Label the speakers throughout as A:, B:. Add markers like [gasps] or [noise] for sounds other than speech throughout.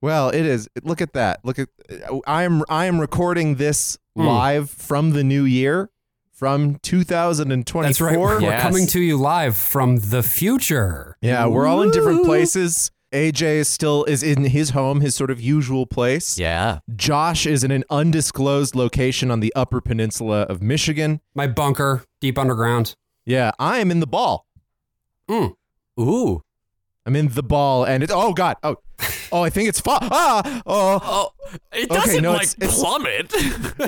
A: Well, it is. Look at that. Look at I am I am recording this
B: Hmm.
A: live from the new year from 2024.
B: That's right. We're
C: Yes.
B: coming to you live from the future.
A: Yeah, we're all in different
B: Woo.
A: places. AJ is still is in his home, his sort of usual place.
C: Yeah.
A: Josh is in an undisclosed location on the Upper Peninsula of Michigan.
B: My bunker, deep underground.
A: Yeah, I am in the ball.
C: Ooh.
A: I'm in the ball, and it's oh god,
C: [laughs]
A: oh, oh, I think it's fa- ah, oh,
C: Oh, it
A: Okay,
C: doesn't
A: no,
C: like
A: it's- it's-
C: plummet.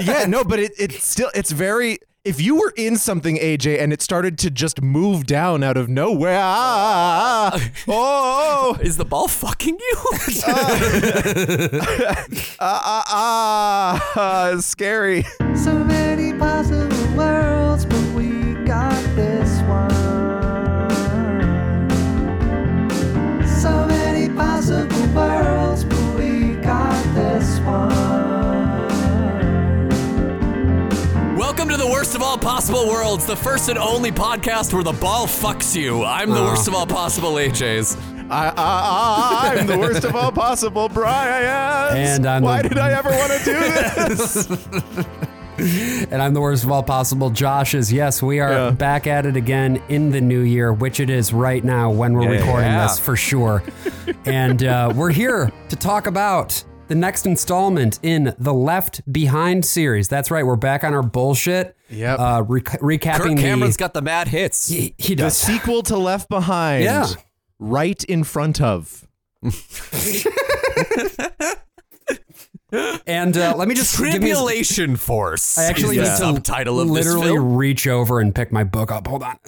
A: yeah, no, but it it's still it's very. If you were in something, AJ, and it started to just move down out of nowhere, ah,
B: [laughs]
A: ah, ah, oh,
C: [laughs] Is the ball fucking
A: [laughs]
C: you?
A: ah, ah, ah, ah, it's scary.
D: So many possible worlds, but we got this one. So many possible worlds, but we got this one.
C: Welcome to the worst of all possible worlds, the first and only podcast where the ball fucks you. I'm the
A: Uh.
B: Aw.
C: worst of all possible HAs.
A: I, I, I, I'm the worst of all possible Brian.
B: And I'm
A: Why
B: the-
A: did I ever want to
B: [laughs]
A: do this?
B: And I'm the worst of all possible Joshes. Yes, we are
A: Yeah.
B: back at it again in the new year, which it is right now when we're
C: Yeah.
B: recording this for sure.
C: [laughs]
B: and uh, we're here to talk about the next installment in the Left Behind series. That's right, we're back on our bullshit.
A: Yep.
B: Uh, rec- recapping
C: Kirk Cameron's
B: the.
C: got the mad hits.
B: he, he
A: the
B: does.
A: sequel to Left Behind.
B: Yeah.
A: Right in front of.
B: and uh, let me just give me his-
C: Tribulation Force.
B: I actually
C: is
B: need
C: the
B: to
C: subtitle of this
B: literally
C: film.
B: reach over and pick my book up. Hold on.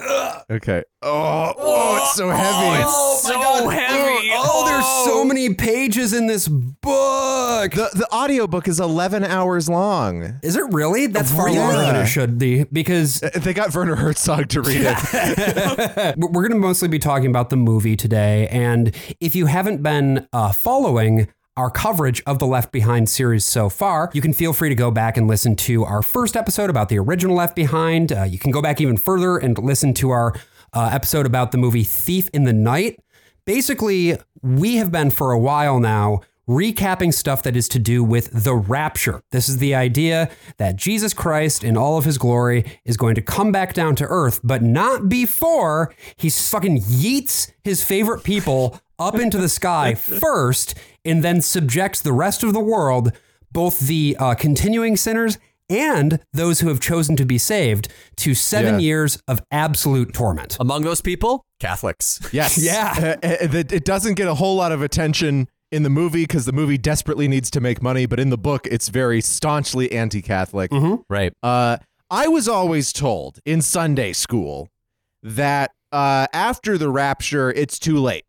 A: Okay. Oh, oh, it's so heavy.
C: Oh, it's so heavy.
B: Oh, there's so many pages in this book.
A: the the audiobook is 11 hours long.
B: Is it really? That's far
A: Really?
B: longer than it should be because uh,
A: Uh, They got Werner Herzog to read
B: [laughs]
A: it.
B: we're going to mostly be talking about the movie today. And if you haven't been uh, following our coverage of the Left Behind series so far, you can feel free to go back and listen to our first episode about the original Left Behind. Uh, you can go back even further and listen to our uh, episode about the movie Thief in the Night. Basically, we have been for a while now recapping stuff that is to do with the rapture. This is the idea that Jesus Christ in all of his glory is going to come back down to earth, but not before he fucking yeets his favorite people up into the sky first and then subjects the rest of the world, both the uh, continuing sinners and those who have chosen to be saved, to seven
A: Yeah.
B: years of absolute torment.
C: Among those people, Catholics.
A: Yes.
B: Yeah.
A: Uh, uh, that- it doesn't get a whole lot of attention in the movie because the movie desperately needs to make money, but in the book, it's very staunchly anti Catholic.
C: [laughs]
B: Mm.
C: Right.
A: Uh, I was always told in Sunday school that uh, after the rapture, it's too late.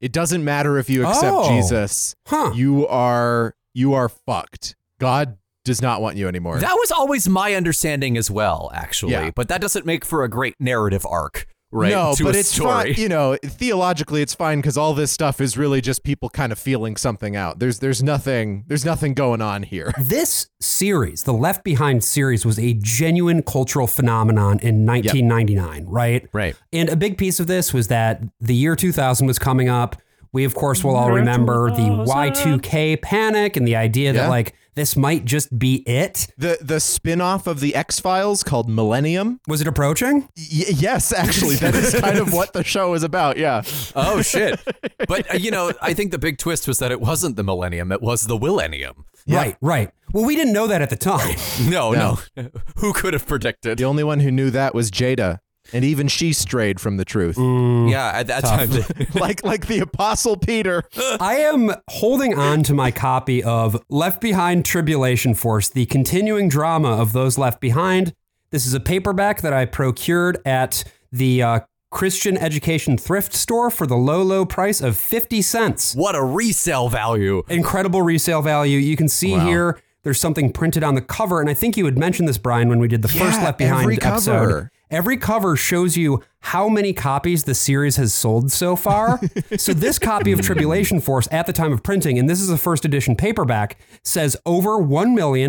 A: It doesn't matter if you accept
B: Oh.
A: Jesus;
B: Huh.
A: you are you are fucked. God does not want you anymore.
C: That was always my understanding as well, actually.
A: Yeah.
C: But that doesn't make for a great narrative arc, right?
A: No,
C: to
A: but
C: a
A: it's fine.
C: story.
A: You know, theologically, it's fine because all this stuff is really just people kind of feeling something out. There's there's nothing there's nothing going on here.
B: This series, the Left Behind series, was a genuine cultural phenomenon in 1999, right?
C: [laughs] Right.
B: And a big piece of this was that the year 2000 was coming up. We, of course, will all remember the Y2K panic and the idea that,
A: Yeah.
B: like, this might just be it.
A: [laughs] The the spin-off of the X Files called Millennium.
B: Was it approaching?
A: Y- yes, actually, that is kind of what the show is about. Yeah.
C: Oh shit! But uh, you know, I think the big twist was that it wasn't the millennium; it was the millennium.
B: Right, right. Well, we didn't know that at the time.
C: No, no. [laughs] Who could have predicted?
A: The only one who knew that was Jada, and even she strayed from the truth.
C: yeah, at that time.
A: [laughs]
C: [laughs]
A: like like the apostle Peter.
B: I am holding on to my copy of Left Behind Tribulation Force, the continuing drama of those left behind. This is a paperback that I procured at the uh, Christian Education Thrift Store for the low, low price of 50 cents.
C: What a resale value!
B: Incredible resale value. You can see
A: Wow.
B: here there's something printed on the cover. And I think you had mentioned this, Brian, when we did the first
A: Yeah,
B: Left Behind
A: every
B: episode.
A: cover.
B: Every cover shows you how many copies the series has sold so
C: [laughs]
B: far. so this copy of Tribulation Force at the time of printing, and this is a first edition paperback, says over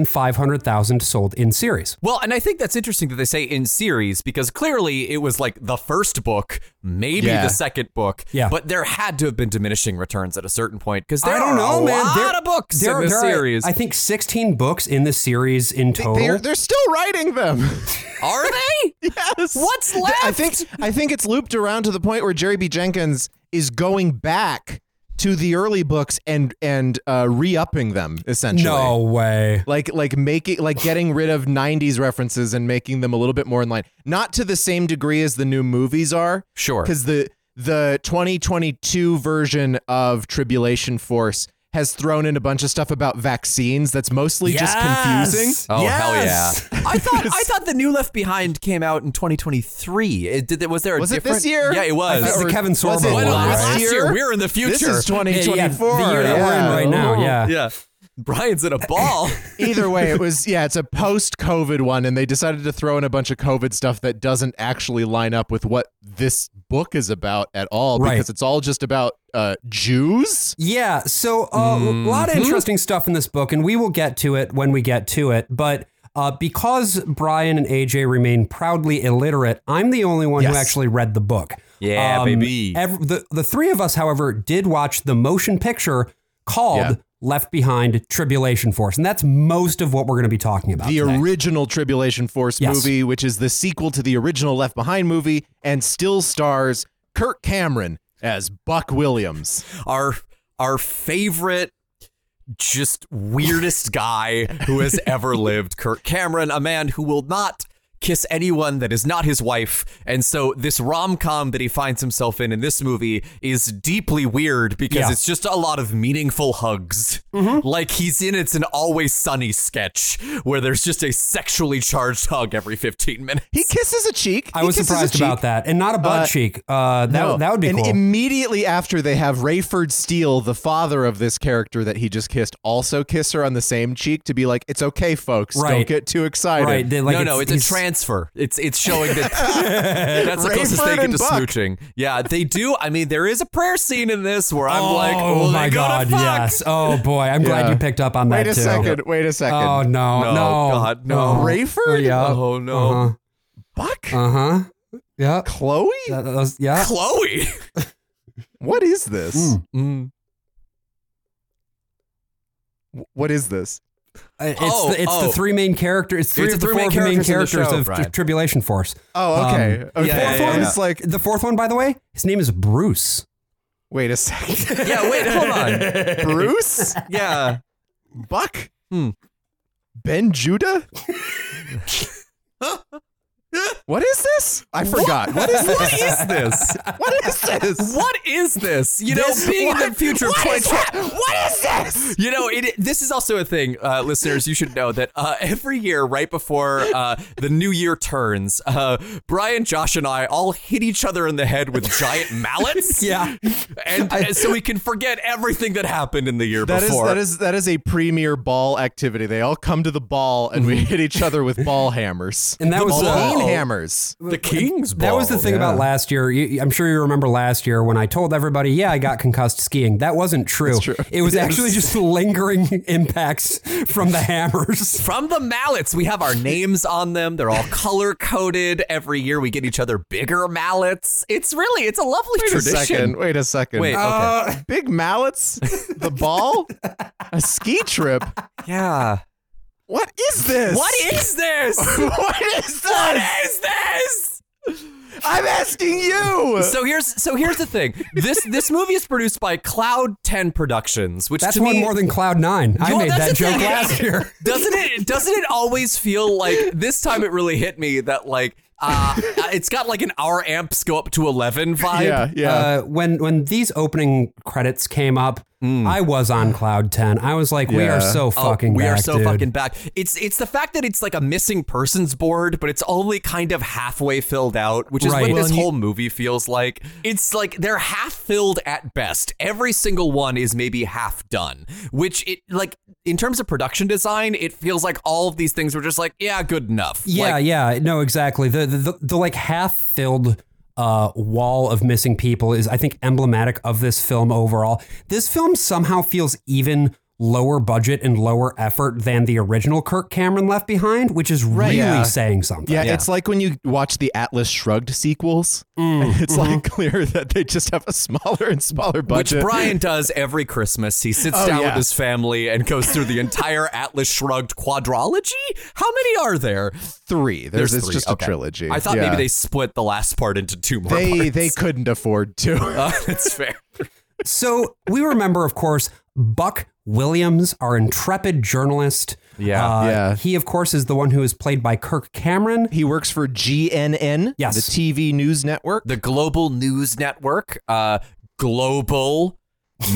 B: 1,500,000 sold in series.
C: Well, and I think that's interesting that they say in series because clearly it was like the first book, maybe
A: Yeah.
C: the second book.
B: Yeah.
C: But there had to have been diminishing returns at a certain point because there
B: I don't
C: are
B: know,
C: a
B: man.
C: lot
B: There-
C: of books
B: there,
C: in this
B: there are,
C: series.
B: I think 16 books in the series in total.
A: They're, they're still writing them.
C: [laughs] are they?
A: yes.
C: What's
A: Th-
C: left?
A: I think I think it's looped around to the point where Jerry B. Jenkins is going back to the early books and and uh, re-upping them essentially.
B: no way.
A: Like like making like getting rid of 90s references and making them a little bit more in line. Not to the same degree as the new movies are.
C: Sure.
A: Because the the 2022 version of Tribulation Force has thrown in a bunch of stuff about vaccines that's mostly just confusing.
C: Oh
B: Yes.
C: hell yeah!
B: [laughs]
C: I thought I thought the new Left Behind came out in 2023. It, did was there a
A: Was it
C: different?
A: this year?
C: Yeah, it was.
B: That's
A: Or
B: the Kevin
A: was
B: Sorbo
A: it
C: Why
B: one,
C: not
A: last
B: right?
C: last year?
A: year?
C: We're in the future.
A: This is
B: Yeah, yeah,
A: 2024.
B: the year that we're in
A: yeah.
B: right now. Yeah.
C: yeah. Brian's at a ball.
B: [laughs]
A: Either way, it was yeah, it's a post-COVID one, and they decided to throw in a bunch of COVID stuff that doesn't actually line up with what this book is about at all,
B: Right.
A: because it's all just about uh, Jews.
B: Yeah, so uh, a lot of interesting stuff in this book, and we will get to it when we get to it. But uh, because Brian and AJ remain proudly illiterate, I'm the only one who
A: Yes.
B: actually read the book. Um,
C: Yeah, baby.
B: ev- the, the three of us, however, did watch the motion picture called
A: Yeah.
B: Left Behind Tribulation Force, and that's most of what we're going to be talking about.
A: The
B: today.
A: original Tribulation Force
B: Yes.
A: movie, which is the sequel to the original Left Behind movie, and still stars Kirk Cameron as Buck Williams.
C: our our favorite just weirdest guy who has ever lived Kirk Cameron a man who will not kiss anyone that is not his wife and so this rom-com that he finds himself in in this movie is deeply weird because
B: Yeah.
C: it's just a lot of meaningful hugs like he's in it's an always sunny sketch where there's just a sexually charged hug every 15 minutes
A: He kisses a cheek.
B: I
A: He
B: was
A: kisses a
B: surprised
A: cheek.
B: about that, and not a butt
A: Uh,
B: cheek. Uh, that
A: No.
B: that would be
A: and
B: cool.
A: immediately after they have Rayford Steele, the father of this character that he just kissed, also kiss her on the same cheek to be like, "It's okay, folks.
B: Right.
A: Don't get too excited."
B: right? they- like
C: no, no, it's,
B: he's-
C: a transfer. It's it's showing that that's the closest
A: Rayford
C: they get
A: and
C: to
A: Buck.
C: smooching. Yeah, they do. I mean, there is a prayer scene in this where I'm
B: oh
C: like, oh
B: my god, yes. Oh boy, I'm glad
A: Yeah.
B: you picked up on that
A: Wait a
B: too.
A: second. Wait a second.
B: Oh no,
C: No,
B: no, Oh. Uh-huh.
C: God, no.
A: Rayford?
B: yeah,
C: Oh no,
A: Buck?
B: uh huh, yeah,
A: Chloe?
B: that, that was, yeah.
C: Chloe.
A: what is this?
B: Mm.
C: Mm.
A: What is this?
B: Uh, It's
C: Oh,
B: the, it's
C: oh.
B: the three main characters. It's three
C: It's
B: of
C: the
B: the
C: three
B: four
C: main
B: of the main
C: characters in the
B: characters
C: show,
B: of
C: Brian.
B: Tri- Tribulation Force.
A: Oh, okay.
B: Um,
A: okay.
C: yeah, yeah,
A: Fourth
C: yeah.
A: one's like,
B: The fourth one, by the way, his name is Bruce.
A: wait a
B: [laughs]
A: second.
C: Yeah, wait, hold
A: [laughs]
C: on.
A: Bruce?
C: [laughs] Yeah,
A: Buck?
C: Hmm.
A: Ben
B: [laughs]
A: Judah? what is this? I forgot. what is
C: what
B: [laughs]
A: this?
C: is this?
A: What is this?
C: What is this? You know,
A: This-
C: being in the
A: what-
C: future of
A: what is
C: 2020
A: that? What is this?
C: You know, it, this is also a thing, uh, listeners. You should know that uh, every year, right before uh, the new year turns, uh, Brian, Josh, and I all hit each other in the head with
A: [laughs]
C: giant mallets.
B: Yeah.
C: and, and so we can forget everything that happened in the year
A: That is
C: before.
A: that is that is a premier ball activity. They all come to the ball and
C: Mm-hmm.
A: we hit each other with ball hammers.
B: And that
A: The
B: was,
A: ball
C: uh,
A: hammers.
C: the king's ball.
B: That was the thing about last year. You, I'm sure you remember last year when I told everybody, "Yeah, I got concussed skiing." That wasn't true.
A: true.
B: It was actually just lingering [laughs] impacts from the hammers.
C: From the mallets, we have our names on them. They're all color coded. Every year, we get each other bigger mallets. It's really, it's a lovely
A: Wait a
C: tradition.
A: second. Wait a second. Uh,
C: Wait, okay.
A: Big
C: [laughs]
A: mallets? The ball? a ski trip?
C: yeah.
A: What is this?
C: What is this?
A: [laughs] What is
C: what
A: this?
C: is this?
A: [laughs] I'm asking you.
C: So here's so here's the thing. This this movie is produced by Cloud Ten Productions, which
B: That's
C: to
B: one
C: me
B: more than Cloud Nine. I
C: Well,
B: made
C: that's
B: that
C: the
B: joke
C: thing. [laughs]
B: last year.
C: doesn't it doesn't it always feel like this time it really hit me that like uh, uh, it's got like an our amps go up to eleven vibe.
A: yeah, yeah.
B: Uh, when when these opening credits came up, I was on Cloud Ten. I was like, "We
A: Yeah.
B: are so
C: Mm. Oh,
B: fucking.
C: we are
B: back,
C: so
B: dude.
C: fucking back. It's it's the fact that it's like a missing persons board, but it's only kind of halfway filled out, which is
B: Right.
C: what
B: Well,
C: this
B: and you-
C: whole movie feels like. It's like they're half filled at best. Every single one is maybe half done, which it like in terms of production design, it feels like all of these things were just like, yeah, good enough.
B: Yeah,
C: Like,
B: yeah. No, exactly. The the, the, the like half filled uh, wall of missing people is, I think, emblematic of this film overall. This film somehow feels even lower budget and lower effort than the original Kirk Cameron left behind, which is really
A: Yeah.
B: saying something.
A: Yeah, it's like when you watch the Atlas Shrugged sequels. [laughs] it's like clear that they just have a smaller and smaller budget.
C: Mm, mm-hmm. Which Brian does every Christmas. He sits
A: Oh,
C: down
A: yeah.
C: with his family and goes through the entire Atlas Shrugged quadrology. How many are there?
A: three. There's, it's
C: three.
A: just a
C: Okay.
A: trilogy.
C: I thought
A: Yeah.
C: maybe they split the last part into two more.
A: they
C: parts.
A: they [laughs] couldn't afford to.
C: [laughs] Uh, that's fair.
B: So we remember, of course, Buck Williams, our intrepid journalist. Uh,
C: Yeah,
A: yeah.
B: He, of course, is the one who is played by Kirk Cameron.
A: [laughs] he works for GNN,
B: Yes.
A: the TV news network.
C: The Global News Network. Uh, global. News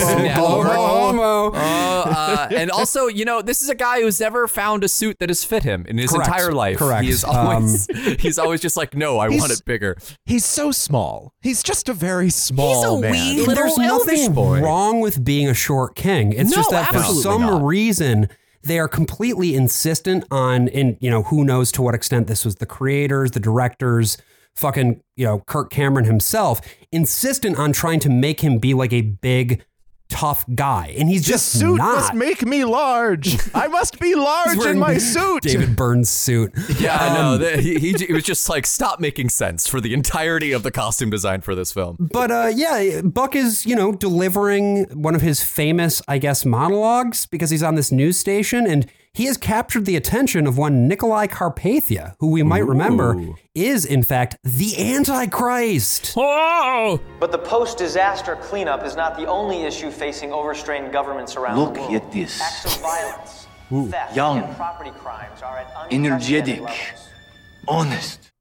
A: Global.
C: Network.
B: Homo.
C: Oh, uh, and also, you know, this is a guy who's never found a suit that has fit him in his
B: Correct.
C: entire life.
B: Correct.
C: He is always [laughs] he's always just like, no, I want
A: He's-
C: it bigger.
A: He's so small. He's just a very small man.
C: wee
B: And there's nothing wrong with being a short king. It's
C: No,
B: just that for
C: absolutely
B: some
C: not.
B: reason they are completely insistent on in you know who knows to what extent this was the creators, the directors, fucking you know Kirk Cameron himself insistent on trying to make him be like a big tough guy, and he's
A: This
B: just
A: suit
B: not.
A: must make me
C: [laughs]
A: large. I must be large in
B: wearing
A: my suit.
B: David Burns suit.
C: Yeah, I know. The- he, he, it was just like stop making sense for the entirety of the costume design for this film.
B: But uh, yeah, Buck is, you know, delivering one of his famous, I guess, monologues because he's on this news station and he has captured the attention of one Nikolai Carpathia, who we might remember is, in fact, the Antichrist.
C: Oh,
E: But the post-disaster cleanup is not the only issue facing overstrained governments around
F: Look
E: the world.
F: at this.
E: Acts of violence, theft,
F: Young.
E: and property crimes are at unprecedented
F: Energetic.
E: levels.
F: Honest.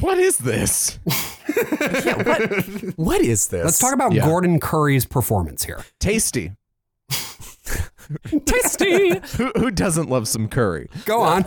A: What is this?
C: what is this?
B: Let's talk about
A: Yeah.
B: Gordon Curry's performance here.
A: Tasty.
C: [laughs] tasty.
A: [laughs] Who, who doesn't love some curry?
B: Go on.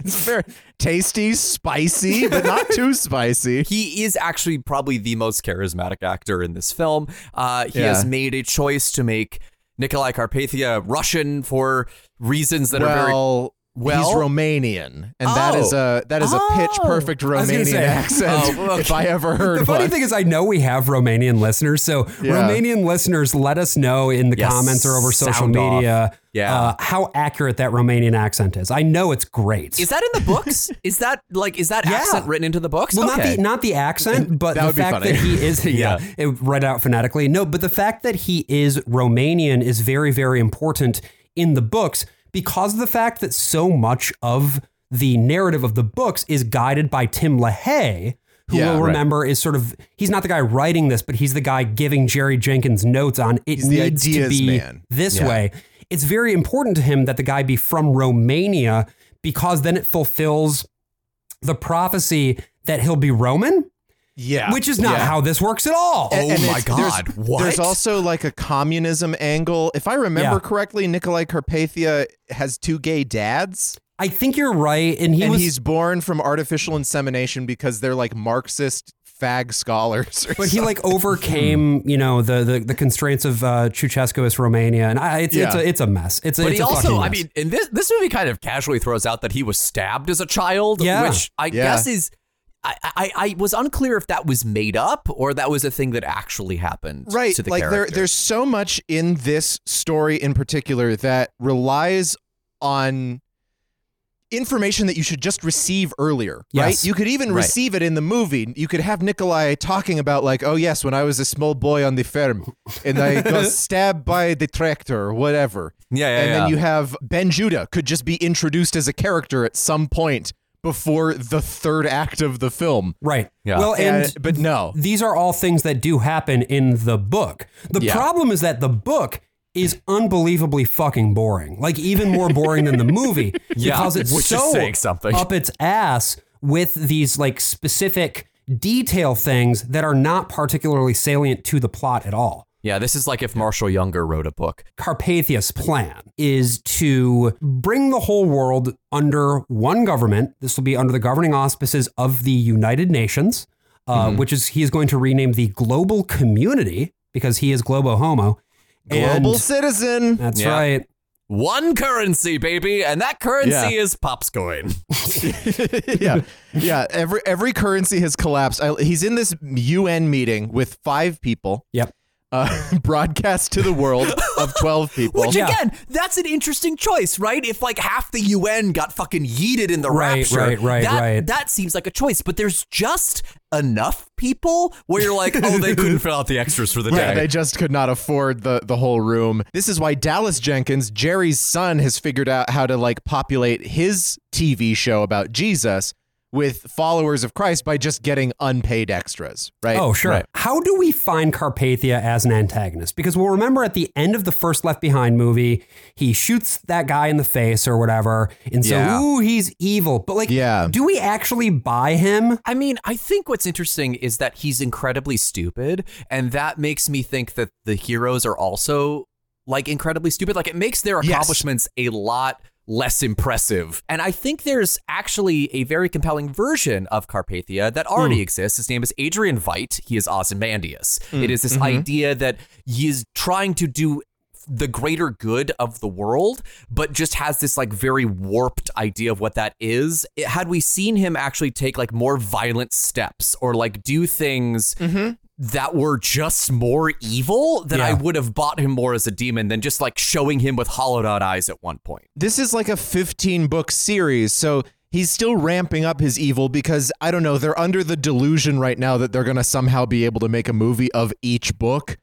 A: It's very tasty, spicy, but not too spicy.
C: he is actually probably the most charismatic actor in this film. Uh, he
A: Yeah.
C: has made a choice to make Nikolai Carpathia Russian for reasons that are very
A: well,
C: well-
A: he's Romanian, and that is a that is a pitch perfect
B: Oh. was gonna
A: Romanian
B: say-
A: accent
C: Oh, well,
A: [laughs] if I ever heard
B: The funny
A: one.
B: thing is, I know we have Romanian listeners. So,
A: Yeah.
B: Romanian listeners, let us know in the
C: Yes,
B: comments or over social
C: sound off.
B: media
C: Yeah.
B: uh, how accurate that Romanian accent is. I know it's great.
C: Is that in the
A: [laughs]
C: books? is that like is that
B: Yeah.
C: accent written into the books?
B: Well,
C: okay.
B: not the not the accent, but
A: That
B: the
A: would be
B: fact
A: funny.
B: that he
A: [laughs]
B: is yeah, it read out phonetically. No, but the fact that he is Romanian is very very important in the books because of the fact that so much of the narrative of the books is guided by Tim LaHaye. Who
A: Yeah,
B: will
A: right.
B: remember is sort of he's not the guy writing this, but he's the guy giving Jerry Jenkins notes on it
A: He's the
B: needs to
A: ideas
B: be
A: man.
B: this way. It's very important to him that the guy be from Romania because then it fulfills the prophecy that he'll be Roman,
A: yeah,
B: which is not
A: Yeah.
B: how this works at all.
C: Oh
A: and
C: my
A: it's- there's-
C: God, what?
A: There's also like a communism angle. If I remember
B: Yeah.
A: correctly, Nikolai Carpathia has two gay dads,
B: I think you're right, and he
A: and
B: was,
A: he's born from artificial insemination because they're like Marxist fag scholars. Or
B: but he
A: [laughs]
B: like overcame you know the the, the constraints of uh, Ceausescu's Romania, and I, it's it's
A: Yeah.
B: a it's a mess. It's a,
C: but
B: it's
C: he
B: a fucking
C: also, I
B: mess.
C: mean, in this this movie kind of casually throws out that he was stabbed as a child,
B: Yeah.
C: which I
A: Yeah.
C: guess is. I, I, I was unclear if that was made up or that was a thing that actually happened.
A: right
C: to the
A: like there
C: character.
A: there's so much in this story in particular that relies on information that you should just receive earlier
B: Yes.
A: right you could even
C: Right.
A: receive it in the movie you could have nikolai talking about like oh yes when i was a small boy on the farm and i got
C: [laughs]
A: stabbed by the tractor or whatever
C: Yeah, yeah,
A: and
C: yeah.
A: then you have ben judah could just be introduced as a character at some point before the third act of the film
B: right?
C: Yeah.
B: Well, and,
A: And- but no
B: these are all things that do happen in the book. The
A: Yeah.
B: problem is that the book is unbelievably fucking boring. Like even more boring
C: [laughs]
B: than the movie
C: Yeah,
B: because it's
C: which is
B: so
C: saying something.
B: up its ass with these like specific detail things that are not particularly salient to the plot at all.
C: yeah, this is like if Marshall Younger wrote a book.
B: Carpathia's plan is to bring the whole world under one government. This will be under the governing auspices of the United Nations, uh,
A: Mm-hmm.
B: which is he is going to rename the global community because he is Globo Homo.
A: global
B: And
A: citizen
B: that's
C: Yeah.
B: right.
C: one currency, baby, and that currency
A: Yeah.
C: is
B: [laughs]
C: Popscoin.
A: [laughs] yeah, yeah. Every every currency has collapsed. I, he's in this UN meeting with five people. [laughs]
B: Yep.
A: Uh, broadcast to the world of twelve people.
C: Which
B: Yeah.
C: again, that's an interesting choice, right? If like half the UN got fucking yeeted in the
B: Right,
C: rapture,
B: right, right,
C: that,
B: right.
C: That seems like a choice, but there's just enough people where you're like, oh, they couldn't fill out the extras for the
A: Yeah,
C: day.
A: they just could not afford the the whole room. This is why Dallas Jenkins, Jerry's son, has figured out how to like populate his TV show about Jesus with followers of Christ by just getting unpaid extras, right?
B: Oh, sure.
C: Right.
B: How do we find Carpathia as an antagonist? Because we'll remember at the end of the first Left Behind movie, he shoots that guy in the face or whatever. And so,
A: Yeah.
B: ooh, he's evil. But like,
A: Yeah.
B: do we actually buy him?
C: I mean, I think what's interesting is that he's incredibly stupid, and that makes me think that the heroes are also like incredibly stupid. Like it makes their
A: Yes.
C: accomplishments a lot less impressive. And I think there's actually a very compelling version of Carpathia that already exists. His name is Adrian Veidt. He is Ozymandias. It is this idea that he is trying to do the greater good of the world, but just has this like very warped idea of what that is. It- had we seen him actually take like more violent steps or like do things that were just more evil, then I
B: Yeah.
C: would have bought him more as a demon than just like showing him with hollowed out eyes at one point.
A: this is like a 15 book series so he's still ramping up his evil because i don't know they're under the delusion right now that they're going to somehow be able to make a movie of each book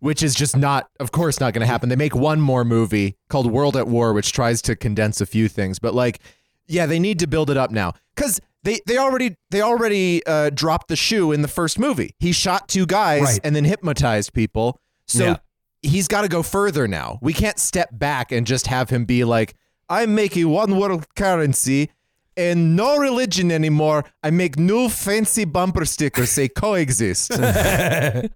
A: which is just not of course not going to happen they make one more movie called world at war which tries to condense a few things but like yeah they need to build it up now because they, they already they already uh, dropped the shoe in the first movie he shot two guys
B: Right.
A: and then hypnotized people so
C: Yeah.
A: he's got to go further now. We can't step back and just have him be like, I'm making one world currency and no religion anymore. I make new fancy bumper stickers say coexist.
B: The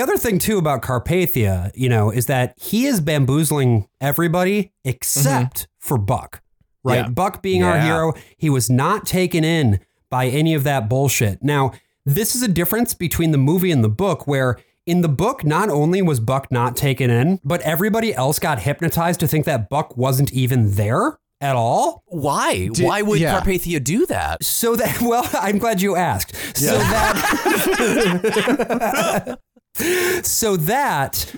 B: other thing too about Carpathia, you know, is that he is bamboozling everybody except for Buck. Right?
A: Yeah.
B: Buck being our
C: Yeah.
B: hero, he was not taken in by any of that bullshit. Now, this is a difference between the movie and the book where in the book not only was Buck not taken in, but everybody else got hypnotized to think that Buck wasn't even there at all.
C: Why? Why would
A: yeah.
C: Carpathia do that?
B: So that, [laughs] well, I'm glad you asked. So that, so that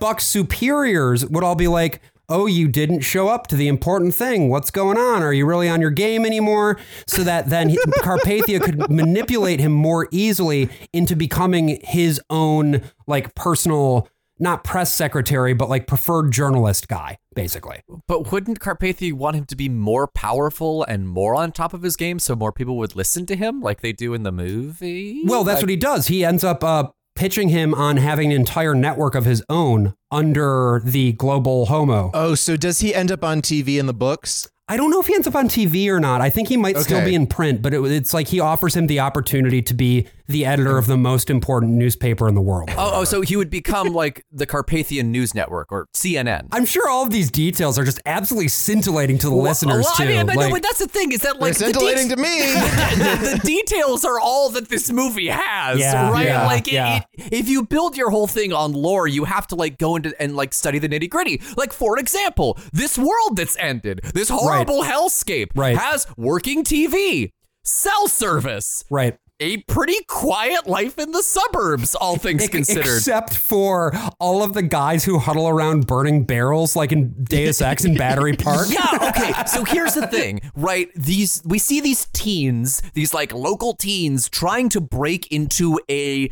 B: Buck's superiors would all be like, oh, you didn't show up to the important thing. What's going on? Are you really on your game anymore? So that then he- [laughs] Carpathia could manipulate him more easily into becoming his own, like, personal, not press secretary, but like preferred journalist guy, basically.
C: But wouldn't Carpathia want him to be more powerful and more on top of his game so more people would listen to him like they do in the movie?
B: Well, that's what he does. He ends up uh, pitching him on having an entire network of his own under the global homo.
A: [laughs]
C: Uh,
A: oh, so does he end up on TV in the books?
B: I don't know if he ends up on TV or not. I think he might still
A: Okay.
B: be in print, but it, it's like he offers him the opportunity to be the editor of the most important newspaper in the world.
C: Oh, oh, so he would become like the Carpathian News Network or CNN.
B: I'm sure all of these details are just absolutely scintillating to the listeners
C: well,
B: too.
C: I mean, but
B: Like-
C: no, but that's the thing is that like
A: They're scintillating
C: the,
A: to me.
C: [laughs] the, the details are all that this movie has,
B: Yeah,
C: right?
B: yeah,
C: like, it-
B: yeah.
C: it, if you build your whole thing on lore, you have to like go into and like study the nitty gritty. Like, for example, this world that's ended, this horrible hellscape,
B: Right.
C: has working TV, cell service,
B: right.
C: a pretty quiet life in the suburbs, all things
B: Ex-
C: considered.
B: Except for all of the guys who huddle around burning barrels like in Deus Ex and Battery
C: [laughs]
B: Park.
C: Yeah, okay. So here's the thing, right? These we see these teens, these like local teens trying to break into a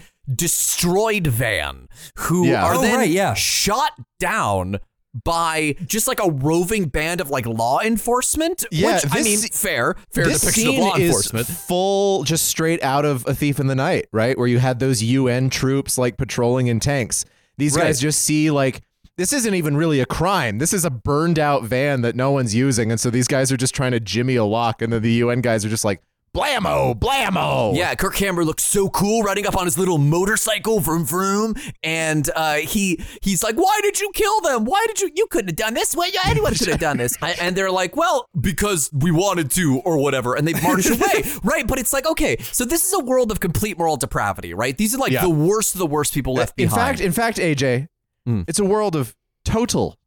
C: destroyed van who
A: Yeah.
C: are
B: Oh,
C: then
B: right, yeah.
C: shot down by just like a roving band of like law enforcement.
A: Yeah,
C: which I
A: this-
C: mean, fair, fair
A: This
C: depiction of
A: scene
C: law
A: is
C: enforcement.
A: full, just straight out of A Thief in the Night, right? Where you had those UN troops like patrolling in tanks. These
C: Right.
A: guys just see like this isn't even really a crime. This is a burned out van that no one's using, and so these guys are just trying to jimmy a lock, and then the UN guys are just like blammo, blammo.
C: Yeah, Kirk Cameron looks so cool riding up on his little motorcycle, vroom vroom, and uh, he he's like, "Why did you kill them? Why did you? You couldn't have done this. Well, yeah, anyone could have done
A: [laughs]
C: this." I, and they're like, "Well, because we wanted to, or whatever," and
A: [laughs]
C: they march away, right? But it's like, okay, so this is a world of complete moral depravity, right? These are like
A: Yeah.
C: the worst of the worst people left
A: in
C: behind.
A: fact, in fact, AJ,
C: Hmm.
A: it's a world of total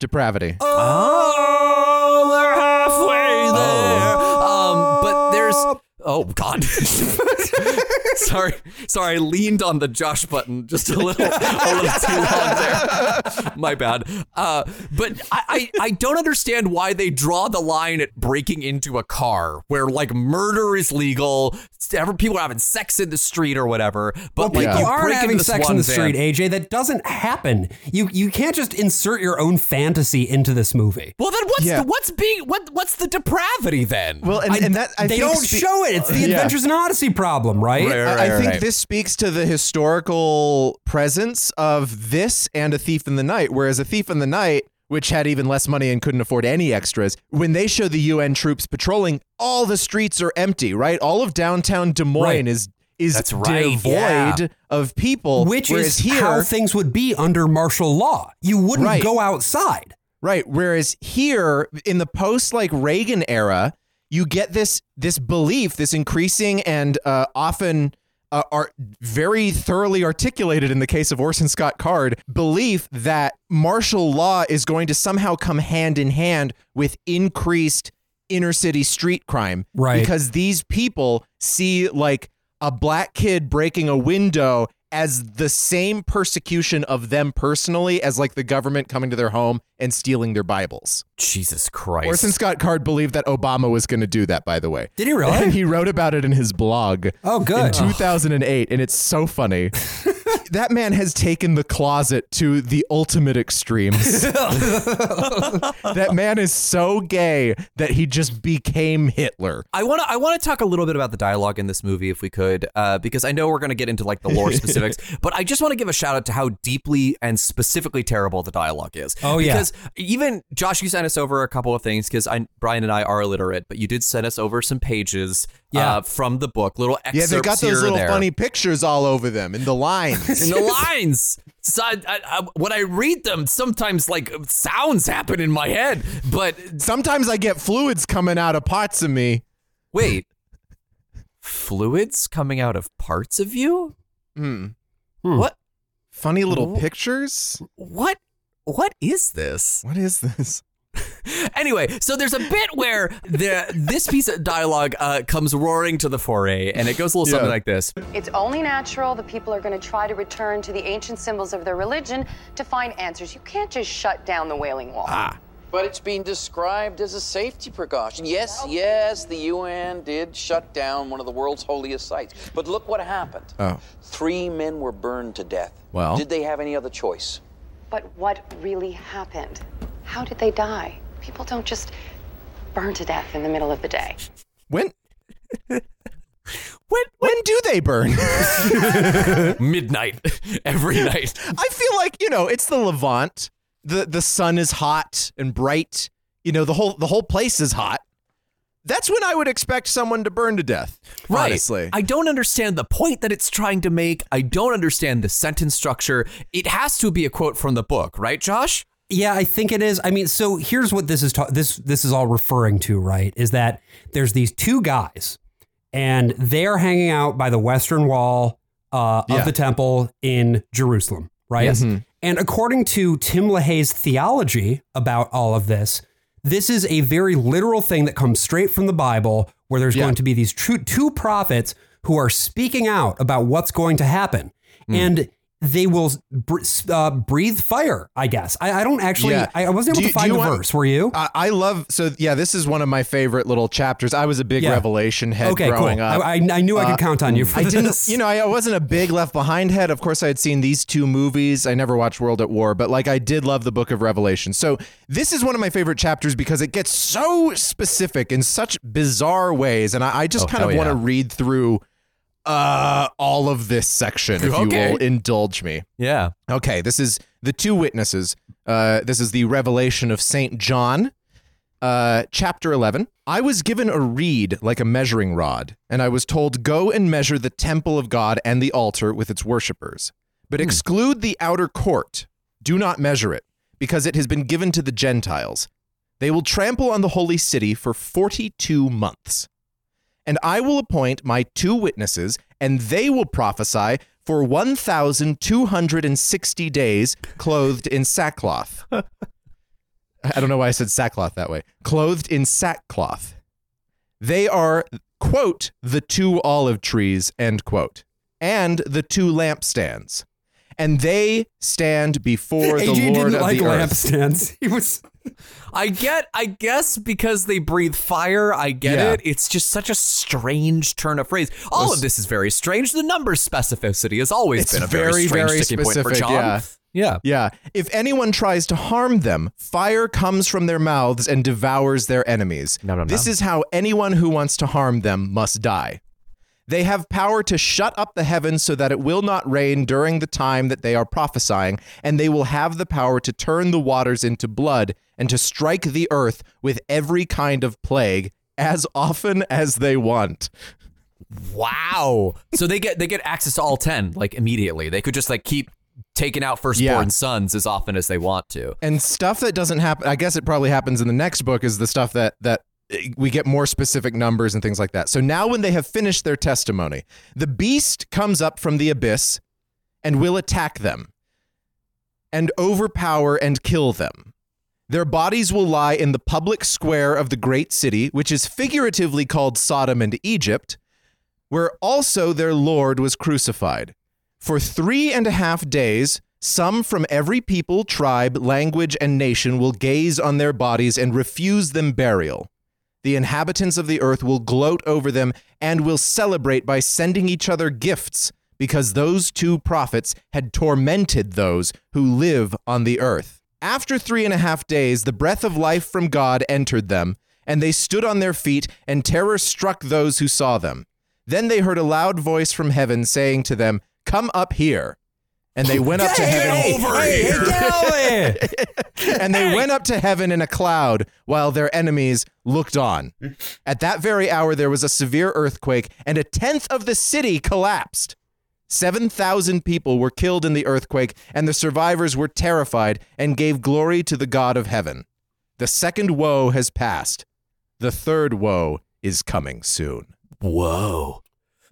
A: depravity.
C: Oh, we're
B: Oh.
C: halfway there. Um, but there's. Oh God. [laughs] sorry, sorry. I leaned on the Josh button just a little, a little too long there. My bad. Uh, but I, I, I don't understand why they draw the line at breaking into a car where like murder is legal. Ever people are having sex in the street or whatever. But
B: Well,
C: like
B: people
C: you
B: are
C: break
B: having
C: into this
B: sex
C: one
B: in the
C: van.
B: street, AJ. That doesn't happen. You you can't just insert your own fantasy into this movie.
C: Well, then what's
A: Yeah.
C: the, what's being what what's the depravity then?
A: Well, and, and that I
B: they
A: think
B: don't
A: spe-
B: show it. It's
A: [laughs]
B: the
A: Yeah.
B: Adventures in Odyssey problem, right?
C: Right, right,
A: I- I
C: right,
A: think
C: right.
A: this speaks to the historical presence of this and A Thief in the Night, whereas A Thief in the Night, which had even less money and couldn't afford any extras, when they show the UN troops patrolling, all the streets are empty, right? All of downtown Des Moines
B: Right.
A: is is
C: That's right,
A: devoid
C: yeah.
A: of people,
B: Which
A: whereas
B: is
A: here,
B: how things would be under martial law. You wouldn't
A: Right.
B: go outside.
A: Right. Whereas here in the post like Reagan era, you get this this belief, this increasing and uh, often uh, are very thoroughly articulated in the case of Orson Scott Card belief that martial law is going to somehow come hand in hand with increased inner city street crime
B: Right.
A: because these people see like a black kid breaking a window as the same persecution of them personally as like the government coming to their home and stealing their Bibles.
C: Jesus Christ.
A: Orson Scott Card believed that Obama was going to do that, by the way.
B: Did he
A: And
B: really?
A: he wrote about it in his blog
B: oh,
A: in
B: good.
A: 2008, and it's so
B: [laughs]
A: funny. that man has taken the closet to the ultimate
B: [laughs]
A: extremes. that man is so gay that he just became Hitler.
C: I want to I want to talk a little bit about the dialogue in this movie if we could uh, because I know we're going to get into like
A: [laughs]
C: the lore specifics but I just want to give a shout out to how deeply and specifically terrible the dialogue is.
B: Oh, yeah.
C: Because even Josh you sent us over a couple of things cuz I Brian and I are illiterate but you did send us over some pages
B: Yeah.
C: uh, from the book little excerpts
A: Yeah, they got
C: here
A: those
C: or
A: little
C: there. [laughs]
A: funny pictures all over them and the lines.
B: [laughs]
A: [laughs]
C: in the lines. So I, I, I, when I read them, sometimes like sounds happen in my head. But
A: Sometimes I get fluids coming out of parts of me.
C: wait, fluids coming out of parts of you?
A: Hmm.
B: Hmm.
C: What?
A: Funny little
C: Wh-
A: pictures?
C: What? What is this?
A: What is this?
C: Anyway, so there's a bit where the this piece of dialogue uh, comes roaring to the foray, and it goes a little something
A: Yeah.
C: like this.
F: It's only natural the people are going to try to return to the ancient symbols of their religion to find answers. You can't just shut down the Wailing Wall.
G: But it's been described as a safety precaution. Yes, yes, the UN did shut down one of the world's holiest sites. But look what happened.
A: Oh.
G: Three men were burned to death.
A: Well.
G: Did they have any other choice?
F: But what really happened? How did they die? People don't just burn to death in the middle of the day.
A: When? when? When do they burn? [laughs]
C: Midnight [laughs] every night.
A: I feel like you know it's the Levant. the The sun is hot and bright. You know the whole the whole place is hot. That's when I would expect someone to burn to death.
C: Right.
A: Honestly,
C: I don't understand the point that it's trying to make. I don't understand the sentence structure. It has to be a quote from the book, right, Josh?
B: Yeah, I think it is. I mean, so here's what this is ta- this this is all referring to, right? Is that there's these two guys, and they're hanging out by the western wall uh,
A: Yeah. Mm-hmm.
B: of the temple in Jerusalem, right? And according to Tim LaHaye's theology about all of this, this is a very literal thing that comes straight from the Bible, where there's
A: Yeah.
B: going to be these true two prophets who are speaking out about what's going to happen,
A: Mm.
B: and they will br- uh, breathe fire. I guess I, I don't actually.
A: Yeah.
B: I, I wasn't
A: Do you-
B: able to
A: do
B: find
A: you
B: the
A: want-
B: verse. Were you?
A: I, I love. So yeah, this is one of my favorite little chapters. I was a big
B: Yeah.
A: Revelation head
B: okay, cool.
A: growing up. Uh,
B: I, I, I knew I could count on you for
A: I
B: this.
A: didn't, you know, I wasn't a big Left Behind head. Of course, I had seen these two movies. I never watched World at War, but like I did love the Book of Revelation. So this is one of my favorite chapters because it gets so specific in such bizarre ways, and I, I just
C: Oh,
A: kind of
C: hell
A: want to
C: yeah.
A: read through uh, all of this section, if
C: Okay.
A: you will indulge me.
C: Yeah.
A: Okay, this is the two witnesses. Uh, this is the revelation of St. John, uh, chapter 11. I was given a reed like a measuring rod, and I was told, Go and measure the temple of God and the altar with its worshippers, but exclude the outer court. Do not measure it, because it has been given to the Gentiles. They will trample on the holy city for 42 months. And I will appoint my two witnesses, and they will prophesy for 1,260 days clothed in sackcloth. [laughs] I don't know why I said sackcloth that way. Clothed in sackcloth. They are, quote, the two olive trees, end quote, and the two lampstands. And they stand
B: [laughs]
A: before the
B: AJ
A: Lord
B: didn't
A: of
B: like
A: the earth.
C: [laughs]
B: lampstands. He was
C: I get, I guess, because they breathe fire. I get
A: Yeah.
C: it. It's just such a strange turn of phrase. All of this is very strange. The number specificity has always
A: It's
C: been a very,
A: very,
C: strange
A: very
C: sticking point for
A: specific,
C: John.
A: yeah.
C: yeah.
A: Yeah. If anyone tries to harm them, fire comes from their mouths and devours their enemies.
C: Nom, nom,
A: this
C: nom.
A: is how anyone who wants to harm them must die. They have power to shut up the heavens so that it will not rain during the time that they are prophesying, and they will have the power to turn the waters into blood and to strike the earth with every kind of plague as often as they want.
C: Wow. So they get they get access to all ten like immediately. They could just like keep taking out firstborn
A: Yeah.
C: sons as often as they want to.
A: and stuff that doesn't happen i guess it probably happens in the next book is the stuff that that uh, we get more specific numbers and things like that so now when they have finished their testimony the beast comes up from the abyss and will attack them and overpower and kill them their bodies will lie in the public square of the great city which is figuratively called sodom and egypt where also their lord was crucified for three and a half days, some from every people, tribe, language, and nation will gaze on their bodies and refuse them burial. The inhabitants of the earth will gloat over them and will celebrate by sending each other gifts because those two prophets had tormented those who live on the earth. After three and a half days, the breath of life from God entered them, and they stood on their feet, and terror struck those who saw them. Then they heard a loud voice from heaven saying to them, Come up here. And they went up to heaven
C: over here.
A: and they went up to heaven in a cloud while their enemies looked on. At that very hour, there was a severe earthquake, and a tenth of the city collapsed. 7,000 people were killed in the earthquake, and the survivors were terrified and gave glory to the God of heaven. The second woe has passed. The third woe is coming soon.
C: Whoa.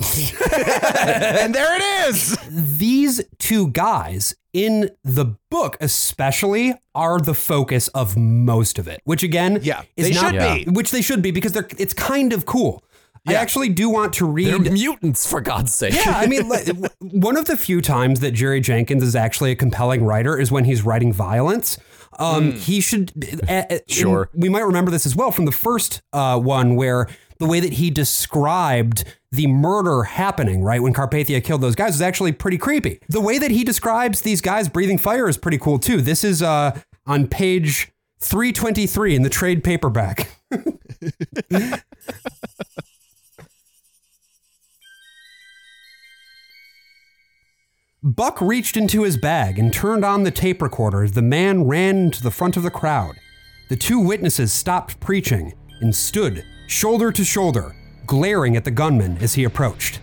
A: and there it is!
B: these two guys in the book especially are the focus of most of it which again
A: Yeah,
B: is
A: they
B: not
A: should Yeah. be.
B: which they should be because they're it's kind of cool i
A: Yeah.
B: actually do want
A: [laughs]
B: to
C: [laughs] They're
B: read
C: mutants for God's sake.
B: yeah, I mean, like, w- one of the few times that Jerry Jenkins is actually a compelling writer is when he's writing violence. Um, He should a- a-
C: Sure.
B: and We might remember this as well from the first uh, one, where the way that he described the murder happening, right when Carpathia killed those guys, is actually pretty creepy. The way that he describes these guys breathing fire is pretty cool too. This is uh, on page three twenty three in the trade paperback. [laughs] Buck reached into his bag and turned on the tape recorder as the man ran to the front of the crowd. The two witnesses stopped preaching and stood shoulder to shoulder, glaring at the gunman as he approached.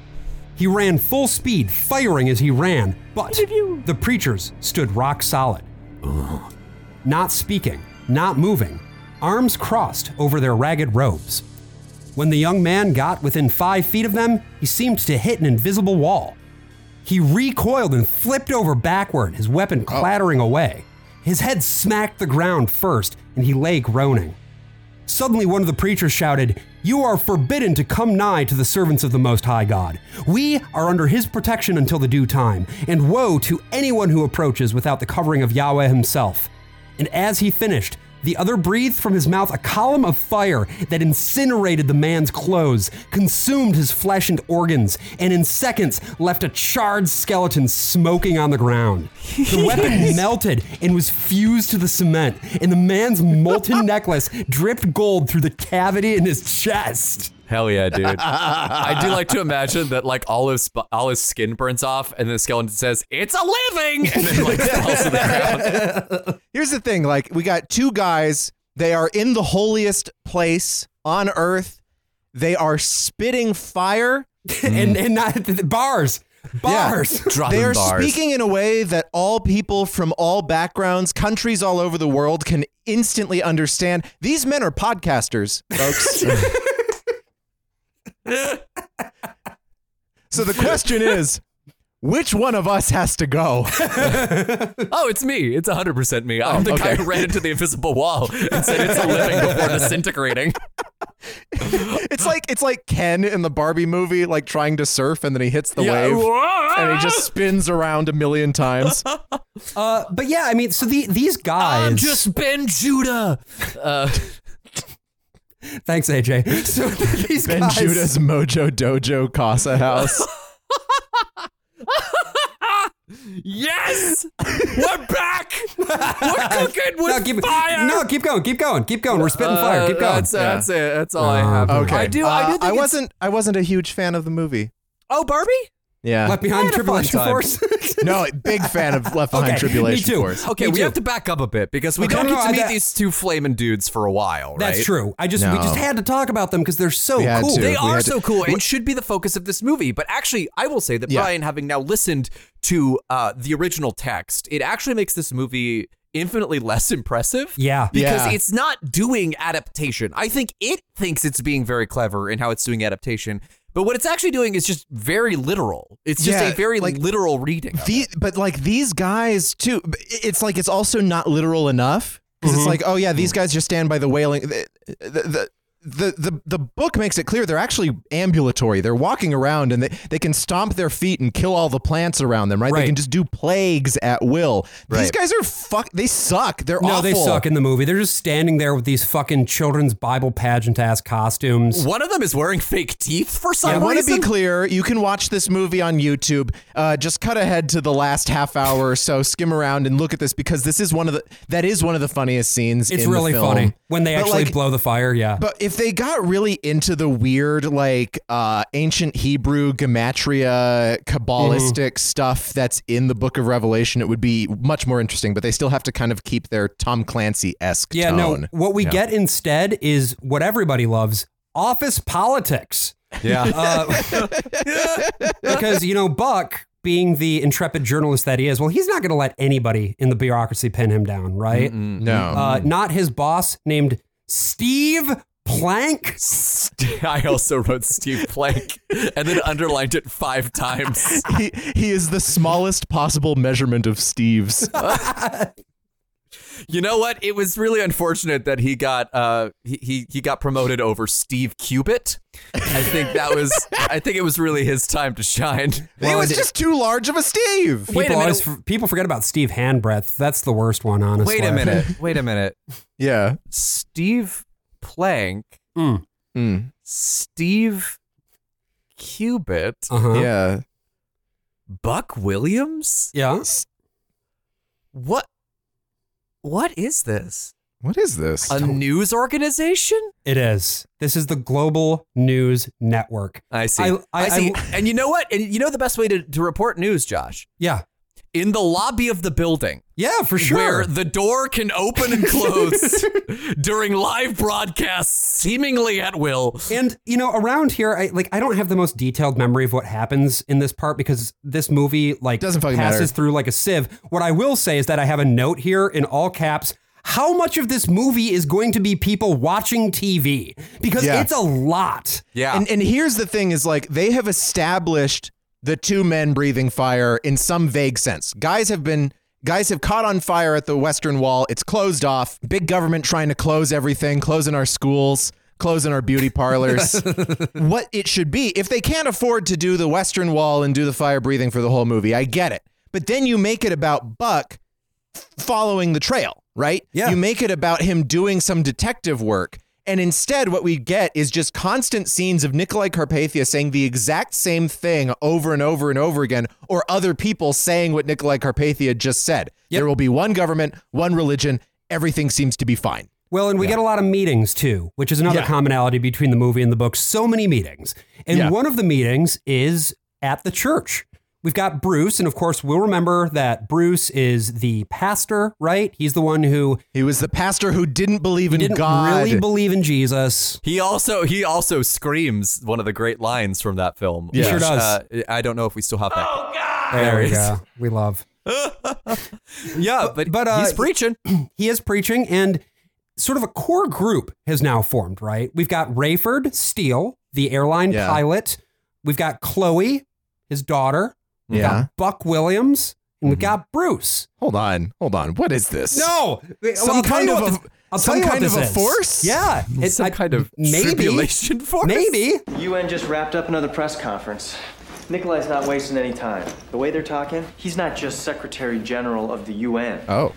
B: He ran full speed, firing as he ran, but the preachers stood rock solid. Not speaking, not moving, arms crossed over their ragged robes. When the young man got within five feet of them, he seemed to hit an invisible wall. He recoiled and flipped over backward, his weapon clattering away. His head smacked the ground first, and he lay groaning. Suddenly, one of the preachers shouted, You are forbidden to come nigh to the servants of the Most High God. We are under his protection until the due time, and woe to anyone who approaches without the covering of Yahweh himself. And as he finished, the other breathed from his mouth a column of fire that incinerated the man's clothes, consumed his flesh and organs, and in seconds left a charred skeleton smoking on the ground.
C: [laughs]
B: The weapon melted and was fused to the cement, and the man's
C: [laughs]
B: molten necklace dripped gold through the cavity in his chest.
C: Hell
A: [laughs]
C: yeah, dude. I do like to imagine that like all his sp- all his skin burns off and the skeleton says, "It's a living." And then
A: [laughs]
C: like falls to the ground.
A: Here's the thing like, we got two guys, they are in the holiest place on earth, they are spitting fire.
B: and and not bars. Bars.
C: Hmm. [laughs] Dropping
A: They are
C: bars.
A: speaking in a way that all people from all backgrounds, countries all over the world can instantly understand. These men are podcasters,
C: [laughs]
A: folks. so the question is which one of us has to
C: [laughs]
A: go?
C: Oh, it's me. It's 100% me. I'm the guy
A: Oh, okay.
C: who ran into the invisible wall and said it's a living before disintegrating.
A: it's like it's like Ken in the Barbie movie, like trying to surf and then he hits [laughs] the
C: Yeah.
A: wave and he just spins around a million times.
B: Uh, but yeah, I mean, so the, these guys.
C: I'm just Ben Judah. Uh,
B: thanks, AJ. So [laughs] these
A: ben
B: guys.
A: Judah's Mojo Dojo Casa House.
C: yes, we're back.
A: [laughs]
C: We're cooking with
B: no, keep,
C: fire.
B: no, keep going, keep going, keep going. We're spitting fire.
C: Uh,
B: Keep going.
C: That's, that's it. That's all I have.
A: Okay.
C: I do. I
A: Uh,
C: do. Think
A: I
C: it's-
A: wasn't I wasn't a huge fan of the movie.
C: Oh, Barbie.
A: [laughs] Yeah.
B: Left behind
C: had a fun
B: tribulation
C: time.
B: force. [laughs]
A: no, big fan of Left Behind
B: Okay,
A: Tribulation
B: me too.
A: Force.
C: Okay,
B: Me
C: we
B: too.
C: have to back up a bit because we
B: Okay.
C: don't
B: No, no,
C: get to
B: I-
C: meet
B: that-
C: these two flaming dudes for a while.
B: That's
C: right?
B: true. I just we
A: No.
B: just had to talk about them because they're so
A: We had
B: cool.
A: to.
C: They
A: We
C: are
A: had to-
C: so cool and should be the focus of this movie. But actually, I will say that
A: Yeah.
C: Brian, having now listened to uh, the original text, it actually makes this movie infinitely [laughs] less impressive.
B: Yeah.
C: Because
A: Yeah.
C: it's not doing adaptation. I think it thinks it's being very clever in how it's doing adaptation. But what it's actually doing is just very literal. It's just
A: Yeah,
C: a very
A: like,
C: literal reading. of
A: The, but like these guys too, it's like it's also not literal enough because
B: Mm-hmm.
A: it's like, oh yeah, these guys just stand by the wailing. The, the, the, the, the book makes it clear they're actually ambulatory. They're walking around and they, they can stomp their feet and kill all the plants around them, right?
B: Right.
A: They can just do plagues at will. These
C: Right.
A: guys are fuck. They suck. They're
B: No,
A: awful.
B: they suck in the movie. They're just standing there with these fucking children's Bible pageant ass costumes.
C: One of them is wearing fake teeth for some
A: I want to
C: reason.
A: be clear. You can watch this movie on YouTube. Uh, just cut ahead to the last half hour or so, skim around and look at this because this is one of the that is one of the funniest scenes.
B: It's
A: in the
B: really
A: film.
B: funny when they
A: But,
B: actually
A: like,
B: blow the fire. Yeah.
A: But if they got really into the weird, like uh, ancient Hebrew gematria, kabbalistic
B: Mm-hmm.
A: stuff that's in the Book of Revelation, it would be much more interesting. But they still have to kind of keep their Tom Clancy esque
B: yeah.
A: tone.
B: No. What we get instead is what everybody loves: office politics.
C: yeah.
B: Uh, [laughs] because you know Buck, being the intrepid journalist that he is, well, he's not going to let anybody in the bureaucracy pin him down, right?
A: no.
B: Uh,
C: Oh.
B: not his boss named Steve Plank.
C: St- [laughs] I also wrote Steve Plank and then underlined it five times.
A: he, he is the smallest possible measurement of Steve's.
C: You know what? It was really unfortunate that he got uh he he, he got promoted over Steve Cubit. I think that was I think it was really his time to shine.
A: it was just too large of a Steve.
C: Wait a
B: People always
C: minute.
B: f- people forget about Steve Handbreadth. That's the worst one, honestly.
C: Wait a minute. Wait a minute.
A: Yeah.
C: Steve Plank,
B: Mm.
A: Mm.
C: Steve Cubit,
A: Uh.
B: Uh-huh. Yeah.
A: Yeah.
C: Buck Williams? What what is this?
A: What is this?
C: A news organization?
B: it is. This is the Global News Network.
C: I see.
B: I-
C: I,
B: I-
C: see. and you know what? And you know the best way to, to report news, Josh?
B: Yeah,
C: In the lobby of the building,
B: yeah, for sure.
C: where the door can open and
B: [laughs]
C: close during live broadcasts, seemingly at will.
B: and you know, around here, I like I don't have the most detailed memory of what happens in this part because this movie like
A: Doesn't fucking
B: passes
A: matter.
B: through like a sieve. What I will say is that I have a note here in all caps. How much of this movie is going to be people watching TV? Because
A: Yeah.
B: it's a lot.
A: [laughs]
C: Yeah.
A: And and here's the thing is like they have established the two men breathing fire in some vague sense. Guys have been guys have caught on fire at the western wall. It's closed off. Big government trying to close everything, closing our schools, closing our beauty parlors. what it should be. If they can't afford to do the western wall and do the fire breathing for the whole movie, I get it. But then you make it about Buck following the trail, right?
B: Yeah.
A: You make it about him doing some detective work. And instead, what we get is just constant scenes of Nikolai Carpathia saying the exact same thing over and over and over again, or other people saying what Nikolai Carpathia just said. There will be one government, one religion, everything seems to be fine.
B: Well, and we get a lot of meetings too, which is another
A: Yeah.
B: commonality between the movie and the book. So many meetings. And
A: Yeah.
B: one of the meetings is at the church. We've got Bruce, and of course, we'll remember that Bruce is the pastor, right? He's the one who
A: He was the pastor who didn't believe in
B: didn't
A: God.
B: really believe in Jesus.
C: he also he also screams one of the great lines from that film.
A: He sure
C: which,
B: does.
C: Uh, I don't know if we still have that.
B: There we
C: he is.
B: go. We love.
C: yeah, but,
B: but, uh,
C: he's preaching.
B: He is preaching, and sort of a core group has now formed, right? We've got Rayford Steele, the airline
A: Yeah.
B: pilot. We've got Chloe, his daughter. We
A: Yeah.
B: got Buck Williams and we got Bruce.
A: Hold on, hold on. What is this?
B: No,
A: Some kind of a-
B: I'll
A: some
B: tell you what
A: kind of
B: this
A: a
B: is.
A: force?
B: Yeah, It's
C: Some kind of tribulation force?
B: Maybe
E: UN just wrapped up another press conference. Nikolai's not wasting any time. The way they're talking, he's not just Secretary General of the UN.
F: Uh.
A: Oh,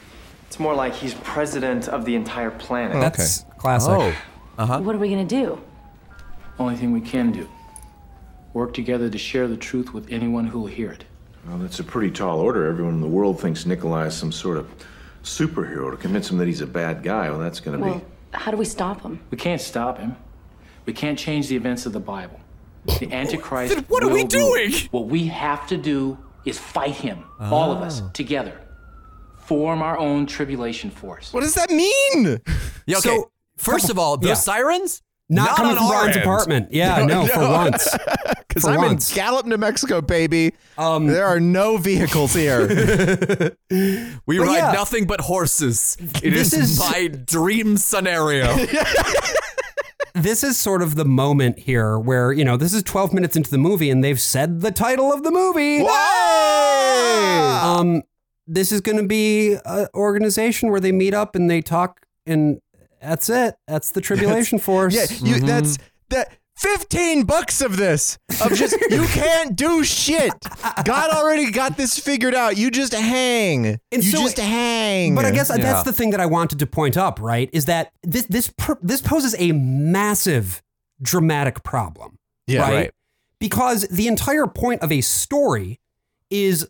E: It's more like he's president of the entire planet.
B: that's classic.
H: What are we gonna do?
I: Only thing we can do work together to share the truth with anyone who will hear it.
J: Well, that's a pretty tall order. Everyone in the world thinks Nikolai is some sort of superhero. To convince him that he's a bad guy, well, that's going to
H: Well,
J: be.
H: how do we stop him?
I: We can't stop him. We can't change the events of the Bible.
C: [laughs]
I: The Antichrist.
C: Then what are
I: will
C: we
I: rule.
C: doing?
I: What we have to do is fight him, all of
C: Oh.
I: us, together. Form our own tribulation force.
A: what does that
B: [laughs]
A: mean?
C: Yeah, okay.
B: So-
C: First of all, those
B: yeah.
C: sirens
B: Not, coming
C: on
B: from
C: our
B: Ron's
C: end.
B: apartment. Yeah, no, for once.
A: Because
B: For
A: I'm
B: once.
A: in Gallup, New Mexico, baby. there are no vehicles [laughs] here.
C: We
B: But
C: ride
B: yeah.
C: nothing but horses. It
B: This
C: is
B: is-
C: my
B: [laughs]
C: dream scenario.
B: This is sort of the moment here where you know this is 12 minutes into the movie and they've said the title of the movie.
A: Whoa!
B: Um, this is going to be an organization where they meet up and they talk, and that's it. That's the tribulation force.
A: Yeah, you, that's that. Fifteen bucks of this of [laughs] just you can't do shit. God already got this figured out. You just hang.
B: And
A: you
B: so-
A: just hang.
B: But I guess
C: Yeah.
B: that's the thing that I wanted to point up, right? Is that this this pr- this poses a massive dramatic problem,
A: Yeah,
B: right?
C: right.
B: Because the entire point of a story is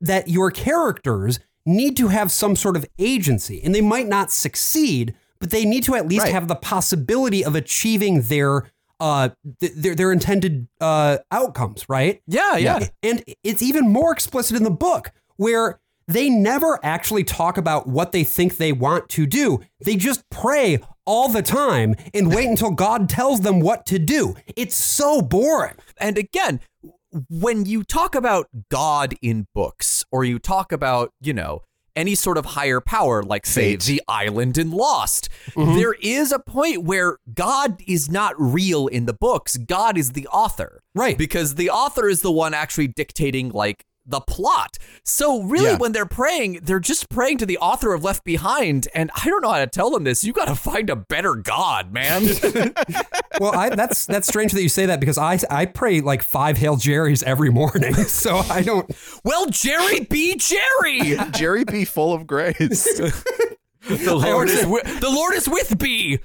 B: that your characters need to have some sort of agency, and they might not succeed, but they need to at least
A: Right.
B: have the possibility of achieving their uh th- their their intended uh outcomes, right?
C: yeah, yeah.
B: And it's even more explicit in the book where they never actually talk about what they think they want to do. They just pray all the time and
C: [laughs]
B: wait until God tells them what to do. It's so boring.
C: And again, when you talk about God in books, or you talk about, you know, any sort of higher power, like say
A: Fate. Mm-hmm.
C: the island in Lost, there is a point where God is not real in the books. God is the author.
B: Right.
C: Because the author is the one actually dictating, like, the plot. So really
A: Yeah.
C: when they're praying, they're just praying to the author of Left Behind and I don't know how to tell them this. You got to find a better god, man.
A: [laughs]
B: Well, I, that's that's strange that you say that because I I pray like five Hail Jerry's every morning. [laughs] So I don't
C: well, Jerry be Jerry.
A: [laughs] Jerry be full of [laughs] grace.
C: The Lord
B: always
C: is
B: say-
C: with, the Lord is with me.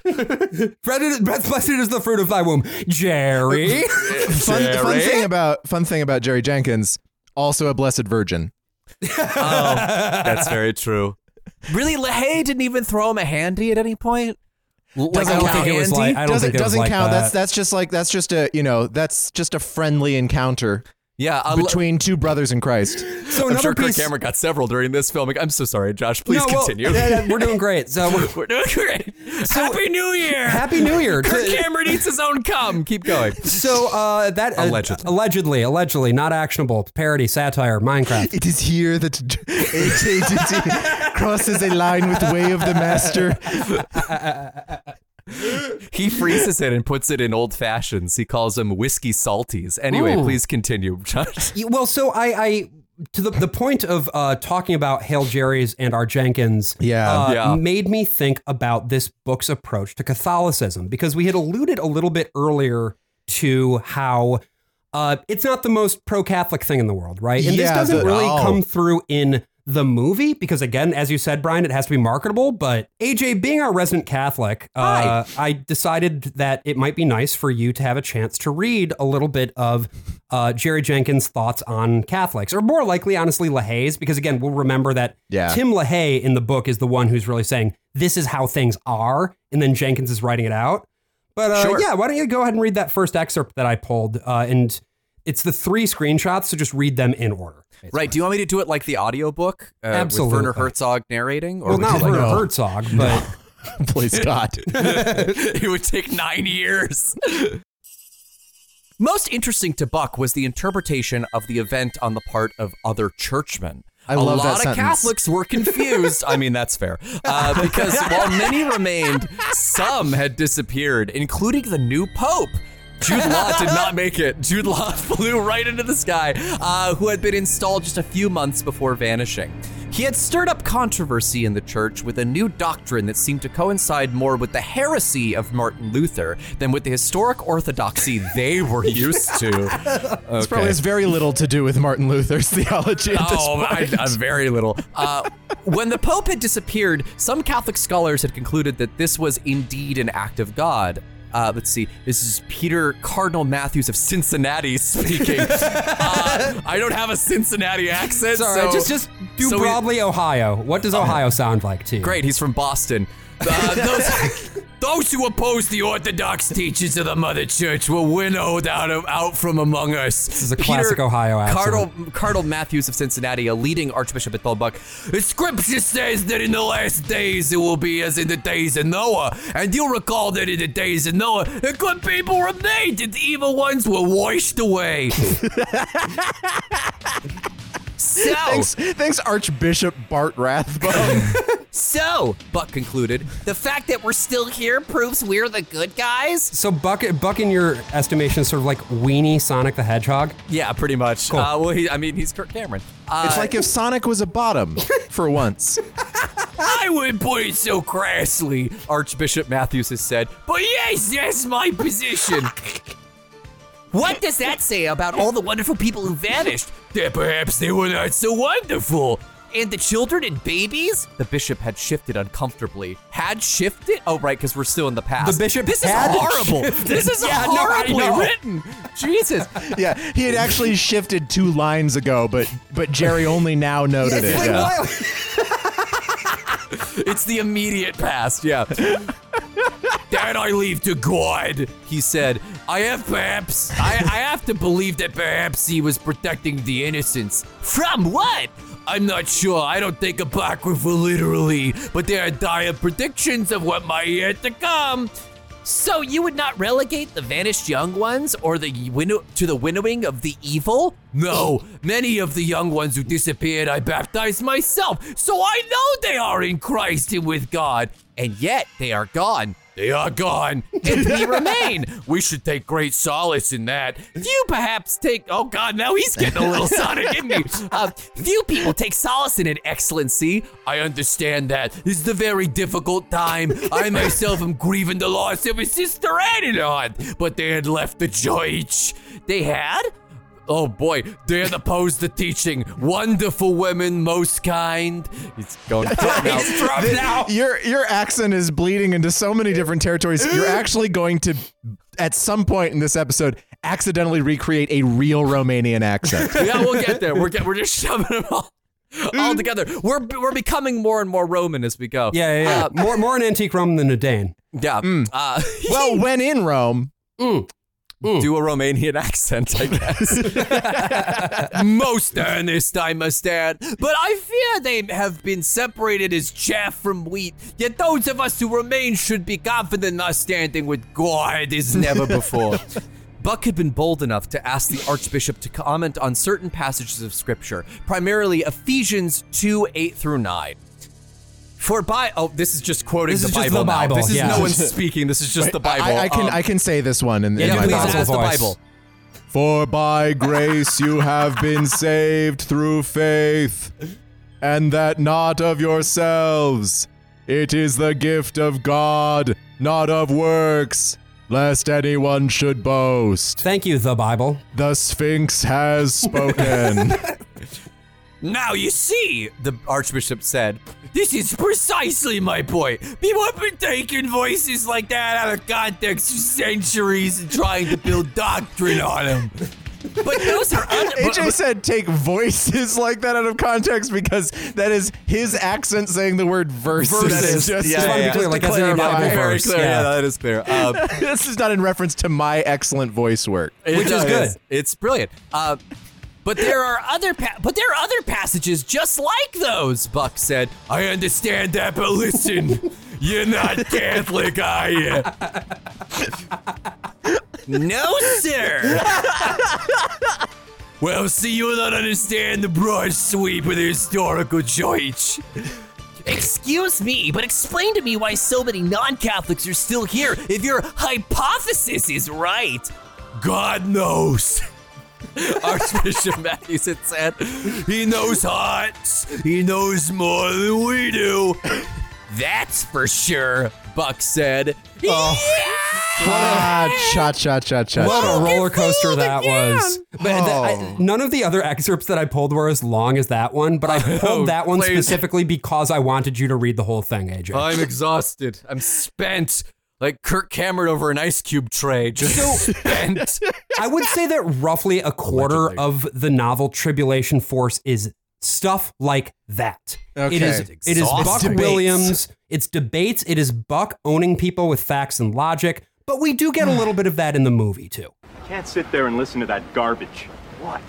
B: bread is, bread- blessed is the fruit of thy womb. Jerry.
A: fun, fun thing about fun thing about Jerry Jenkins, also a blessed virgin.
C: That's very true. Really, LeHaye didn't even throw him a handy at any point. Like,
B: I
C: a
B: don't think it was
C: handy?
B: like I don't
A: doesn't
B: think it was
A: doesn't
B: like
A: count.
B: that.
A: That's that's just like that's just a you know that's just a friendly encounter
C: yeah. A le-
A: between two brothers in Christ.
B: so
C: I'm
B: another
C: sure Kirk
B: piece.
C: Cameron got several during this filming. I'm so sorry, Josh. [laughs] Please
B: No, well,
C: continue.
B: yeah, yeah, we're doing great. So we're,
C: [laughs] We're doing great. Happy New Year.
B: Happy New Year.
C: [laughs] Kirk
B: To-
C: Cameron eats his own cum. Keep going.
B: So uh, that uh,
C: Allegedly.
B: allegedly, allegedly, not actionable parody, satire,
A: [laughs]
B: Minecraft.
A: It is here that [laughs] HAGT crosses a line with the way of the [laughs] master.
C: He freezes it and puts it in old fashions. He calls them whiskey salties. Anyway, please continue, Josh.
B: Yeah, Well, so I, I to the, the point of uh, talking about Hail Jerry's and our Jenkins,
A: Yeah.
B: uh,
C: Yeah.
B: made me think about this book's approach to Catholicism because we had alluded a little bit earlier to how. Uh, it's not the most pro-Catholic thing in the world, right? And this
A: Yeah,
B: doesn't
A: the- oh.
B: really
A: no.
B: come through in the movie because, again, as you said, Brian, it has to be marketable. But AJ, being our resident Catholic, uh, I decided that it might be nice for you to have a chance to read a little bit of uh, Jerry Jenkins' thoughts on Catholics, or more likely, honestly, LaHaye's, because again, we'll remember that
A: Yeah.
B: Tim LaHaye in the book is the one who's really saying this is how things are, and then Jenkins is writing it out. But uh,
C: Sure.
B: yeah, why don't you go ahead and read that first excerpt that I pulled, uh, and it's the three screenshots, so just read them in order.
C: Right. Do you want me to do it like the audiobook? Uh,
B: Absolutely.
C: With Werner Herzog narrating?
B: Well,
C: Or would
B: not
C: you like-
B: Werner
A: No.
B: Herzog, but
A: [laughs] Please God.
C: [laughs] it would take nine years. Most interesting to Buck was the interpretation of the event on the part of other churchmen.
A: I
C: A
A: love that
C: lot of
A: sentence.
C: Catholics were confused. I mean, that's fair. Uh, because while many remained, some had disappeared, including the new Pope. Jude Law did not make it. Jude Law [laughs] flew right into the sky, uh, who had been installed just a few months before vanishing. He had stirred up controversy in the church with a new doctrine that seemed to coincide more with the heresy of Martin Luther than with the historic orthodoxy they were used to.
A: This probably has very little to do with Martin Luther's theology at this
C: Oh, I,
A: point.
C: I- very little. [laughs] Uh, when the Pope had disappeared, some Catholic scholars had concluded that this was indeed an act of God. Uh, let's see. This is Peter Cardinal Matthews of Cincinnati [laughs] speaking. Uh, I don't have a Cincinnati
B: [laughs]
C: accent,
B: Sorry,
C: so
B: just just do
C: so we-
B: broadly Ohio. What does Ohio sound like to you?
C: Great, he's from Boston.
B: [laughs]
C: Uh, those, those who oppose the Orthodox teachings of the Mother Church were winnowed out of out from among us. This
B: is a classic Ohio accent.
C: Cardinal, Cardinal Matthews of Cincinnati, a leading Archbishop at Bulbuck. The scripture says that in the last days it will be as in the days of Noah. And you'll recall that in the days of Noah, the good people remained and the evil ones were washed
B: [laughs]
C: away. so,
A: Thanks, thanks, Archbishop Bart [laughs] Rathbone.
C: so, Buck concluded, the fact that we're still here proves we're the good guys?
B: So Buck, Buck, in your estimation, is sort of like weenie Sonic the Hedgehog.
C: Yeah, pretty much.
B: Cool.
C: Uh, well, he, I mean, he's Kurt Cameron. Uh,
A: it's like if Sonic was a bottom for once.
C: I wouldn't put it so crassly, Archbishop Matthews has said, but yes, that's my position. what does that say about all the wonderful people who vanished? That perhaps they were not so wonderful. And the children and babies? The bishop had shifted uncomfortably. Had shifted? Oh, right, because we're still in the past.
B: The bishop
C: This
B: had
C: is horrible. This is
B: [laughs] Yeah, no, I
C: horribly
B: know.
C: written.
B: [laughs]
C: Jesus.
A: Yeah, he had actually shifted two lines ago, but but Jerry only now noted it. yeah.
C: It's the immediate past, yeah. that I leave to God, he said. I have perhaps, I, I have to believe that perhaps he was protecting the innocents. From what? I'm not sure. I don't think apocryphal literally, but there are dire predictions of what might yet to come. So you would not relegate the vanished young ones or the winnow- to the winnowing of the evil? No, many of the young ones who disappeared I baptized myself, so I know they are in Christ and with God, and yet they are gone. They are gone, and we remain. We should take great solace in that. Few perhaps take. Oh God, now he's getting a little Sonic in me. Uh, few people take solace in it, Excellency. I understand that. This is a very difficult time. I myself am grieving the loss of a sister and an aunt, but they had left the church. They had. Oh boy, dare to pose the teaching. Wonderful women, most kind. It's going down now.
A: Th- Your your accent is bleeding into so many different territories.
C: [laughs]
A: You're actually going to, at some point in this episode, accidentally recreate a real Romanian
C: [laughs]
A: accent.
C: yeah, we'll get there. We're get, we're just shoving them all, all together. We're we're becoming more and more Roman as we go.
B: Yeah, yeah, yeah. more, more an antique Roman than a Dane.
C: yeah. Uh, [laughs]
A: well, when in Rome,
C: do a Romanian [laughs] accent, I guess. Most earnest, I must add. But I fear they have been separated as chaff from wheat. Yet those of us who remain should be confident in our standing with God as never before. Buck had been bold enough to ask the Archbishop to comment on certain passages of Scripture, primarily Ephesians 2 8 through 9. For by oh, this is just quoting
B: This
C: the
B: is
C: Bible.
B: just the
C: now.
B: Bible,
C: This is
B: yeah.
C: no one speaking. This is just the Bible.
A: I, I can
C: Um,
A: I can say this one in, in
C: yeah,
A: my
C: please
B: Bible
C: ask the
B: voice.
C: Bible.
A: For by grace you have been saved through faith, and that not of yourselves. It is the gift of God, not of works, lest anyone should boast.
B: Thank you, the Bible.
A: The Sphinx has [laughs]
C: [laughs]
A: spoken.
C: Now you see, the Archbishop said. This is precisely my point. People have been taking voices like that out of context for centuries and trying to build doctrine on them. But those [laughs] are un- but-
A: AJ said take voices like that out of context because that is his accent saying the word verses.
C: Verses.
A: Just-
C: Yeah,
B: Just want to
C: yeah,
B: be clear,
A: just
B: like
A: to
B: as in a
A: clarify.
B: Bible
C: Very
B: verse.
C: clear, yeah,
B: yeah.
C: that is clear. Uh,
A: This is not in reference to my excellent voice work.
C: It
B: Which is
C: does.
B: good.
C: It's- It's brilliant. Uh, but there are other pa- but there are other passages just like those. Buck said, "I understand that, but [laughs] listen, you're not Catholic, are you?" no, [laughs] sir. well, see, you will not understand the broad sweep of the historical church. Excuse me, but explain to me why so many non Catholics are still here if your hypothesis is right. God knows. [laughs] Archbishop Matthewson said, He knows hearts. He knows more than we do. [coughs] That's for sure, Buck said. Oh.
A: Ah, cha cha cha cha.
B: What
A: cha.
B: a roller coaster that was! But th- I,
A: Oh.
B: none of the other excerpts that I pulled were as long as that one.
A: [laughs]
B: But I
A: Oh,
B: pulled that one
C: please.
B: specifically because I wanted you to read the whole thing, AJ.
A: Uh,
C: I'm exhausted. I'm spent. Like Kirk Cameron over an ice cube tray. Just [laughs] spent.
B: I would say that roughly a quarter of the novel Tribulation Force is stuff like that. It is
A: Okay.
B: it is Buck
A: Exhausting.
B: Williams. It's debates. It is Buck owning people with facts and logic. But we
A: [sighs]
B: do get a little bit of that in the movie too.
K: Can't sit there and listen to that garbage. What?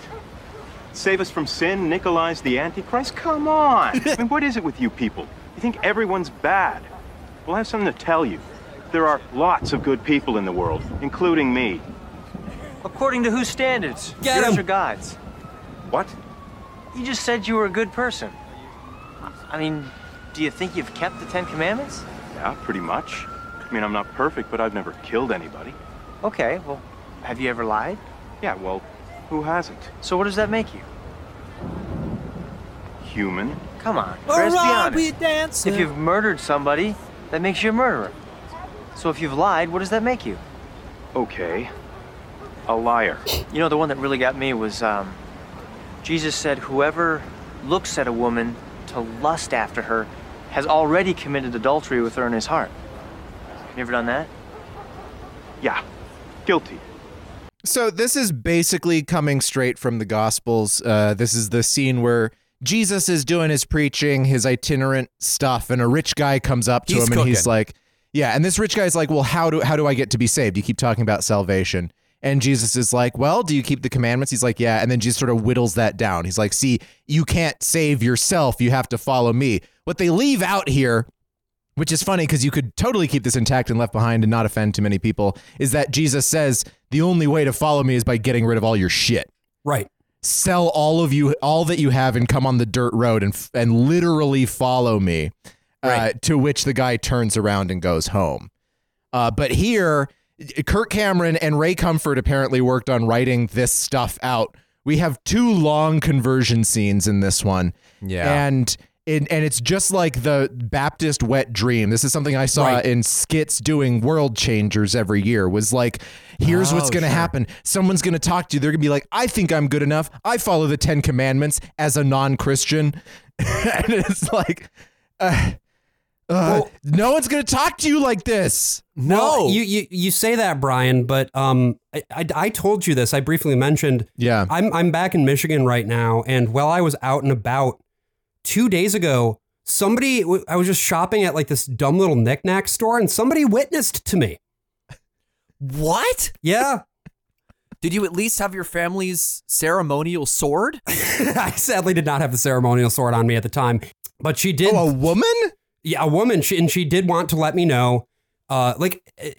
K: Save us from sin, Nikolai's the Antichrist? Come [laughs] on! I mean, what is it with you people? You think everyone's bad? Well, I have something to tell you. There are lots of good people in the world, including me.
E: According to whose standards?
K: Get
E: Yours
K: him.
E: or God's?
K: What?
E: You just said you were a good person. I- I mean, do you think you've kept the Ten Commandments?
K: Yeah, pretty much. I mean, I'm not perfect, but I've never killed anybody.
E: Okay, well, have you ever lied?
K: Yeah, well, who hasn't?
E: So what does that make you?
K: Human?
E: Come on, Chris, be honest. If you've murdered somebody, that makes you a murderer. So if you've lied, what does that make you?
K: Okay. A liar.
E: You know, the one that really got me was um, Jesus said, Whoever looks at a woman to lust after her has already committed adultery with her in his heart. You ever done that?
K: Yeah. Guilty.
A: So this is basically coming straight from the Gospels. Uh, this is the scene where Jesus is doing his preaching, his itinerant stuff, and a rich guy comes up to
C: He's
A: him and he's
C: cooking.
A: like, "Yeah." And this rich guy's like, "Well, how do how do I get to be saved? You keep talking about salvation." And Jesus is like, "Well, do you keep the commandments?" He's like, "Yeah." And then Jesus sort of whittles that down. He's like, "See, you can't save yourself. You have to follow me." What they leave out here which is funny because you could totally keep this intact and left behind and not offend too many people, is that Jesus says the only way to follow me is by getting rid of all your shit.
B: Right.
A: Sell all of you, all that you have, and come on the dirt road and f- and literally follow me. Uh, to which the guy turns around and goes home. Uh, but here, Kirk Cameron and Ray Comfort apparently worked on writing this stuff out. We have two long conversion scenes in this one.
C: Yeah.
A: And it, and it's just like the Baptist wet dream. This is something I saw
B: Right.
A: in skits doing world changers every year was like, here's what's
C: Oh,
A: going to
C: sure.
A: happen. Someone's going to talk to you. They're going to be like, I think I'm good enough. I follow the 10 commandments as a non-Christian. [laughs] and it's like, uh, uh, no one's going to talk to you like this.
B: No, you, you you say that, Brian, but um, I, I I told you this. I briefly mentioned.
A: Yeah.
B: I'm I'm back in Michigan right now, and while I was out and about two days ago, somebody I was just shopping at like this dumb little knickknack store, and somebody witnessed to me.
C: What?
B: Yeah, [laughs]
C: Did you at least have your family's ceremonial sword?
B: I sadly did not have the ceremonial sword on me at the time, but she did.
A: Oh, a woman?
B: yeah, a woman, she, and she did want to let me know, uh, like uh,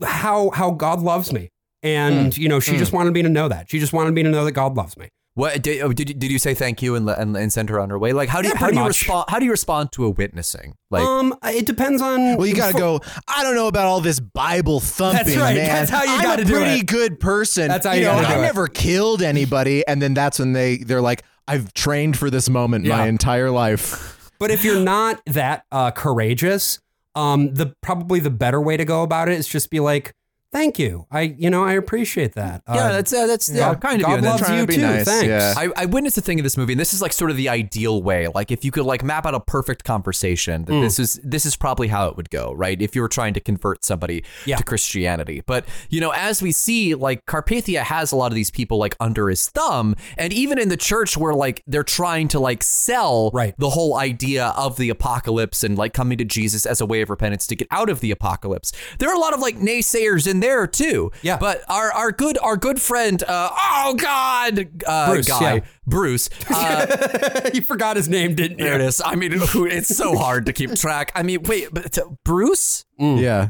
B: uh, how how God loves me, and you know, she just wanted me to know that. She just wanted me to know that God loves me.
C: What did, oh, did, you- did you say thank you and, le- and and send her on her way? Like how do you,
B: Yeah,
C: how do
B: pretty
C: you
B: much.
C: respond? How do you respond to a witnessing? Like
B: um, it depends on.
A: Well, you gotta go. I don't know about all this Bible thumping,
B: That's right.
A: man.
B: That's how you
A: I'm
B: gotta
A: a
B: do
A: pretty
B: it."
A: good person.
B: That's how
A: you,
B: you
A: know.
B: gotta do
A: I
B: it.
A: never killed anybody, and then that's when they they're like, I've trained for this moment my
B: Yeah.
A: entire life.
B: But if you're not that uh, courageous, um, the probably the better way to go about it is just be like, "Thank you, I you know I appreciate that." Uh,
C: yeah, that's uh, that's yeah,
B: God,
C: kind of you.
B: God
C: And then
B: loves
A: trying to
B: you
A: be
B: too.
A: nice,
B: Thanks. [laughs]
A: yeah.
C: I, I witnessed a thing in this movie, and this is like sort of the ideal way. Like if you could like map out a perfect conversation, that
B: Mm.
C: this is this is probably how it would go, right? If you were trying to convert somebody
B: Yeah.
C: to Christianity. But you know, as we see, like Carpathia has a lot of these people like under his thumb, and even in the church where like they're trying to like sell
B: Right.
C: the whole idea of the apocalypse and like coming to Jesus as a way of repentance to get out of the apocalypse. There are a lot of like naysayers in there too.
B: Yeah.
C: But our our good our good friend, uh, oh God, uh,
B: Bruce,
C: guy
B: yeah.
C: [laughs] Bruce. Uh,
B: you forgot his name, didn't you?
C: there it is. I mean, who- [laughs] it's so hard to keep track. I mean, wait, but uh, Bruce?
A: Yeah,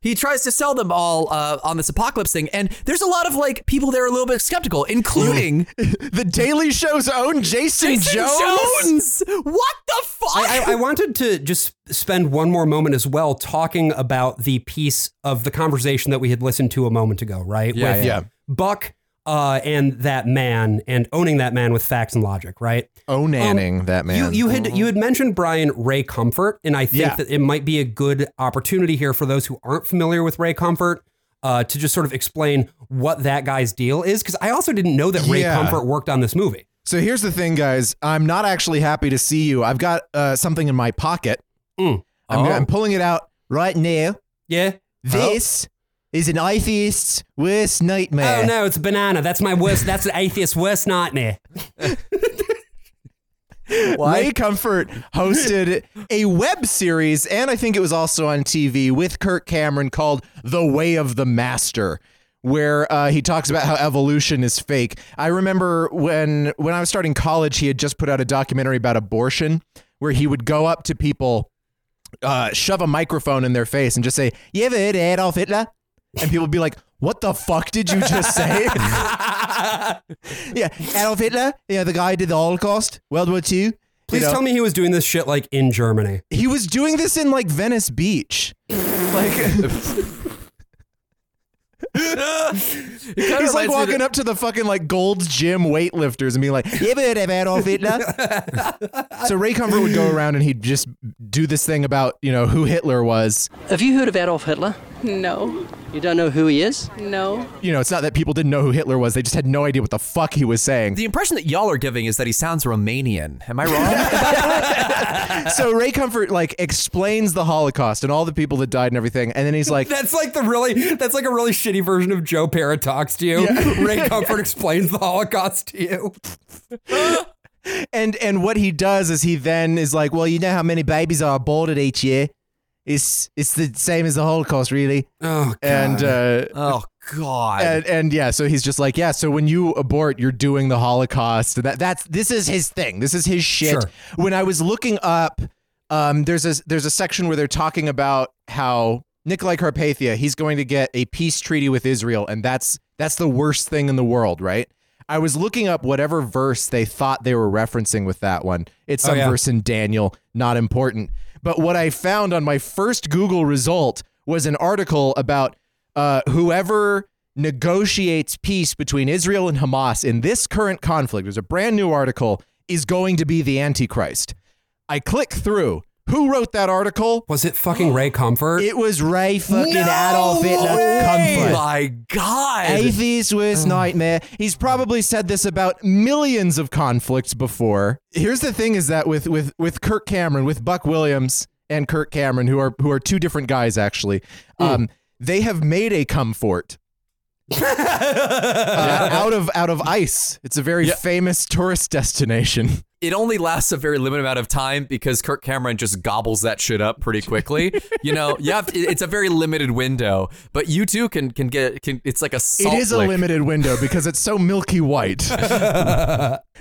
C: He tries to sell them all uh, on this apocalypse thing, and there's a lot of like people there are a little bit skeptical, including
A: [laughs] the Daily Show's own Jason,
C: Jones. What the fuck?
B: I, I, I wanted to just spend one more moment as well talking about the piece of the conversation that we had listened to a moment ago, right?
A: Yeah,
B: With
A: yeah.
B: Buck uh, and that man and owning that man with facts and logic, right?
A: Onanning that
B: You,
A: man.
B: you had you had mentioned Brian Ray Comfort, and I think
A: Yeah.
B: that it might be a good opportunity here for those who aren't familiar with Ray Comfort uh, to just sort of explain what that guy's deal is, because I also didn't know that Ray
A: Yeah.
B: Comfort worked on this movie.
A: So here's the thing, guys. I'm not actually happy to see you. I've got uh, something in my pocket. I'm,
B: Oh.
A: I'm pulling it out right now.
B: Yeah.
A: This is an atheist's worst nightmare.
B: Oh no, it's a banana. That's my worst. That's an atheist worst nightmare. [laughs]
A: Ray Comfort hosted a web series, and I think it was also on TV with Kirk Cameron called The Way of the Master. Where uh, he talks about how evolution is fake. I remember when when I was starting college, he had just put out a documentary about abortion, where he would go up to people, uh, shove a microphone in their face, and just say, "You ever heard of Adolf Hitler?" And people would be like, "What the fuck did you just
B: [laughs]
A: say?" [laughs] yeah, Adolf Hitler. Yeah, the guy who did the Holocaust, World War II.
B: Please tell me he was doing this shit like in Germany.
A: He was doing this in like Venice Beach. like
B: [laughs]
A: [laughs] he's like walking up to the fucking like Gold's Gym weightlifters and being like, "You ever heard of Adolf Hitler?" so Ray Comfort would go around and he'd just do this thing about you know who Hitler was.
L: Have you heard of Adolf Hitler?
M: No,
L: You don't know who he is?
M: no.
A: You know, it's not that people didn't know who Hitler was; they just had no idea what the fuck he was
C: [laughs]
A: saying.
C: The impression that y'all are giving is that he sounds Romanian. [laughs] Am I wrong?
A: so Ray Comfort like explains the Holocaust and all the people that died and everything, and then he's
B: [laughs]
A: like,
B: That's like the really that's like a really shitty version of Joe Para talks to you.
A: [laughs]
B: Ray Comfort explains the Holocaust to you.
A: and and what he does is he then is like, well, you know how many babies are aborted each year. It's it's the same as the Holocaust, really.
B: Oh,
A: and uh,
C: oh god,
A: and, and yeah. So he's just like, yeah. So when you abort, you're doing the Holocaust. That that's this is his thing. This is his shit.
B: Sure.
A: When I was looking up, um, there's a there's a section where they're talking about how Nikolai Carpathia he's going to get a peace treaty with Israel, and that's that's the worst thing in the world, right? I was looking up whatever verse they thought they were referencing with that one. It's
B: Oh,
A: some
B: yeah.
A: verse in Daniel, not important. But what I found on my first Google result was an article about uh, whoever negotiates peace between Israel and Hamas in this current conflict. There's a brand new article is going to be the Antichrist. I click through. Who wrote that article?
B: Was it fucking Ray Comfort?
A: It was Ray fucking
C: No
A: Adolf Hitler
C: way!
A: Comfort.
C: My God.
A: Atheist worst nightmare. He's probably said this about millions of conflicts before. Here's the thing: is that with with with Kirk Cameron, with Buck Williams and Kirk Cameron, who are who are two different guys actually,
C: Hmm.
A: um, they have made a
C: [laughs]
A: comfort. uh, out of out of ice. It's a very famous tourist destination.
C: it only lasts a very limited amount of time because Kirk Cameron just gobbles that shit up pretty quickly. you know, you have it's a very limited window, but you too can can get can. It's like a salt
A: it is
C: lick.
A: a limited window because it's so milky [laughs] white.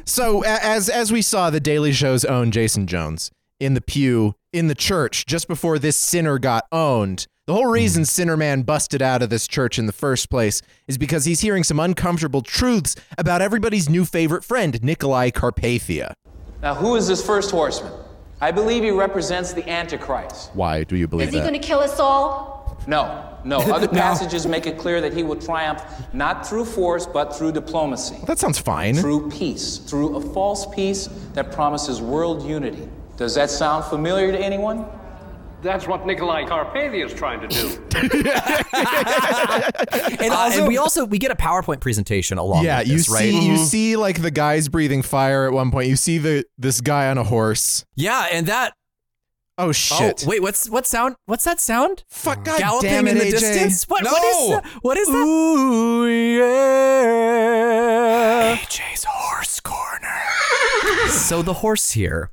A: so a- as as we saw the Daily Show's own Jason Jones in the pew in the church just before this sinner got owned. The whole reason Sinner Man busted out of this church in the first place is because he's hearing some uncomfortable truths about everybody's new favorite friend, Nikolai Carpathia.
L: Now, who is this first horseman? I believe he represents the Antichrist.
A: Why do you believe
H: Is he
A: that?
H: going to kill us all?
L: No,
C: [laughs]
L: no. Other passages make it clear that he will triumph not through force, but through diplomacy,
A: that sounds fine.
L: through peace, through a false peace that promises world unity. Does that sound familiar to anyone?
N: That's what Nikolai Carpathia is trying to do.
C: And, uh, and we also we get a PowerPoint presentation along.
A: yeah,
C: with
A: you
C: this,
A: see,
C: right?
A: you see, like the guys breathing fire at one point. You see the this guy on a horse.
C: Yeah, and that.
A: Oh shit!
C: Oh wait, what's what sound? What's that sound?
A: Fuck! God
C: Galloping
A: damn it,
C: in the
A: AJ.
C: distance. What? What is?
A: No!
C: That? What is that? Ooh yeah. AJ's horse
A: [laughs]
C: corner. so the horse here.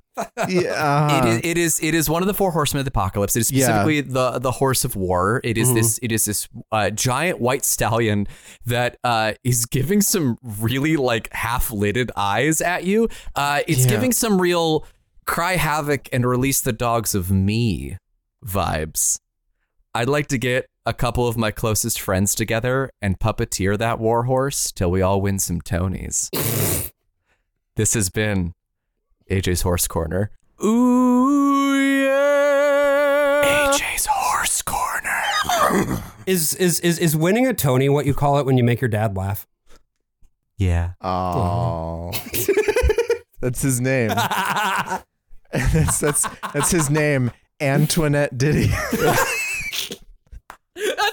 A: yeah. uh-huh.
C: It is, it is it is one of the four horsemen of the apocalypse. It
A: Uh.
C: is
A: Yeah. Mm-hmm.
C: specifically the the horse of war. It is this it is this uh, giant white stallion that uh, is giving some really like half lidded eyes at you. Uh, it's
A: Yeah.
C: giving some real cry havoc and release the dogs of me vibes. I'd like to get a couple of my closest friends together and puppeteer that warhorse till we all win
A: [laughs]
C: some Tonys. this has been AJ's Horse Corner. Ooh, yeah. AJ's Horse Corner.
B: Is is is is winning a Tony what you call it when you make your dad laugh?
C: yeah.
A: Oh. [laughs] that's his
C: [laughs]
A: name. [laughs] that's, that's, that's his name, Antoinette
C: [laughs]
A: Diddy.
C: That's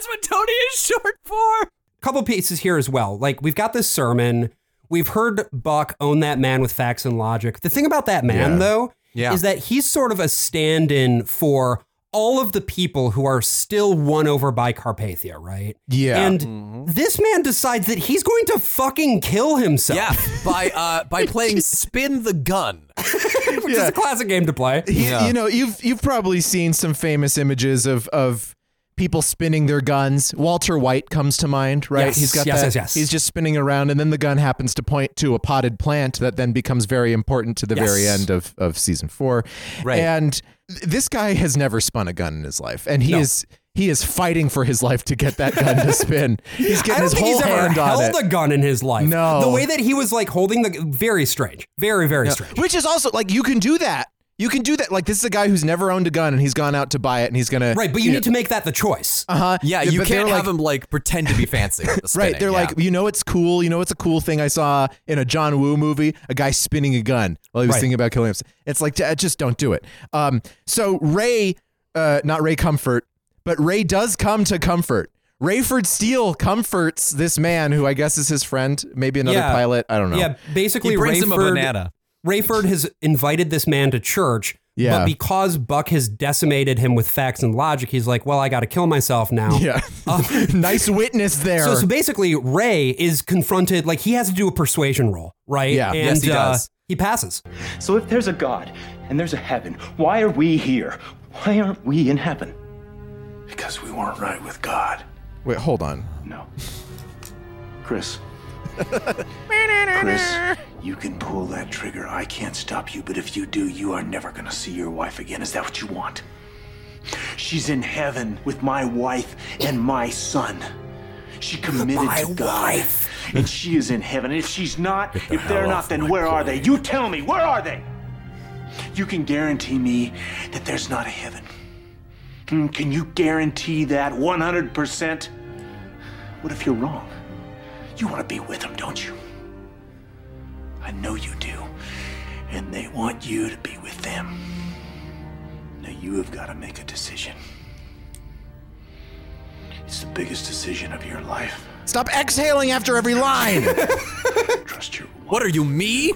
C: what Tony is short for.
B: Couple pieces here as well. Like we've got this sermon. We've heard Buck own that man with facts and logic. The thing about that man
C: Yeah.
B: though
C: Yeah.
B: is that he's sort of a stand-in for all of the people who are still won over by Carpathia, right?
A: Yeah.
B: And this man decides that he's going to fucking kill himself.
C: Yeah, by uh, by [laughs] playing spin the gun,
B: [laughs] which is a classic game to play.
A: He- You know, you've you've probably seen some famous images of of people spinning their guns. Walter White comes to mind, right?
B: Yes,
A: he's got
B: yes,
A: that.
B: yes, yes.
A: He's just spinning around, and then the gun happens to point to a potted plant that then becomes very important to the very
C: Yes.
A: end of of season four.
C: Right.
A: And th- this guy has never spun a gun in his life, and he
B: No.
A: is. He is fighting for his life to get that gun to spin. He's
B: [laughs] I
A: getting
B: don't
A: his
B: think
A: whole
B: he's ever
A: hand on
B: held
A: it.
B: a gun in his life.
A: No.
B: The way that he was like holding the very strange. Very, very
A: Yeah.
B: strange.
A: Which is also like you can do that. You can do that. Like this is a guy who's never owned a gun and he's gone out to buy it and he's gonna
B: Right, but you need to make that the choice.
A: Uh huh.
C: Yeah, you can't have him like pretend to be fancy. [laughs] with the
A: Right,
C: spinning,
A: they're
C: yeah.
A: like, you know, it's cool. You know, it's a cool thing I saw in a John Woo movie, a guy spinning a gun while he was
B: Right.
A: thinking about killing himself. It's like, uh, just don't do it. Um, so Ray, uh, not Ray Comfort, but Ray does come to comfort. Rayford Steele comforts this man who I guess is his friend, maybe another
B: Yeah.
A: pilot. I don't know.
B: Yeah, basically,
C: He brings
B: Rayford,
C: him a banana.
B: Rayford has invited this man to church.
A: Yeah.
B: But because Buck has decimated him with facts and logic, he's like, well, I got to kill myself now.
A: [laughs]
B: [laughs] Um,
A: Yeah. [laughs] nice witness there.
B: So, so basically, Ray is confronted, like, he has to do a persuasion roll, right?
A: Yeah.
B: And,
A: Yes, he
B: uh,
A: does.
B: he passes.
O: So if there's a God and there's a heaven, why are we here? Why aren't we in heaven?
E: Because we weren't right with God.
A: Wait, hold on.
E: No. Chris. Chris, you can pull that trigger. I can't stop you, but if you do, you are never going to see your wife again. Is that what you want? She's in heaven with my wife and my son. She committed to God. And she is in heaven. And if she's not,
O: the
E: if they're
O: hell
E: not,
O: off
E: then
O: my
E: where are they? You tell me, where are they? You can guarantee me that there's not a heaven. Hmm, Can you guarantee that 100%? What if you're wrong? You want to be with them, don't you? I know you do. And they want you to be with them. Now you have got to make a decision. It's the biggest decision of
C: [laughs]
E: your life.
A: Stop exhaling after every
B: [laughs]
A: line.
C: What are you, me?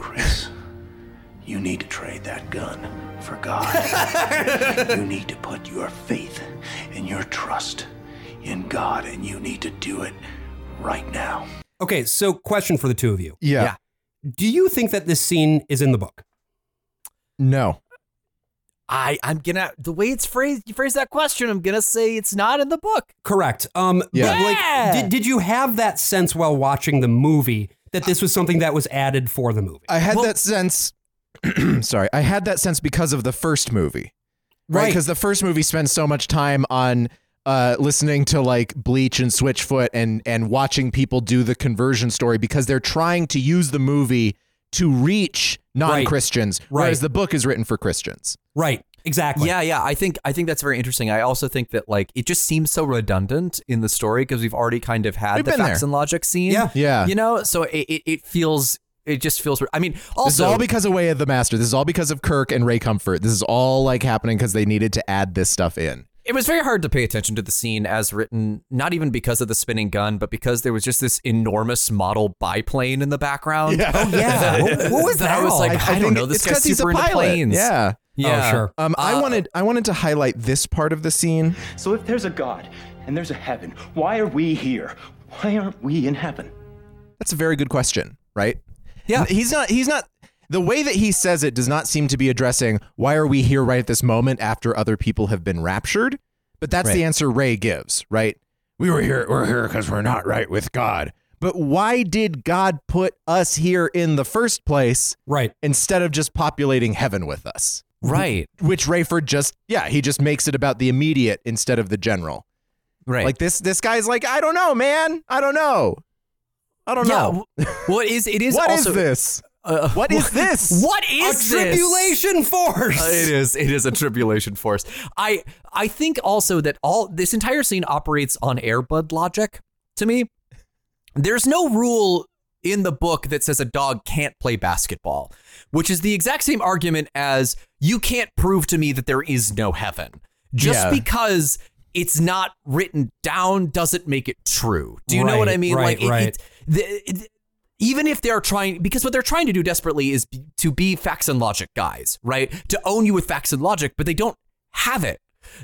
E: You need to trade that gun for
C: [laughs]
E: God. you need to put your faith and your trust in God, and you need to do it right now.
B: Okay, so question for the two of you.
A: Yeah.
B: Do you think that this scene is in the book?
A: No.
C: I I'm gonna the way it's phrased. You phrase that question. I'm gonna say it's not in the book.
B: Correct. Um,
C: Yeah.
B: But
C: Yeah.
B: like, did, did you have that sense while watching the movie that this was something that was added for the movie?
A: I had that sense. [clears throat] sorry, I had that sense because of the first movie, right?
B: Right.
A: Because the first movie spends so much time on uh, listening to like Bleach and Switchfoot and and watching people do the conversion story because they're trying to use the movie to reach non-Christians,
B: Right.
A: whereas the book is written for Christians.
B: Right. Exactly.
C: Yeah, yeah. I think I think that's very interesting. I also think that like it just seems so redundant in the story because we've already kind of had
A: We've
C: the
A: been
C: facts
A: there.
C: and logic scene.
B: Yeah.
A: Yeah.
C: You know, so it, it, it feels it just feels. I mean, also
A: this is all because of Way of the Master. This is all because of Kirk and Ray Comfort. This is all like happening because they needed to add this stuff in.
C: it was very hard to pay attention to the scene as written, not even because of the spinning gun, but because there was just this enormous model biplane in the background.
A: Yeah. Oh,
C: [laughs]
B: yeah. What- what was
C: I
B: that
C: was
B: all?
C: like,
B: I-
C: I,
B: I
C: don't
A: think
C: know. This
A: it's
C: guy's
A: 'cause he's a
C: super into
A: pilot.
C: planes.
A: Yeah.
C: Yeah.
B: Oh, sure.
A: Um, I
C: Uh,
A: wanted I wanted to highlight this part of the scene.
O: So if there's a God and there's a heaven, why are we here? Why aren't we in heaven?
A: That's a very good question, right?
C: Yeah.
A: And He's not he's not the way that he says it does not seem to be addressing why are we here right at this moment after other people have been raptured? But that's the
C: Right.
A: answer Ray gives, right? We were here we're here cuz we're not right with God. But why did God put us here in the first place
B: Right.
A: instead of just populating heaven with us?
C: Right.
A: Which Rayford just yeah, he just makes it about the immediate instead of the general. Right. Like this this guy's like, I don't know, man. I don't know. I don't know.
C: What is it is
A: What is
C: also- Uh,
A: this? what is this?
C: [laughs] What is
A: a
B: tribulation force?
C: Uh, it is. It is a tribulation force. I I think also that all this entire scene operates on Airbud logic. To me, there's no rule in the book that says a dog can't play basketball, which is the exact same argument as you can't prove to me that there is no heaven. Just
A: Yeah.
C: because it's not written down doesn't make it true. Do you know what
B: Right,
C: I mean?
B: right,
C: like it-
B: right.
C: it, the, it- even if they're trying because what they're trying to do desperately is be, to be facts and logic guys, right? To own you with facts and logic, but they don't have it.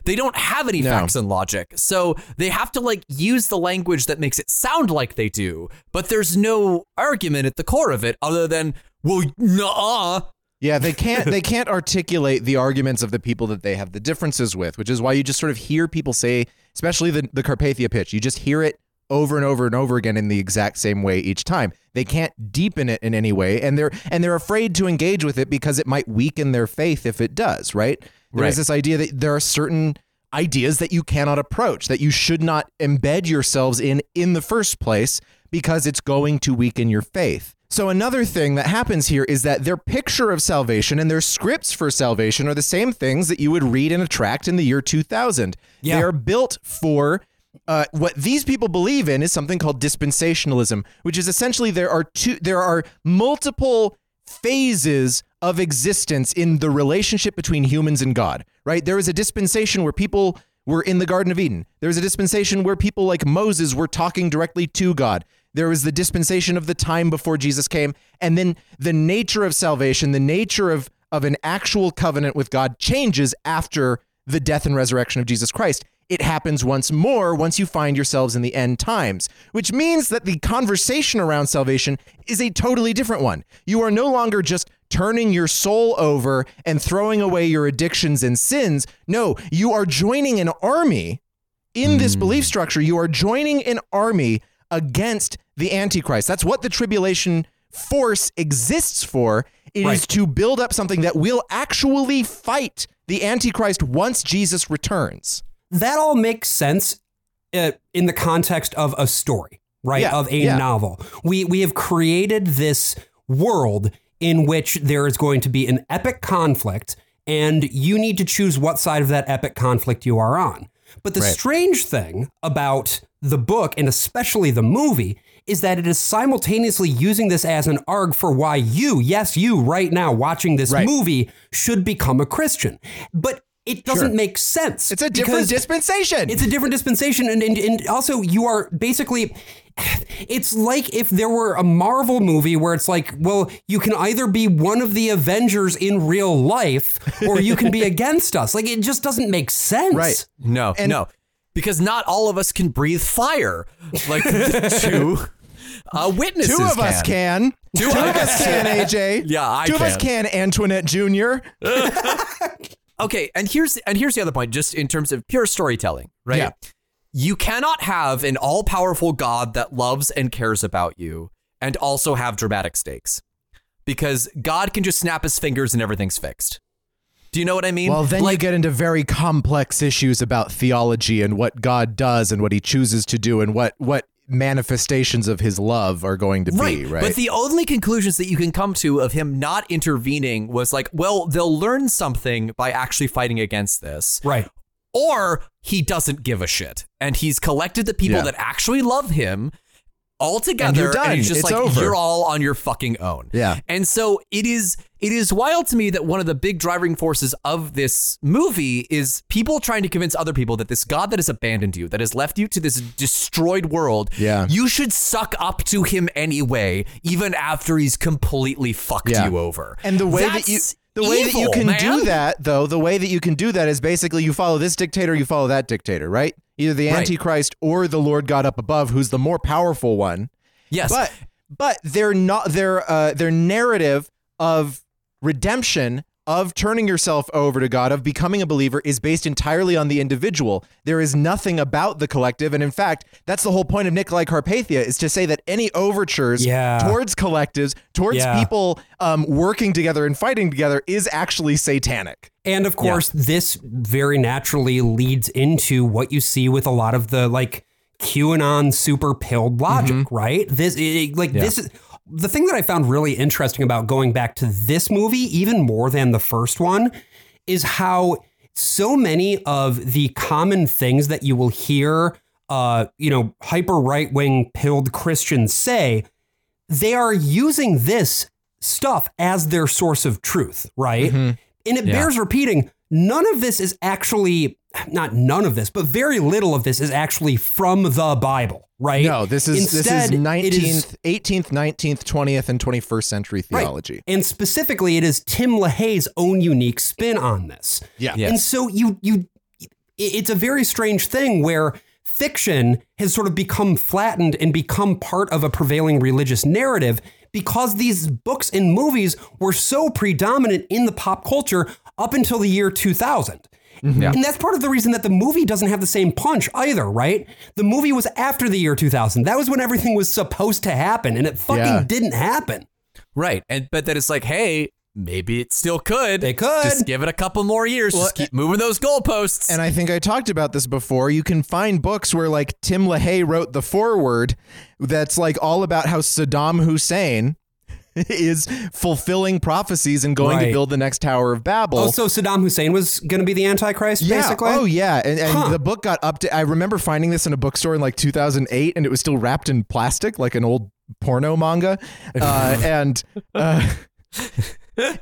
C: They don't have any
A: No.
C: facts and logic. So they have to like use the language that makes it sound like they do, but there's no argument at the core of it other than well, nah.
A: Yeah, they can't
C: [laughs]
A: they can't articulate the arguments of the people that they have the differences with, which is why you just sort of hear people say, especially the, the Carpathia pitch, you just hear it over and over and over again in the exact same way each time. They can't deepen it in any way, and they're and they're afraid to engage with it because it might weaken their faith if it does, right? There is
C: Right.
A: this idea that there are certain ideas that you cannot approach, that you should not embed yourselves in in the first place because it's going to weaken your faith. So, another thing that happens here is that their picture of salvation and their scripts for salvation are the same things that you would read in a tract in the year 2000. They are built for. Uh, what these people believe in is something called dispensationalism, which is essentially there are two, there are multiple phases of existence in the relationship between humans and God, right? There was a dispensation where people were in the Garden of Eden. There was a dispensation where people like Moses were talking directly to God. There was the dispensation of the time before Jesus came. And then the nature of salvation, the nature of, of an actual covenant with God changes after the death and resurrection of Jesus Christ. It happens once more once you find yourselves in the end times, which means that the conversation around salvation is a totally different one. You are no longer just turning your soul over and throwing away your addictions and sins. No, you are joining an army in this belief structure. You are joining an army against the Antichrist. That's what the tribulation force exists for. It is to build up something that will actually fight the Antichrist once Jesus returns.
B: that all makes sense uh, in the context of a story, right?
A: Yeah,
B: of a
A: yeah.
B: novel. We we have created this world in which there is going to be an epic conflict, and you need to choose what side of that epic conflict you are on. But the
P: Right.
B: strange thing about the book and especially the movie is that it is simultaneously using this as an arg for why you, yes, you right now watching this
A: Right.
B: movie should become a Christian. But it doesn't
A: Sure.
B: make sense.
A: It's a different
B: because-
A: dispensation.
B: It's a different dispensation, and, and and also you are basically. It's like if there were a Marvel movie where it's like, well, you can either be one of the Avengers in real life, or you can
A: [laughs]
B: be against us. Like it just doesn't make sense.
C: Right. No,
B: And-
C: no. Because not all of us can breathe fire
A: [laughs]
C: like the two uh, witnesses.
A: Two of us can. Two, of us can, AJ.
C: Yeah, I
A: Two of us can, Antoinette Jr.
C: Okay, and here's and here's the other point, just in terms of pure storytelling, right?
A: Yeah.
C: You cannot have an all-powerful God that loves and cares about you and also have dramatic stakes. Because God can just snap his fingers and everything's fixed. Do you know what I mean?
A: Well, then you get into very complex issues about theology and what God does and what he chooses to do and what what manifestations of his love are going to be, right?
C: But the only conclusions that you can come to of him not intervening was like, well, they'll learn something by actually fighting against this.
B: Right.
C: Or he doesn't give a shit. And he's collected the people
A: Yeah.
C: that actually love him all together.
A: And you're done.
C: he's just
A: It's
C: like,
A: over.
C: you're all on your fucking own.
A: Yeah.
C: And so it is it is wild to me that one of the big driving forces of this movie is people trying to convince other people that this God that has abandoned you, that has left you to this destroyed world,
A: Yeah.
C: you should suck up to him anyway, even after he's completely fucked
A: Yeah.
C: you over.
A: And the way that you
C: That's
A: the way that you
C: evil,
A: can
C: man.
A: do that though, the way that you can do that is basically you follow this dictator, you follow that dictator, right? Either the
C: Right.
A: antichrist or the Lord God up above who's the more powerful one.
C: Yes.
A: But but their not their uh their narrative of redemption of turning yourself over to God, of becoming a believer, is based entirely on the individual. There is nothing about the collective. And in fact, that's the whole point of Nikolai Carpathia is to say that any overtures
B: Yeah.
A: towards collectives, towards
B: Yeah.
A: people um, working together and fighting together, is actually satanic.
B: And of course, this very naturally leads into what you see with a lot of the like QAnon super pilled logic, right? This it- it, like
P: Yeah.
B: this is the thing that I found really interesting about going back to this movie, even more than the first one, is how so many of the common things that you will hear, uh, you know, hyper right wing pilled Christians say they are using this stuff as their source of truth, right?
A: Mm-hmm.
B: And it
P: Yeah.
B: bears repeating none of this is actually, not none of this, but very little of this is actually from the Bible, right?
A: No, this is this is
B: Instead, it
A: 19th, 18th, 19th, 20th, and 21st century theology.
B: and specifically, it is Tim LaHaye's own unique spin on this.
A: Yeah.
B: And so you you it- it's a very strange thing where fiction has sort of become flattened and become part of a prevailing religious narrative because these books and movies were so predominant in the pop culture up until the year 2000.
A: Mm-hmm.
P: Yeah.
B: And that's part of the reason that the movie doesn't have the same punch either, right? The movie was after the year 2000. That was when everything was supposed to happen, and it fucking
C: Yeah.
B: didn't happen.
C: Right. And but then it's like, hey, maybe it still could. They
B: could.
C: Just give it a couple more years. just keep moving those goalposts.
A: And I think I talked about this before. You can find books where like Tim LaHaye wrote the foreword that's like all about how Saddam Hussein [laughs] is fulfilling prophecies and going to
B: Right.
A: build the next Tower of Babel.
B: Oh, so Saddam Hussein was going to be the Antichrist,
A: yeah.
B: basically?
A: Oh, yeah. And, and
B: Huh.
A: the book got up to. I remember finding this in a bookstore in like 2008, and it was still wrapped in plastic, like an old porno
C: [laughs]
A: manga. Uh, and
B: [laughs]
A: uh,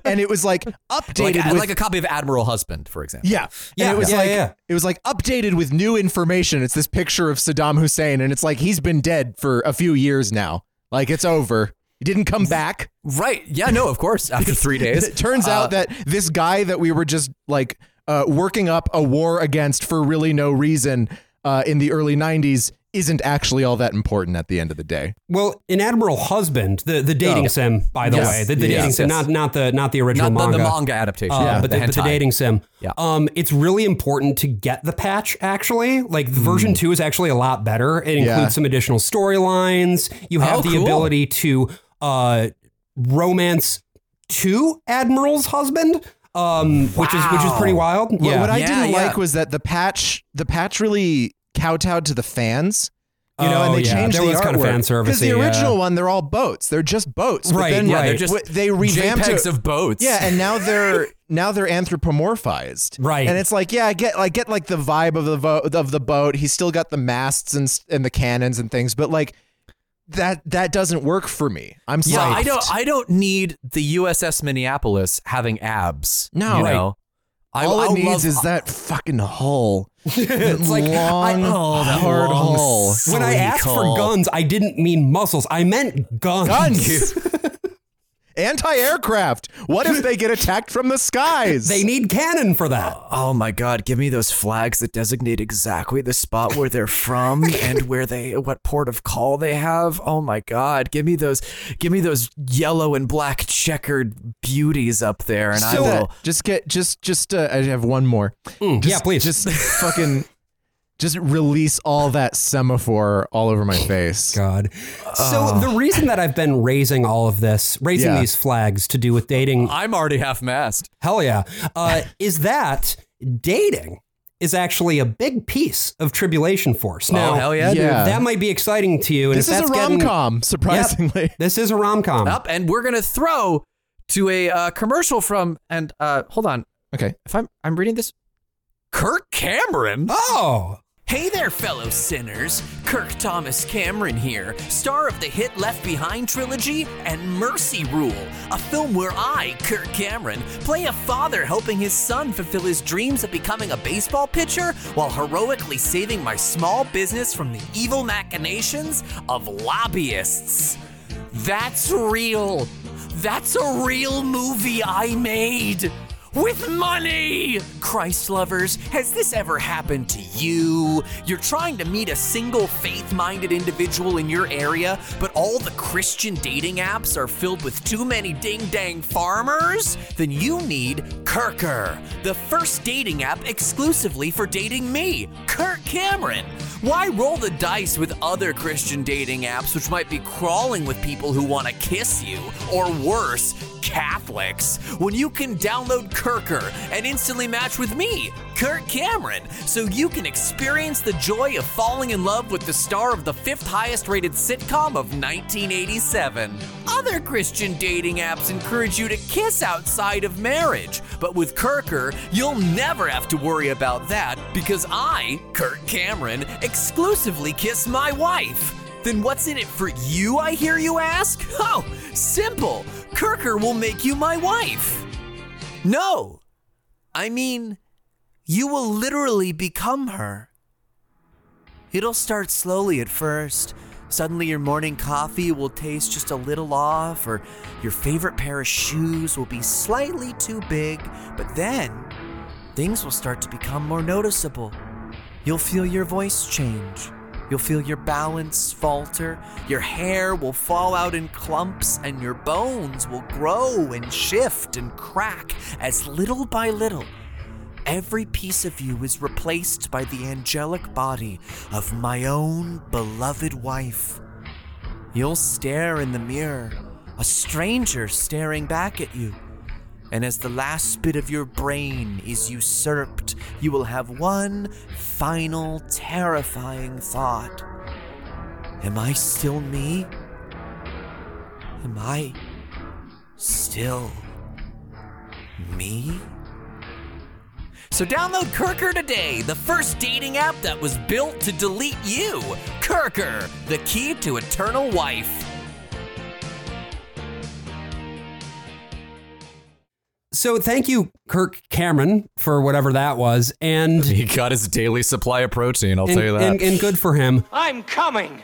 A: and it was like
C: like,
A: updated
C: a-
A: with
C: like a copy of Admiral Husband, for example.
A: Yeah.
C: Yeah.
A: And it was
C: Yeah,
A: like
C: yeah.
A: it was like updated with new information. It's this picture of Saddam Hussein and it's like he's been dead for a few years now. Like it's over. He didn't come back.
C: Right. Yeah, no, of
A: [laughs]
C: course. After three days.
A: it turns
C: Uh,
A: out that this guy that we were just like uh, working up a war against for really no reason uh, in the early 90s isn't actually all that important at the end of the day.
B: Well, in Admiral Husband, the, the dating
A: Oh.
B: sim, by the
A: Yes.
B: way, the, the
A: Yes.
B: dating sim,
A: Yes.
B: not not the not the original
A: Not
B: manga,
A: the- the manga adaptation.
B: uh,
A: Yeah.
B: but
A: The
B: the, but the
A: hentai.
B: dating sim.
A: Yeah.
B: Um, it's really important to get the patch. Actually, like
A: Hmm.
B: version two is actually a lot better. It includes
P: Yeah.
B: some additional storylines. You have
P: Oh,
B: the
P: cool.
B: ability to uh, romance two admirals' husband, um, which is which is pretty wild.
A: What, what I didn't like was that the patch the patch really kowtowed to the fans. You know,
B: Oh,
A: and they
B: yeah.
A: changed
B: There
A: the
B: was kind of fan
A: Because the
B: service-y, yeah.
A: original one, they're all boats. They're just boats.
B: Right,
A: But then
B: yeah, they're
A: wh-
B: just
A: they revamped
C: JPEGs
A: it-
C: of boats.
A: Yeah, and now they're now they're anthropomorphized.
B: Right.
A: And it's like, yeah, I get like get like the vibe of the vo- of the boat. He's still got the masts and s- and the cannons and things, but like that that doesn't work for me. I'm
C: yeah, I
A: psyched.
C: don't I don't need the USS Minneapolis having abs.
A: No.
C: You
A: Right.
C: know? I,
A: All
C: I'll
A: it needs
C: love-
A: is that fucking hull.
B: it's like
A: long,
B: I,
A: hard hull.
B: When I
A: Sleek
B: asked
A: hull.
B: for guns, I didn't mean muscles. I meant guns.
A: Guns. Anti-aircraft. What if they get attacked from the skies?
B: [laughs] They need cannon for that.
C: Oh my god, give me those flags that designate exactly the spot where
A: [laughs]
C: they're from and where they what port of call they have. Oh my god, give me those give me those yellow and black checkered beauties up there and I
A: So-
C: will
A: just get just just uh, I have one more. Just-
Q: Mm.
B: yeah,
Q: [laughs]
B: please.
A: Just fucking just release all that semaphore all over my face.
B: God. So the reason that I've been raising all of this, raising
A: Yeah.
B: these flags to do with dating,
C: I'm already half mast.
B: hell yeah, uh, is that dating is actually a big piece of Tribulation Force.
C: Oh,
B: Now,
C: hell yeah, dude. Yeah.
B: that might be exciting to you. And
A: This
B: if
A: is
B: that's
A: a
B: getting-
A: rom-com, surprisingly. [laughs]
B: Yep, [laughs] this is a rom
A: Um,
B: com.
C: up and we're gonna throw to a uh, commercial from and uh, hold on.
A: Okay.
C: If I'm I'm reading this Kirk Cameron.
B: Oh.
R: Hey there, fellow sinners! Kirk Thomas Cameron here, star of the hit Left Behind trilogy and Mercy Rule, a film where I, Kirk Cameron, play a father helping his son fulfill his dreams of becoming a baseball pitcher while heroically saving my small business from the evil machinations of lobbyists. That's real! That's a real movie I made!
C: with money! Christ lovers, has this ever happened to you? You're trying to meet a single faith minded individual in your area, but all the Christian dating apps are filled with too many ding dang farmers? Then you need Kirker, the first dating app exclusively for dating me, Kirk Cameron. Why roll the dice with other Christian dating apps which might be crawling with people who want to kiss you, or worse, Catholics, when you can download Kirker and instantly match with me, Kirk Cameron, so you can experience the joy of falling in love with the star of the fifth highest rated sitcom of 1987. Other Christian dating apps encourage you to kiss outside of marriage, but with Kirker, you'll never have to worry about that because I, Kirk Cameron, exclusively kiss my wife. Then what's in it for you, I hear you ask? [laughs] Oh, simple. Kirker will make you my wife. No. I mean, you will literally become her. It'll start slowly at first. Suddenly, your morning coffee will taste just a little off, or your favorite pair of shoes will be slightly too big, but then things will start to become more noticeable. You'll feel your voice change. You'll feel your balance falter, your hair will fall out in clumps, and your bones will grow and shift and crack as little by little. Every piece of you is replaced by the angelic body of my own beloved wife. You'll stare in the mirror, a stranger staring back at you. And as the last bit of your brain is usurped, you will have one final terrifying thought Am I still me? Am I still me? So download Kirker today, the first dating app that was built to delete you. Kirker, the key to eternal wife.
B: So thank you, Kirk Cameron, for whatever that was. And
Q: he got his daily supply of protein, I'll
B: and-
Q: tell you that.
B: And, and good for him.
L: I'm coming.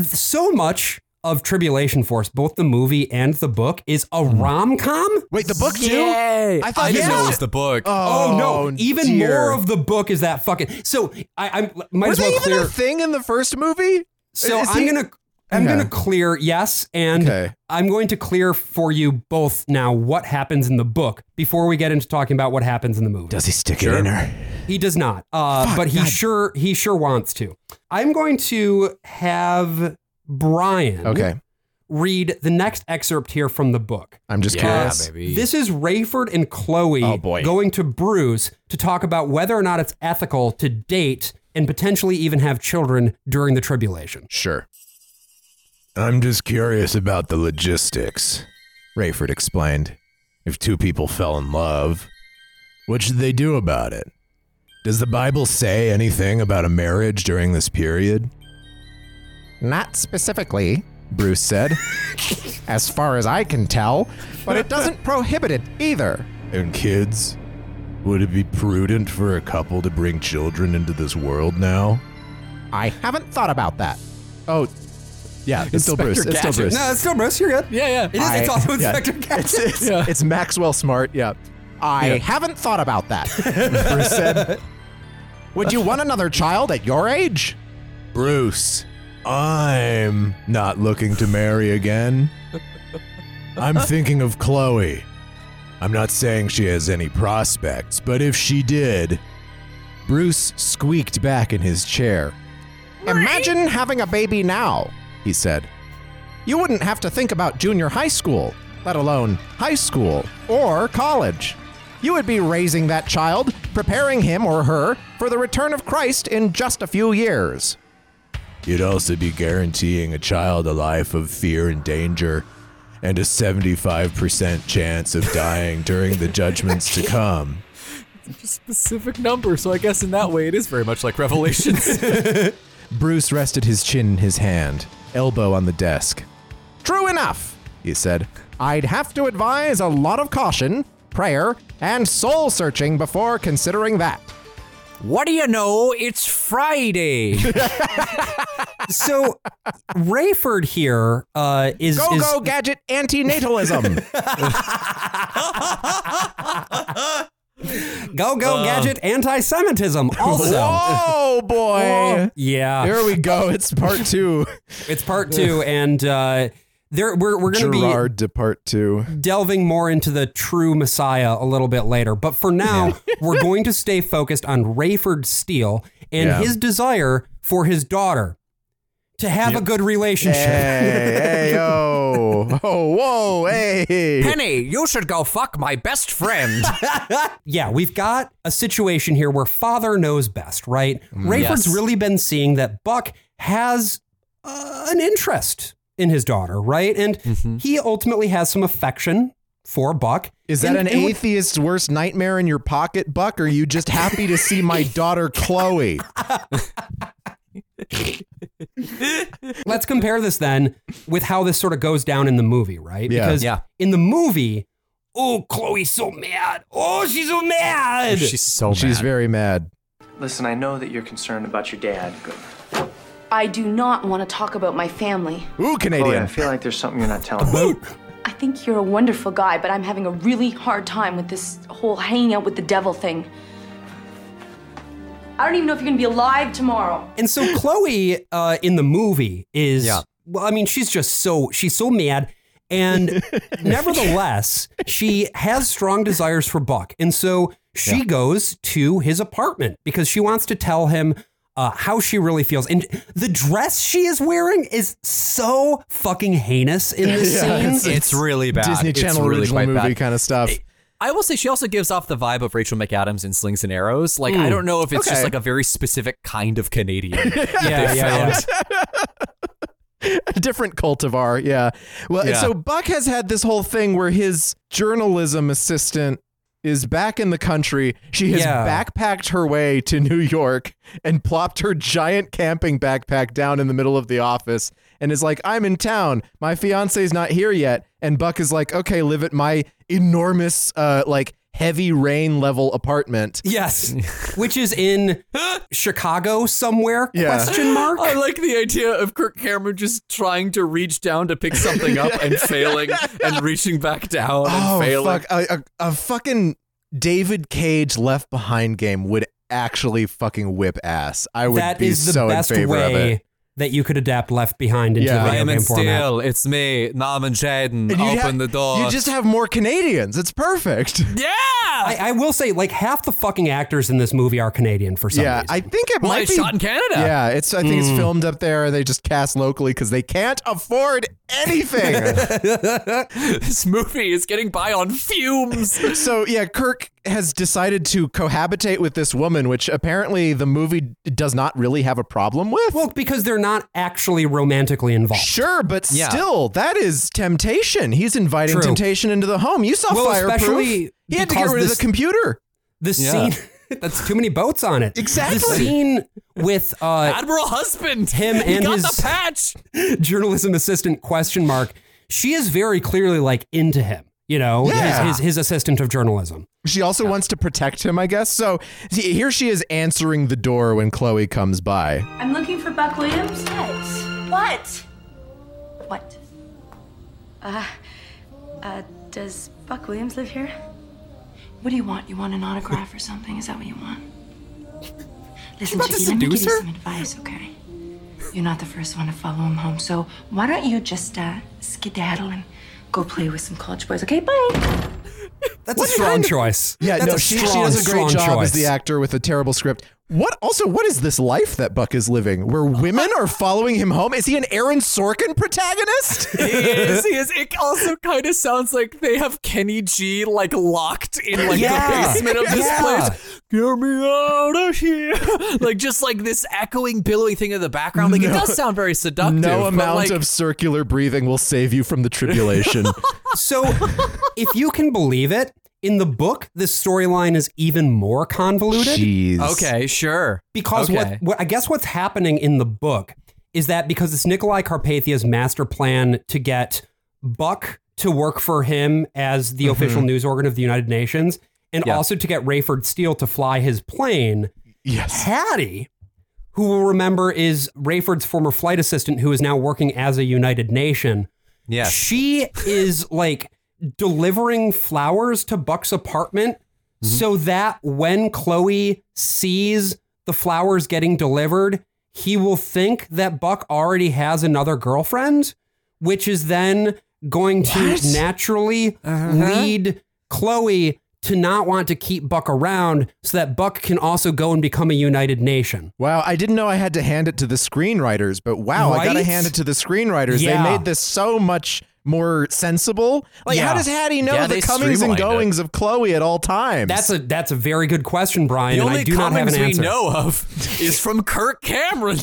B: So much of Tribulation Force, both the movie and the book, is a
A: Mm-hmm.
B: rom com.
A: Wait, the book too? I thought
Q: I didn't
A: yeah.
Q: know it was the book.
B: Oh,
A: Oh,
B: no! Even
A: dear.
B: more of the book is that fucking. So I, I might
A: Were
B: as well
A: they
B: clear.
A: even a thing in the first movie?
B: So
A: Is
B: I'm
A: he-
B: gonna I'm
A: Okay.
B: gonna clear yes, and I'm going to clear for you both now what happens in the book before we get into talking about what happens in the movie. Does
A: he stick it in her?
B: He does not, uh, but he sure he sure wants to. I'm going to have Brian.
A: Okay.
B: Read the next excerpt here from the book.
A: I'm just Yeah, curious. baby.
B: This is Rayford and Chloe
A: Oh,
B: going to Bruce to talk about whether or not it's ethical to date and potentially even have children during the tribulation.
A: Sure. I'm just curious about the logistics, Rayford explained. If two people fell in love, what should they do about it? Does the Bible say anything about a marriage during this period? Not specifically, Bruce [laughs] said. as far as I can tell, but it doesn't prohibit it either.
S: And kids, would it be prudent for a couple to bring children into this world now?
A: I haven't thought about that. Oh, yeah, it's still
B: Inspector
A: Bruce. It's still
B: Gadget.
A: Bruce.
B: No, it's still Bruce. You're good. Yeah, yeah. It is. it's
A: I-
B: also
A: yeah.
B: Inspector Gadget.
A: It's, it's, it's Maxwell Smart. Yeah. I
B: Yeah.
A: haven't thought about
B: [laughs]
A: that. Bruce said. Would you want another child at your age?
S: Bruce, I'm not looking to marry again. I'm thinking of Chloe. I'm not saying she has any prospects, but if she did.
A: Bruce squeaked back in his chair. Imagine having a baby now, he said. You wouldn't have to think about junior high school, let alone high school or college. You would be raising that child, preparing him or her for the return of Christ in just a few years.
S: You'd also be guaranteeing a child a life of fear and danger and a 75% chance of dying during the judgments to
Q: [laughs]
S: come.
Q: Specific number, so I guess in that way it is very much
S: [laughs]
Q: like Revelations.
A: Bruce rested his chin in his hand, elbow on the desk. True enough, he said. I'd have to advise a lot of caution, prayer, and soul searching before considering that.
R: What do you know? It's Friday.
B: [laughs] so Rayford here uh, is
A: go
B: is-
A: go gadget antinatalism.
B: go go
A: Uh.
B: gadget anti-Semitism also.
A: Whoa, boy.
B: Whoa. Yeah.
A: Here we go. It's part two.
B: it's part two, and uh, there we're we're gonna be
A: Gerard to part two.
B: delving more into the true Messiah a little bit later. But for
A: [laughs]
B: now, we're going to stay focused on Rayford Steele and
A: Yeah.
B: his desire for his daughter to have a good relationship.
A: Hey, hey, yo. Oh, whoa, hey.
R: Penny, you should go fuck my best friend.
B: [laughs] yeah, we've got a situation here where father knows best, right?
A: Mm.
B: Rayford's
R: Yes.
B: really been seeing that Buck has uh, an interest in his daughter, right? And
A: Mm-hmm.
B: he ultimately has some affection for Buck.
A: Is that an
B: And- and-
A: atheist's worst nightmare in your pocket, Buck? Or are you just happy to see my daughter, Chloe?
B: Let's compare this then with how this sort of goes down in the movie, right?
R: Yeah.
B: Because
R: Yeah.
B: in the movie, oh, Chloe's so mad. Oh, she's so mad.
A: so Oh, She's very mad.
E: Listen, I know that you're concerned about your dad.
H: I do not want to talk about my family.
A: Ooh,
E: Chloe, Oh, I feel like there's something you're not telling me.
H: I think you're a wonderful guy, but I'm having a really hard time with this whole hanging out with the devil thing. I don't even know if you're going to be alive tomorrow.
B: And so Chloe uh, in the movie is, well, I mean, she's just so, she's so mad.
A: [laughs]
B: And nevertheless, she has strong desires for Buck. And so she goes to his apartment because she wants to tell him uh, how she really feels. And the dress she is wearing is so fucking heinous in this
A: [laughs] Yeah,
B: scene.
A: [laughs] it's-
C: It's really bad.
A: Disney
C: It's
A: Channel
C: really
A: original
C: quite
A: movie
C: bad.
A: kind of stuff.
C: I will say she also gives off the vibe of Rachel McAdams in Slings and Arrows. Like I
A: Mm.
C: don't know if it's
A: Okay.
C: just like a very specific kind of Canadian.
A: [laughs]
B: Yeah,
C: they
B: yeah,
C: found.
A: [laughs] a different cultivar. Yeah. Well,
C: Yeah.
A: so Buck has had this whole thing where his journalism assistant is back in the country. She has
B: Yeah.
A: backpacked her way to New York and plopped her giant camping backpack down in the middle of the office and is like, I'm in town. My fiance's not here yet. And Buck is like, okay, live at my enormous, uh, like, heavy rain level apartment. [laughs]
B: Yes, which is in
A: [gasps]
B: Chicago somewhere?
A: Yeah. Oh,
B: Question mark.
C: I like the idea of Kirk Cameron just trying to reach down to pick something up
A: [laughs]
C: and failing and reaching back down and
A: Oh
C: failing.
A: fuck! A, a, a fucking David Cage Left Behind game would actually fucking whip ass. I would
B: That
A: be
B: is the
A: so
B: best
A: in favor of
B: way
A: it.
B: that you could adapt Left Behind into
A: Yeah.
B: the
C: I
B: video
C: am
B: game
C: in
B: format.
C: steel. It's me, Norman Jaden.
A: And you'd
C: Open
A: ha-
C: the door.
A: You just have more Canadians. It's perfect.
C: yeah.
B: I, I will say, like half the fucking actors in this movie are Canadian for some
A: Yeah,
B: reason.
A: I think it
C: Well,
A: might
C: it's
A: be
C: shot in Canada.
A: Yeah, it's. I think
B: Mm.
A: it's filmed up there. They just cast locally because they can't afford anything.
C: [laughs] this movie is getting by on [laughs] fumes.
A: so yeah, Kirk has decided to cohabitate with this woman, which apparently the movie does not really have a problem with.
B: well, because they're not actually romantically involved.
A: Sure, but
C: Yeah.
A: still, that is temptation. He's inviting
B: True.
A: temptation into the home. You saw
B: Well,
A: fireproof.
B: especially
A: He had to get
B: because
A: rid of
B: this-
A: the computer.
B: The
C: Yeah.
B: scene [laughs] that's too many boats on it.
A: Exactly.
B: The scene with
C: [laughs]
B: uh,
C: Admiral Husband.
B: Him
C: he
B: and
C: got
B: his-
C: the patch.
B: journalism assistant question mark. She is very clearly like into him. You know,
A: Yeah.
B: his, his his assistant of journalism.
A: She also wants to protect him, I guess. So he- here she is answering the door when Chloe comes by.
H: I'm looking for Buck Williams. What? What? What? Uh, uh, does Buck Williams live here? What do you want? You want an autograph or something? Is that what you want? Listen,
C: about to
H: Chicky, let me give you
C: seduce her?
H: some advice, okay? You're not the first one to follow him home, so why don't you just uh, skedaddle and go play with some college boys, okay? Bye.
B: That's a strong choice.
A: Yeah,
B: That's
A: no,
B: a
A: she, she
B: strong,
A: does a great
B: strong
A: job as the
B: choice.
A: actor with a terrible script. What also? What is this life that Buck is living, where women are following him home? Is he an Aaron Sorkin protagonist?
C: [laughs] He is. He is. It also kind of sounds like they have Kenny G like locked in like
B: Yeah.
C: the basement of this
B: Yeah.
C: place. Get me out of here! [laughs] like just like this echoing, billowy thing in the background. Like it
A: No-
C: does sound very
A: [laughs]
C: seductive.
A: no
C: but,
A: amount
C: like,
A: of circular breathing will save you from the [laughs] tribulation.
B: So, if you can believe it, in the book, the storyline is even more convoluted
A: Jeez.
C: Okay, sure.
B: because
C: Okay.
B: what, what I guess what's happening in the book is that because it's Nikolai Carpathia's master plan to get Buck to work for him as the official news organ of the United Nations, and
C: Mm-hmm. Yeah.
B: also to get Rayford Steele to fly his plane.
A: Yes.
B: Hattie, who we'll remember is Rayford's former flight assistant who is now working as a United Nation.
C: Yes.
B: She is like delivering flowers to Buck's apartment
C: Mm-hmm.
B: so that when Chloe sees the flowers getting delivered, he will think that Buck already has another girlfriend, which is then going to naturally
C: Uh-huh.
B: lead Chloe to not want to keep Buck around so that Buck can also go and become a United Nation.
A: Wow, I didn't know I had to hand it to the screenwriters, but wow, I gotta
B: Right?
A: hand it to the screenwriters.
B: Yeah.
A: They made this so much more sensible. Like, how
B: Yeah.
A: does Hattie know
B: Yeah,
A: the
B: they
A: comings and
B: streamlined it.
A: goings of Chloe at all times?
B: That's a that's a very good question, Brian, and I do not have an
C: comments
B: answer.
C: we know of [laughs] is from
B: [laughs]
C: Kirk Cameron,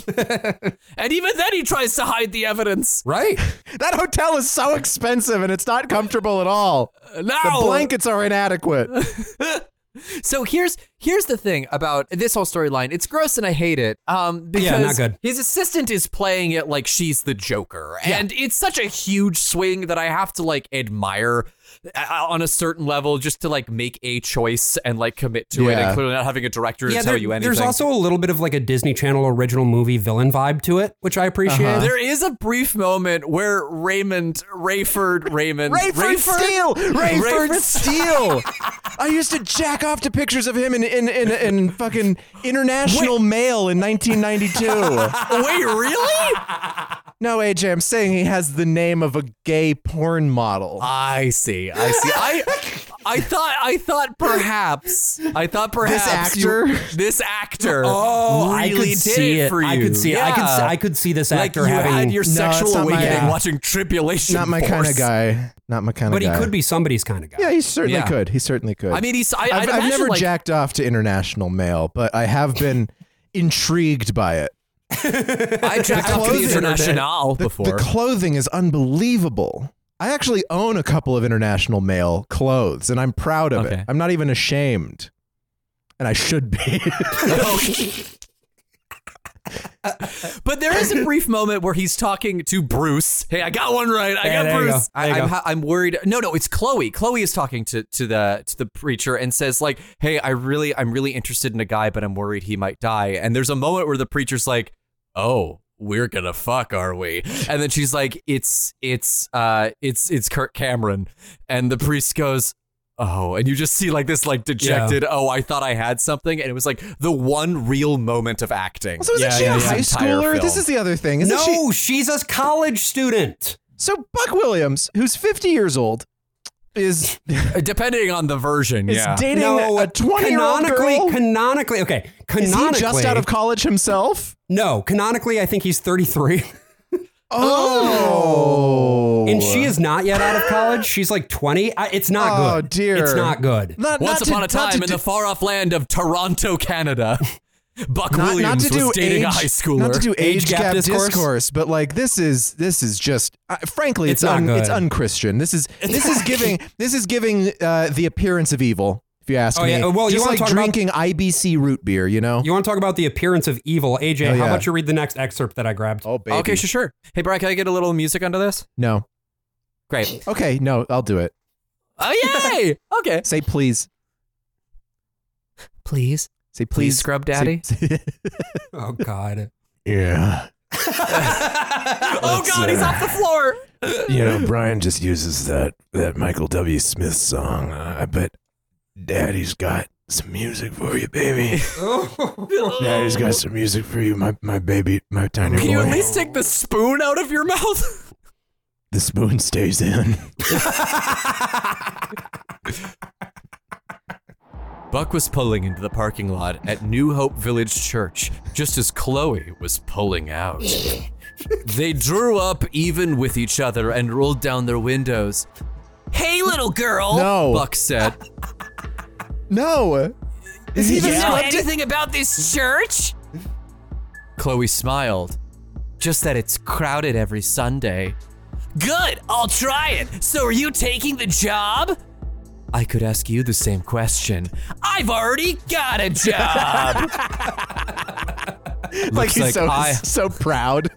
C: and even then he tries to hide the evidence.
B: Right?
A: that hotel is so expensive and it's not comfortable at all. The blankets are
B: [laughs]
A: inadequate.
C: So here's here's the thing about this whole storyline. It's gross and I hate it. Um, because
B: Yeah, not good.
C: his assistant is playing it like she's the Joker,
B: Yeah.
C: and it's such a huge swing that I have to like admire uh, on a certain level just to like make a choice and like commit to it.
B: Yeah.
C: And clearly not having a director to
B: Yeah,
C: tell
B: there-
C: you anything.
B: there's also a little bit of like a Disney Channel original movie villain vibe to it, which I appreciate.
C: Uh-huh. There is a brief moment where Raymond, Rayford, Raymond,
A: Rayford Steele! Rayford Steele! I used to jack off to pictures of him in in, in, in fucking International Mail in
B: [laughs]
A: 1992.
C: Wait, really?
A: no, AJ, I'm saying he has the name of a gay porn model.
B: Ah,
C: I see. I see. I I thought I thought perhaps I thought perhaps
A: actor?
C: you- this actor.
B: Oh, I
C: really
B: could
C: did
B: see
C: it
B: it.
C: for you.
B: I could see it. I could s- I could see this
C: like
B: actor
C: you
B: having-
C: had your
B: No,
C: sexual
B: it's not my- uh,
C: awakening
B: yeah.
C: watching Tribulation.
A: Not my kind
C: Force.
A: of guy. Not my kind of
B: but he
A: guy.
B: could be somebody's kind of guy.
A: Yeah, he certainly
B: Yeah.
A: could. He certainly could.
B: I mean, he's- I- I'd
A: have
B: imagine,
A: never
B: like-
A: jacked off to International Mail, but I have been [laughs] intrigued by it.
C: I jacked off to the
A: clothing-
C: International
A: the-
C: before.
A: The clothing is unbelievable. I actually own a couple of international male clothes, and I'm proud of it. I'm not even ashamed, and I should be. [laughs]
C: [laughs] But there is a brief moment where he's talking to Bruce. Hey, I got one right. I
B: Hey,
C: got
B: there you
C: Bruce.
B: go. There you
C: I, am
B: go.
C: I'm worried. No, no, it's Chloe. Chloe is talking to to the to the preacher and says like, "Hey, I really I'm really interested in a guy, but I'm worried he might die." And there's a moment where the preacher's like, "Oh, we're gonna fuck, are we?" And then she's like, "It's it's uh it's it's Kirk Cameron," and the priest goes. Oh, and you just see like this, like dejected. Oh, I thought I had something, and it was like the one real moment of acting.
A: So isn't she a high schooler? This is the other thing. Isn't she?
B: no, she's a college student.
A: So Buck Williams, who's 50 years old, is
C: Depending on the version,
A: Is
C: yeah.
A: dating a 20-year-old
B: uh, canonically,
A: girl?
B: Canonically, okay.
A: is
B: Canonically,
A: he just out of college himself?
B: no. Canonically, I think he's 33,
A: Oh,
B: [laughs] and she is not yet out of college. She's like 20. I, it's not
A: Oh,
B: good.
A: dear.
B: it's not good.
A: Not-
C: Once
A: not
C: upon
A: to-
C: a time
A: not to
C: in
A: do-
C: the far off land of Toronto, Canada, [laughs] Buck Williams was dating a high schooler.
A: Not to do age, gap, discourse. but like this is this is just uh, frankly it's
B: It's not
A: un,
B: good.
A: it's unchristian. This is this is giving this is giving uh, the appearance of evil. If you ask
B: Oh,
A: me,
B: yeah. Well, you
A: just
B: wanna
A: like
B: talk about-
A: drinking IBC root beer, you know.
B: You want to talk about the appearance of evil, AJ?
A: Oh,
B: How
A: yeah.
B: about you read the next excerpt that I grabbed?
A: Oh, baby.
C: Okay, sure, sure. Hey, Brian, can I get a little music under this?
A: No.
C: Great.
A: Okay, no, I'll do it.
C: Oh,
A: [laughs]
C: yay! Okay.
A: Say please.
C: Please.
A: Say please.
C: Please, Scrub
A: Say-
C: Daddy.
B: Oh God.
P: Yeah.
C: oh, God, he's off the floor.
P: you know, Brian just uses that that Michael W. Smith song. Uh, I bet Daddy's got some music for you,
B: [laughs]
C: [laughs]
P: baby. Daddy's got some music for you, my my baby, my tiny
C: Can
P: boy.
C: you at least take the spoon out of your mouth? [laughs]
P: the spoon stays in.
C: Buck was pulling into the parking lot at New Hope Village Church just as Chloe was pulling out. they drew up even with each other and rolled down their windows.
R: Hey, little girl.
A: No.
C: Buck said.
A: [laughs] No. Is he
R: Do
A: the
R: you know
A: scrub?
R: anything about this church?
C: Chloe smiled. Just that it's crowded every Sunday.
R: Good. I'll try it. So, are you taking the job?
C: I could ask you the same question.
R: I've already got a job.
C: [laughs]
A: like
C: Looks
A: he's
C: like
A: so
C: I-
A: [laughs] so proud.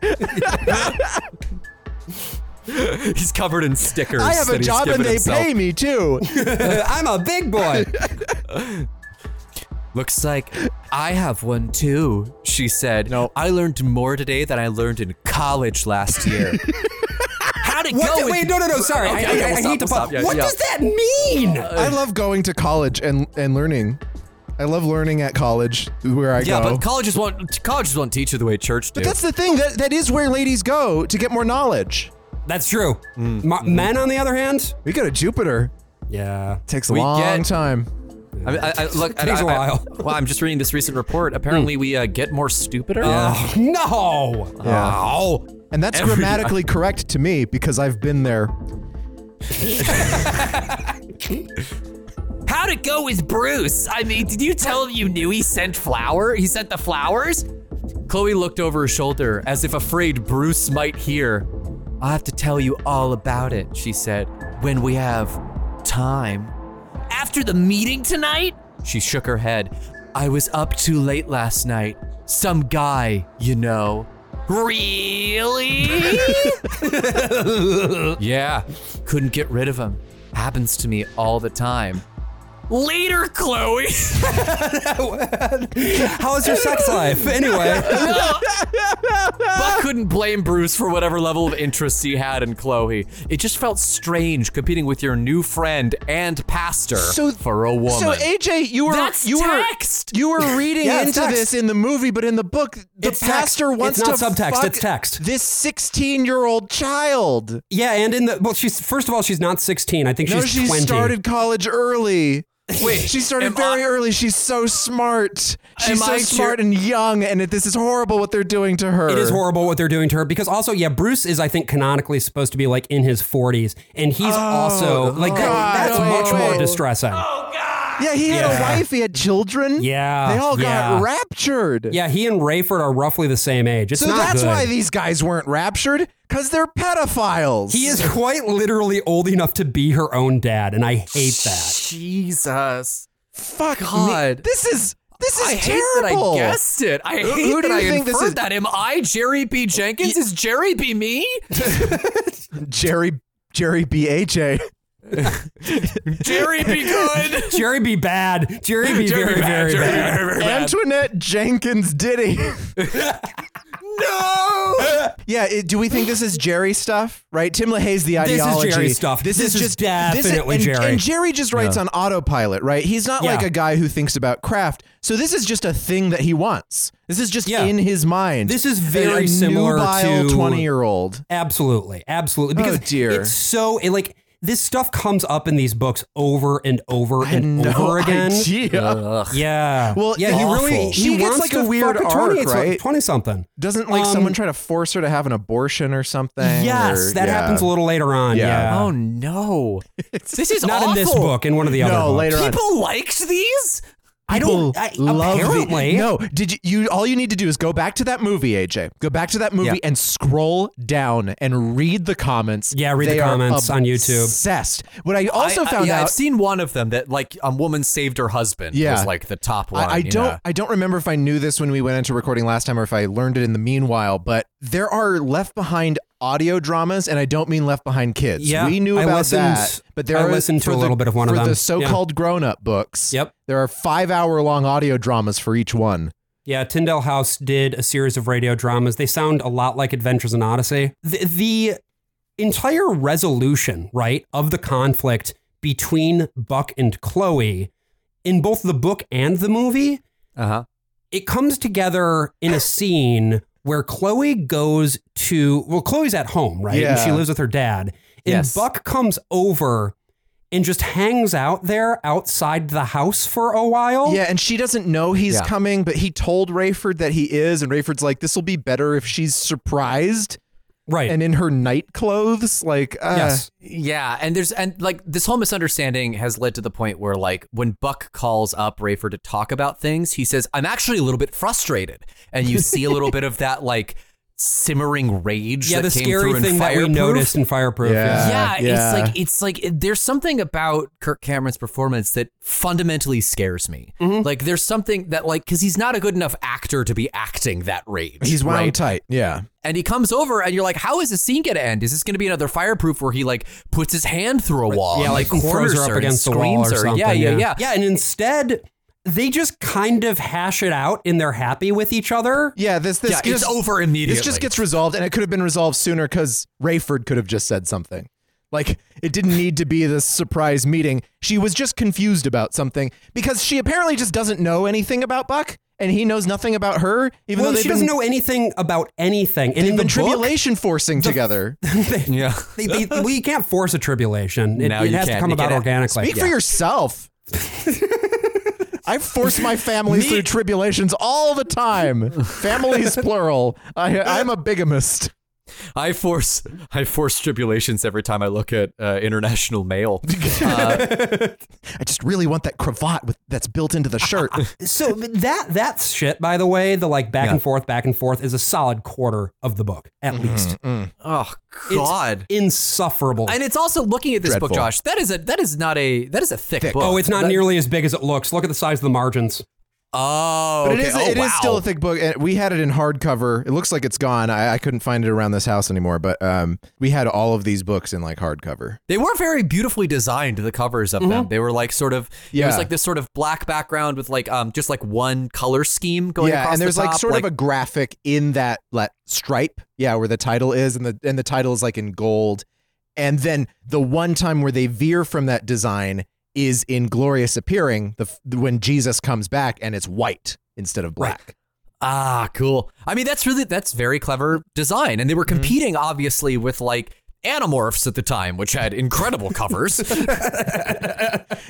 C: He's covered in stickers.
A: I have a
C: that he's
A: job and [laughs]
C: given
A: they
B: Uh,
C: himself.
A: pay me too.
B: I'm a big boy.
C: Looks like I have one too, she said. No. I learned more today than I learned in college last year.
B: [laughs]
C: How'd it
B: What
C: go?
B: the-
C: with-
B: wait, no, no, no, sorry. I- I- I
C: we'll
B: hate
C: stop,
B: to
C: we'll stop.
B: pause.
C: Yeah,
B: What
C: yeah.
B: does that mean?
A: I love going to college and and learning. I love learning at college where I
C: Yeah,
A: go.
C: but colleges won't colleges won't teach you the way church do.
A: But that's the thing. That that is where ladies go to get more knowledge.
B: That's true.
A: Mm.
B: Ma- Men, on the other hand,
A: we go to Jupiter.
B: Yeah,
A: takes a
C: We
A: long
C: get-
A: time.
C: I mean, I, I, look, I-
B: Takes a
C: I- I-
B: while.
C: well, I'm just reading this recent report. Apparently, we uh, get more stupider.
B: Oh, no.
A: Yeah.
C: Oh.
A: And that's
C: Every-
A: grammatically correct to me because I've been there.
R: How'd it go with Bruce? I mean, did you tell him you knew he sent flower? He sent the flowers?
C: Chloe looked over her shoulder as if afraid Bruce might hear. I'll have to tell you all about it, she said, when we have time.
R: After the meeting tonight?
C: She shook her head. I was up too late last night. Some guy, you know.
R: Really?
C: [laughs] yeah, couldn't get rid of him. Happens to me all the time.
R: Later,
A: [laughs]
R: Chloe.
B: How's your sex life? Anyway.
C: Buck couldn't blame Bruce for whatever level of interest he had in Chloe. It just felt strange competing with your new friend and pastor
A: So-
C: for a woman.
A: So AJ, you were
R: That's
A: you were
R: text.
A: you [laughs] were reading
B: Yeah, it's
A: into
B: text.
A: this in the movie, but in the book, the
B: It's text.
A: pastor
B: It's
A: wants
B: not
A: to
B: subtext,
A: fuck
B: it's text.
A: This sixteen-year-old child.
B: Yeah, and in the well, she's first of all, she's not sixteen. I think
A: no,
B: she's
A: she
B: twenty.
A: started college early.
C: Wait,
A: she started
C: am
A: very early. She's so smart.
C: Am
A: She's so
C: I cur-
A: smart and young, and it, this is horrible what they're doing to her.
B: It is horrible what they're doing to her because also, yeah, Bruce is I think canonically supposed to be like in his forties, and he's also like that-
A: Oh, God,
B: that's
A: no.
B: much more
A: Wait.
B: distressing.
A: Yeah, he had
B: Yeah.
A: a wife. He had children.
B: Yeah,
A: they all
B: yeah.
A: got raptured.
B: Yeah, he and Rayford are roughly the same age. It's
A: so
B: not
A: that's
B: good.
A: why these guys weren't raptured because they're pedophiles.
B: he is quite literally old enough to be her own dad, and I hate that.
C: Jesus.
A: Fuck
C: God.
A: This is this is
C: I hate that
A: terrible.
C: I guessed it. I
A: Who-
C: hate
A: who do
C: that
A: you
C: I
A: think this
C: inferred
A: is-
C: that. Am I Jerry B. Jenkins? is Jerry
A: [laughs]
C: B. me?
A: Jerry Jerry B H A.
C: Jerry B. Good.
B: Jerry be bad. Jerry be
C: Jerry
B: very,
C: bad,
B: very
C: Jerry
B: bad.
C: very, very bad.
A: Antoinette Jenkins Diddy.
B: [laughs]
C: no.
A: yeah, it, do we think this is Jerry stuff? Right? Tim LaHaye's the
B: This is
A: ideology.
B: Jerry stuff.
A: This,
B: This
A: is,
B: is
A: just this is-
B: definitely
A: and,
B: Jerry.
A: And Jerry just writes
B: Yeah.
A: on autopilot, right? He's not like
B: Yeah.
A: a guy who thinks about craft. So this is just a thing that he wants. This is just
B: Yeah.
A: in his mind.
B: This is
A: And
B: very
A: a
B: similar
A: nubile
B: to-
A: twenty-year-old.
B: Absolutely, absolutely. Because
A: Oh, dear.
B: it's so it, like this stuff comes up in these books over and over and
A: no
B: over again.
A: idea. Ugh.
B: Yeah.
A: Well,
B: yeah. He
A: awful.
B: really
A: She
B: he
A: gets
B: wants
A: like
B: to
A: a weird
B: fuck
A: arc,
B: 20,
A: right?
B: Twenty something.
A: Doesn't like
B: Um,
A: someone try to force her to have an abortion or something?
B: Yes,
A: or-
B: that
A: yeah.
B: happens a little later on.
A: Yeah.
B: Yeah.
A: [laughs]
C: Oh no. This is
B: Not in this
C: awful.
B: book, in one of the other
A: No,
B: books.
A: later on.
R: People liked these?
B: I don't.
A: People
B: I,
A: love the-
B: apparently,
A: no, did you, you? All you need to do is go back to that movie, AJ. Go back to that movie
B: Yeah.
A: and scroll down and read the comments.
B: Yeah, read the
A: They are
B: comments on YouTube.
A: Obsessed. What I also
C: I- I-
A: found
C: yeah, I've
A: out.
C: seen one of them that like a woman saved her husband.
A: Yeah.
C: was like the top one.
A: I, I
C: yeah.
A: don't. I don't remember if I knew this when we went into recording last time, or if I learned it in the meanwhile. But there are left behind audio dramas, and I don't mean left behind kids.
B: Yeah,
A: we knew
B: I
A: about
B: listened-
A: that. But there
B: I
A: are
B: listened
A: for
B: to a
A: the-
B: little bit of one of
A: for
B: them.
A: the
B: Yeah.
A: so-called grown-up books.
B: Yep.
A: There are five-hour-long audio dramas for each one.
B: Yeah, Tyndale House did a series of radio dramas. They sound a lot like Adventures in Odyssey. The, the entire resolution, right, of the conflict between Buck and Chloe in both the book and the movie,
C: Uh-huh.
B: it comes together in a scene where Chloe goes to, well, Chloe's at home, right? And she
A: Yeah.
B: lives with her dad. And
C: Yes.
B: Buck comes over and just hangs out there outside the house for a while.
A: Yeah, and she doesn't know he's
C: Yeah.
A: coming, but he told Rayford that he is, and Rayford's like, "This will be better if she's surprised
B: Right.
A: and in her night clothes." Like, uh,
B: yes.
C: Yeah, and there's and like this whole misunderstanding has led to the point where like when Buck calls up Rayford to talk about things, he says, "I'm actually a little bit frustrated," and you see a little bit of that like simmering rage.
B: yeah,
C: that
B: the
C: came
B: scary
C: through in
B: thing that we
C: Fireproof.
B: noticed in Fireproof.
A: Yeah.
C: Yeah,
A: Yeah.
C: it's like it's like it- there's something about Kirk Cameron's performance that fundamentally scares me.
A: Mm-hmm.
C: Like there's something that like because he's not a good enough actor to be acting that rage.
A: he's wound
C: right?
A: tight. Yeah,
C: And he comes over, and you're like, "How is this scene gonna end? Is this gonna be another fireproof where he like puts his hand through a wall,
B: Yeah,
C: and,
B: like throws
C: corners
B: her up
C: and
B: against the wall
C: screams
B: or
C: her?
B: something.
C: Yeah, yeah, yeah.
B: Yeah, and instead, they just kind of hash it out and they're happy with each other.
A: Yeah, this this just- This just gets resolved, and it could have been resolved sooner because Rayford could have just said something. Like it didn't need to be this surprise meeting. She was just confused about something because she apparently just doesn't know anything about Buck, and he knows nothing about her. Even
B: well,
A: though
B: she doesn't know anything about anything. And
A: They've
B: in the
A: been
B: book,
A: tribulation forcing together.
C: yeah,
B: they, they, well, you can't force a tribulation. It,
A: No,
B: it
A: you
B: has to
A: can't.
B: come
A: You
B: about
A: can't.
B: organically.
A: Speak for [laughs] yourself. I force my family
B: Me-
A: through tribulations all the time. Families plural. I, I'm a bigamist.
C: [laughs] I force I force tribulations every time I look at uh, international mail.
A: I just really want that cravat with that's built into the [laughs] shirt.
B: so that that shit, by the way, the like back and forth, back and forth, is a solid quarter of the book at least.
C: Oh
B: It's
C: God,
B: insufferable.
C: and it's also looking at this
B: Dreadful.
C: book, Josh. That is a that is not a that is a thick, book.
B: Oh, it's not
C: That-
B: nearly as big as it looks. Look at the size of the margins.
C: Oh,
A: But it is,
C: okay. Oh,
A: it is
C: wow.
A: still a thick book. and We had it in hardcover. It looks like it's gone. I, I couldn't find it around this house anymore, but um, we had all of these books in like hardcover.
C: They were very beautifully designed. The covers of them.
A: Mhm.
C: They were like sort of. It
A: Yeah.
C: was like this sort of black background with like um just like one color scheme going.
A: yeah,
C: across
A: and
C: the
A: there's like
C: top,
A: sort of a graphic in that like, stripe, yeah, where the title is, and the and the title is like in gold, and then the one time where they veer from that design is in glorious appearing the f- when Jesus comes back, and it's white instead of black.
C: Ah, cool. I mean, that's really that's very clever design, and they were competing obviously with like Animorphs at the time, which had incredible covers.
A: [laughs]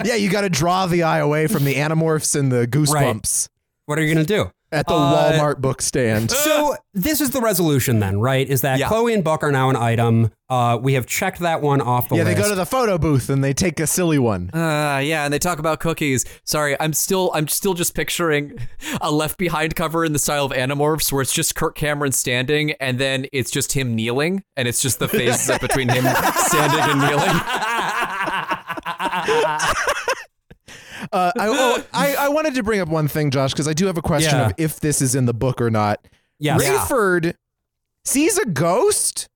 A: yeah, you got to draw the eye away from the Animorphs and the Goosebumps.
B: What are you gonna do
A: at the
B: Uh,
A: Walmart book stand?
C: [laughs]
B: So this is the resolution then, right? Is that
A: Yeah.
B: Chloe and Buck are now an item. Uh, we have checked that one off the
A: yeah, they
B: list.
A: go to the photo booth and they take a silly one.
C: [laughs] Uh, yeah, and they talk about cookies. Sorry, I'm still I'm still just picturing a Left Behind cover in the style of Animorphs, where it's just Kirk Cameron standing, and then it's just him kneeling, and it's just the faces up between [laughs] him standing and kneeling.
A: Uh, I,
C: [laughs]
A: oh, I I wanted to bring up one thing, Josh, because I do have a question
B: Yeah.
A: of if this is in the book or not.
B: Yes. Yeah.
A: Rayford sees a ghost.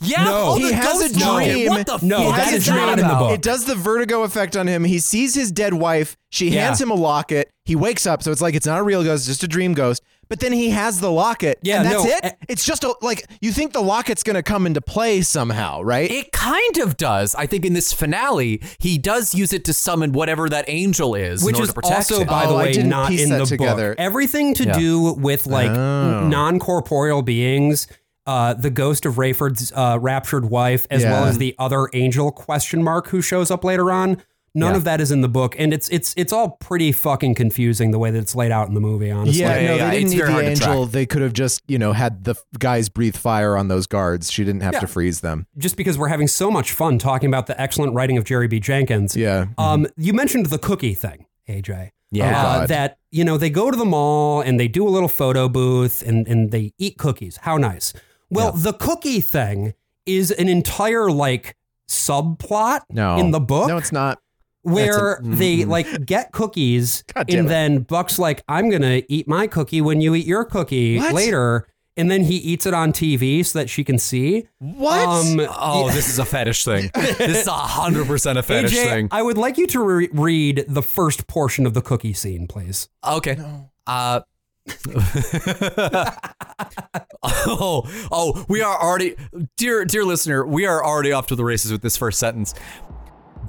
C: Yeah,
B: No. oh,
A: he
B: the
A: has a
B: ghost dog.
A: dream.
B: What the No, fuck that's is a dream that in the about? book.
A: It does the vertigo effect on him. He sees his dead wife. She
B: Yeah.
A: hands him a locket. He wakes up, so it's like it's not a real ghost, it's just a dream ghost. But then he has the locket.
B: Yeah,
A: and that's
B: no, eh.
A: it.
B: a-
A: it's just a, like you think the locket's going to come into play somehow, right?
C: It kind of does. I think in this finale, he does use it to summon whatever that angel is,
B: which
C: in order
B: is
C: to protect
B: also,
C: him.
B: by
A: Oh,
B: the way, not in the book. Everything to
C: Yeah.
B: do with like
C: Oh.
B: non corporeal beings, uh, the ghost of Rayford's uh, raptured wife, as well
A: Yeah.
B: as the other angel question mark who shows up later on. None
A: Yeah.
B: of that is in the book, and it's it's it's all pretty fucking confusing the way that it's laid out in the movie. Honestly,
A: yeah, no, they didn't need the angel. They could have just, you know, had the f- guys breathe fire on those guards. She didn't have
B: Yeah.
A: to freeze them.
B: just because we're having so much fun talking about the excellent writing of Jerry B. Jenkins.
A: Yeah. Mm-hmm.
B: Um, you mentioned the cookie thing, AJ.
A: Yeah. Oh,
B: Uh,
A: God.
B: that you know they go to the mall and they do a little photo booth and and they eat cookies. How nice. Well, the cookie thing is an entire like subplot
A: No.
B: in the book. No,
A: it's not.
B: Where
A: That's a-
B: they
A: mm-mm.
B: like
A: [laughs]
B: get cookies
A: damn
B: and
A: it.
B: then Buck's like, I'm gonna eat my cookie when you eat your cookie
A: What?
B: later. And then he eats it on TV so that she can see. Um,
A: What?
C: Oh, this is a fetish
B: [laughs]
C: thing. This is a hundred percent a fetish
B: AJ,
C: thing.
B: I would like you to re- read the first portion of the cookie scene, please.
C: Okay. Uh, [laughs] oh, oh, we are already, dear, dear listener, we are already off to the races with this first sentence.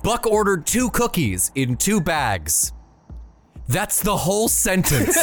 C: Buck ordered two cookies in two bags. That's the whole sentence.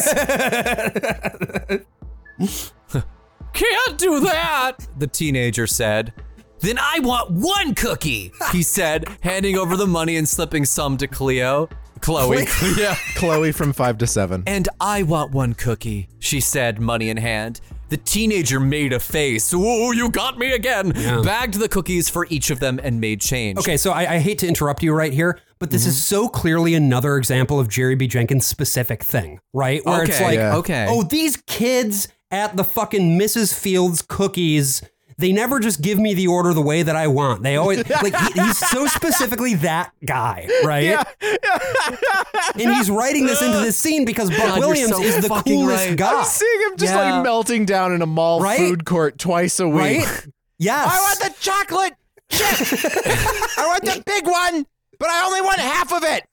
C: Can't do that, the teenager said. Then I want one cookie, he said, handing over the money and slipping some to Cleo. Chloe. [laughs] Cleo.
A: Chloe from five to seven.
C: And I want one cookie, she said, money in hand. The teenager made a face. Ooh, you got me again. Bagged the cookies for each of them and made change.
B: Okay, so I, I hate to interrupt you right here, but this is
C: Mm-hmm.
B: so clearly another example of Jerry B. Jenkins' specific thing, right? Where it's
C: Okay,
B: like,
C: yeah. okay.
B: oh, these kids at the fucking Mrs. Fields cookies. They never just give me the order the way that I want. They
C: [laughs]
B: always like he- he's so specifically that guy, right?
D: Yeah.
B: [laughs] and he's writing this into this scene because Buck
A: God, you're
B: Williams
A: so
B: is the
A: fucking
B: coolest
A: right.
B: guy.
A: I'm seeing him just
B: Yeah.
A: like melting down in a mall
B: Right?
A: food court twice a week. [laughs]
B: Right? Yes.
A: I want the chocolate chip. I want the big one, but I only want half of it.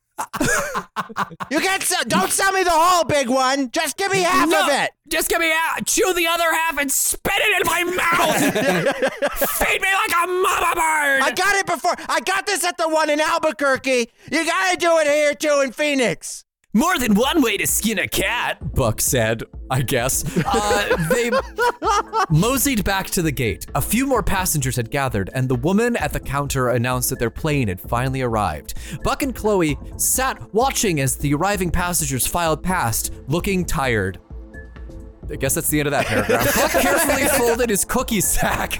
T: you can't sell, don't sell me the whole big one. Just give me half
R: No,
T: of it.
R: Just give me half. Chew the other half and spit it in my mouth. Feed me like a mama bird.
T: I got it before. I got this at the one in Albuquerque. You gotta do it here too in Phoenix.
R: More than one way to skin a cat.
C: Buck said, I guess. Uh, they moseyed back to the gate. A few more passengers had gathered, and the woman at the counter announced that their plane had finally arrived. Buck and Chloe sat watching as the arriving passengers filed past, looking tired. I guess that's the end of that paragraph. Buck [laughs] carefully folded his cookie sack. [laughs]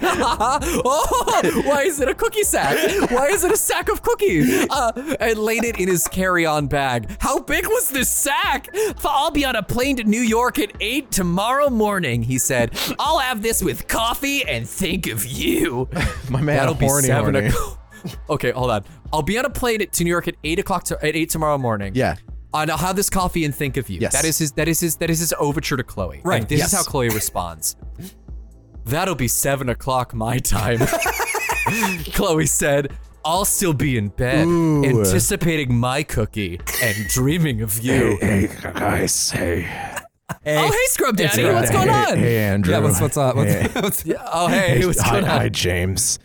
C: oh, why is it a cookie sack? Why is it a sack of cookies? Uh, and laid it in his carry-on bag. How big was this sack?
R: I'll be on a plane to New York at 8 tomorrow morning, he said. I'll have this with coffee and think of you.
A: My man,
C: That'll be
A: horny,
C: seven
A: horny.
C: o'clock. [laughs] okay, hold on. I'll be on a plane at, to New York at eight o'clock to, at eight tomorrow
A: [laughs]
C: morning.
A: Yeah.
C: And I'll have this coffee and think of you.
A: Yes.
C: That is his. That is his. That is his overture to Chloe.
A: Right,
C: And this
A: yes.
C: is how Chloe responds. That'll be seven o'clock
P: [laughs]
C: my time. Chloe said, "I'll still be in bed,
P: Ooh.
C: anticipating my cookie and dreaming of you."
P: Hey, hey, guys, hey.
C: Oh, hey, Scrub
P: It's
C: Daddy,
P: Scrub
C: what's
P: Daddy.
C: going on?
P: Hey, hey, Andrew.
B: Yeah, what's
A: uh,
B: what's up?
A: [laughs]
B: What's,
P: Hey.
B: [laughs] what's-
C: Yeah, oh, hey, what's
P: hi,
C: going on?
P: hi, James.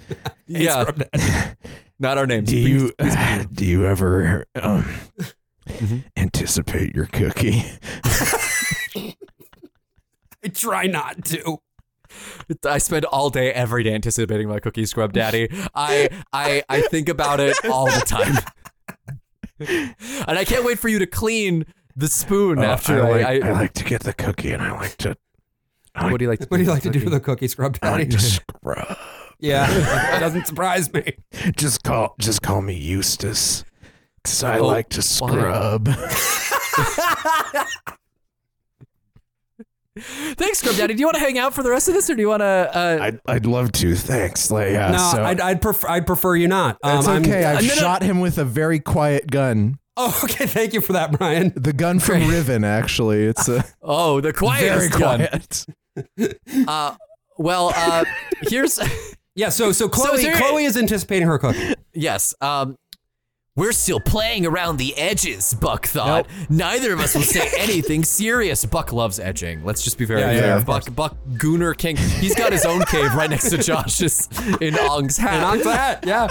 C: yeah, [laughs] not our names.
P: Do
C: Please-
P: you [sighs] do you ever um,
A: Mm-hmm.
P: anticipate your cookie?
B: I try not to.
C: I spend all day every day anticipating my cookie scrub daddy. I I I think about it all the time. and I can't wait for you to clean the spoon
P: Uh,
C: after
P: I like,
C: I,
P: I like to get the cookie and I like
B: [laughs]
P: to. I
C: What do you like to
B: What do you
C: with
B: like to do with a cookie scrub
P: I
B: daddy?
P: like to scrub.
B: [laughs] yeah, it doesn't surprise
T: [laughs]
B: me.
P: Just call just call me Eustace. Cause I
B: Oh,
P: like to
B: why?
P: scrub.
C: Thanks, Scrub Daddy. Do you want to hang out for the rest of this, or do you want to? Uh,
P: I'd, I'd love to. Thanks, Leia.
B: no,
P: so,
B: I'd, I'd prefer I'd prefer you not.
C: um,
P: That's
B: I'm-
A: okay, I've
B: Uh, no, no.
A: shot him with a very quiet gun.
B: [laughs] Oh, okay. Thank you for that, Brian.
A: The gun from Riven, actually. It's
C: [laughs]
A: a
C: oh, the
A: very
C: quietest gun.
A: quiet.
C: Uh, well, uh, here's [laughs]
B: Yeah.
T: [laughs]
B: So so Chloe
R: is there-
B: Chloe is anticipating her cookie.
C: yes. Um,
R: We're still playing around the edges, Buck thought. Neither of us will say anything serious.
C: Buck loves edging. Let's just be very
B: Yeah, yeah,
C: clear.
B: yeah, of
C: Buck, Buck Gooner King. He's got his own cave right next to Josh's in Ong's hat.
T: [laughs]
B: And on that, yeah.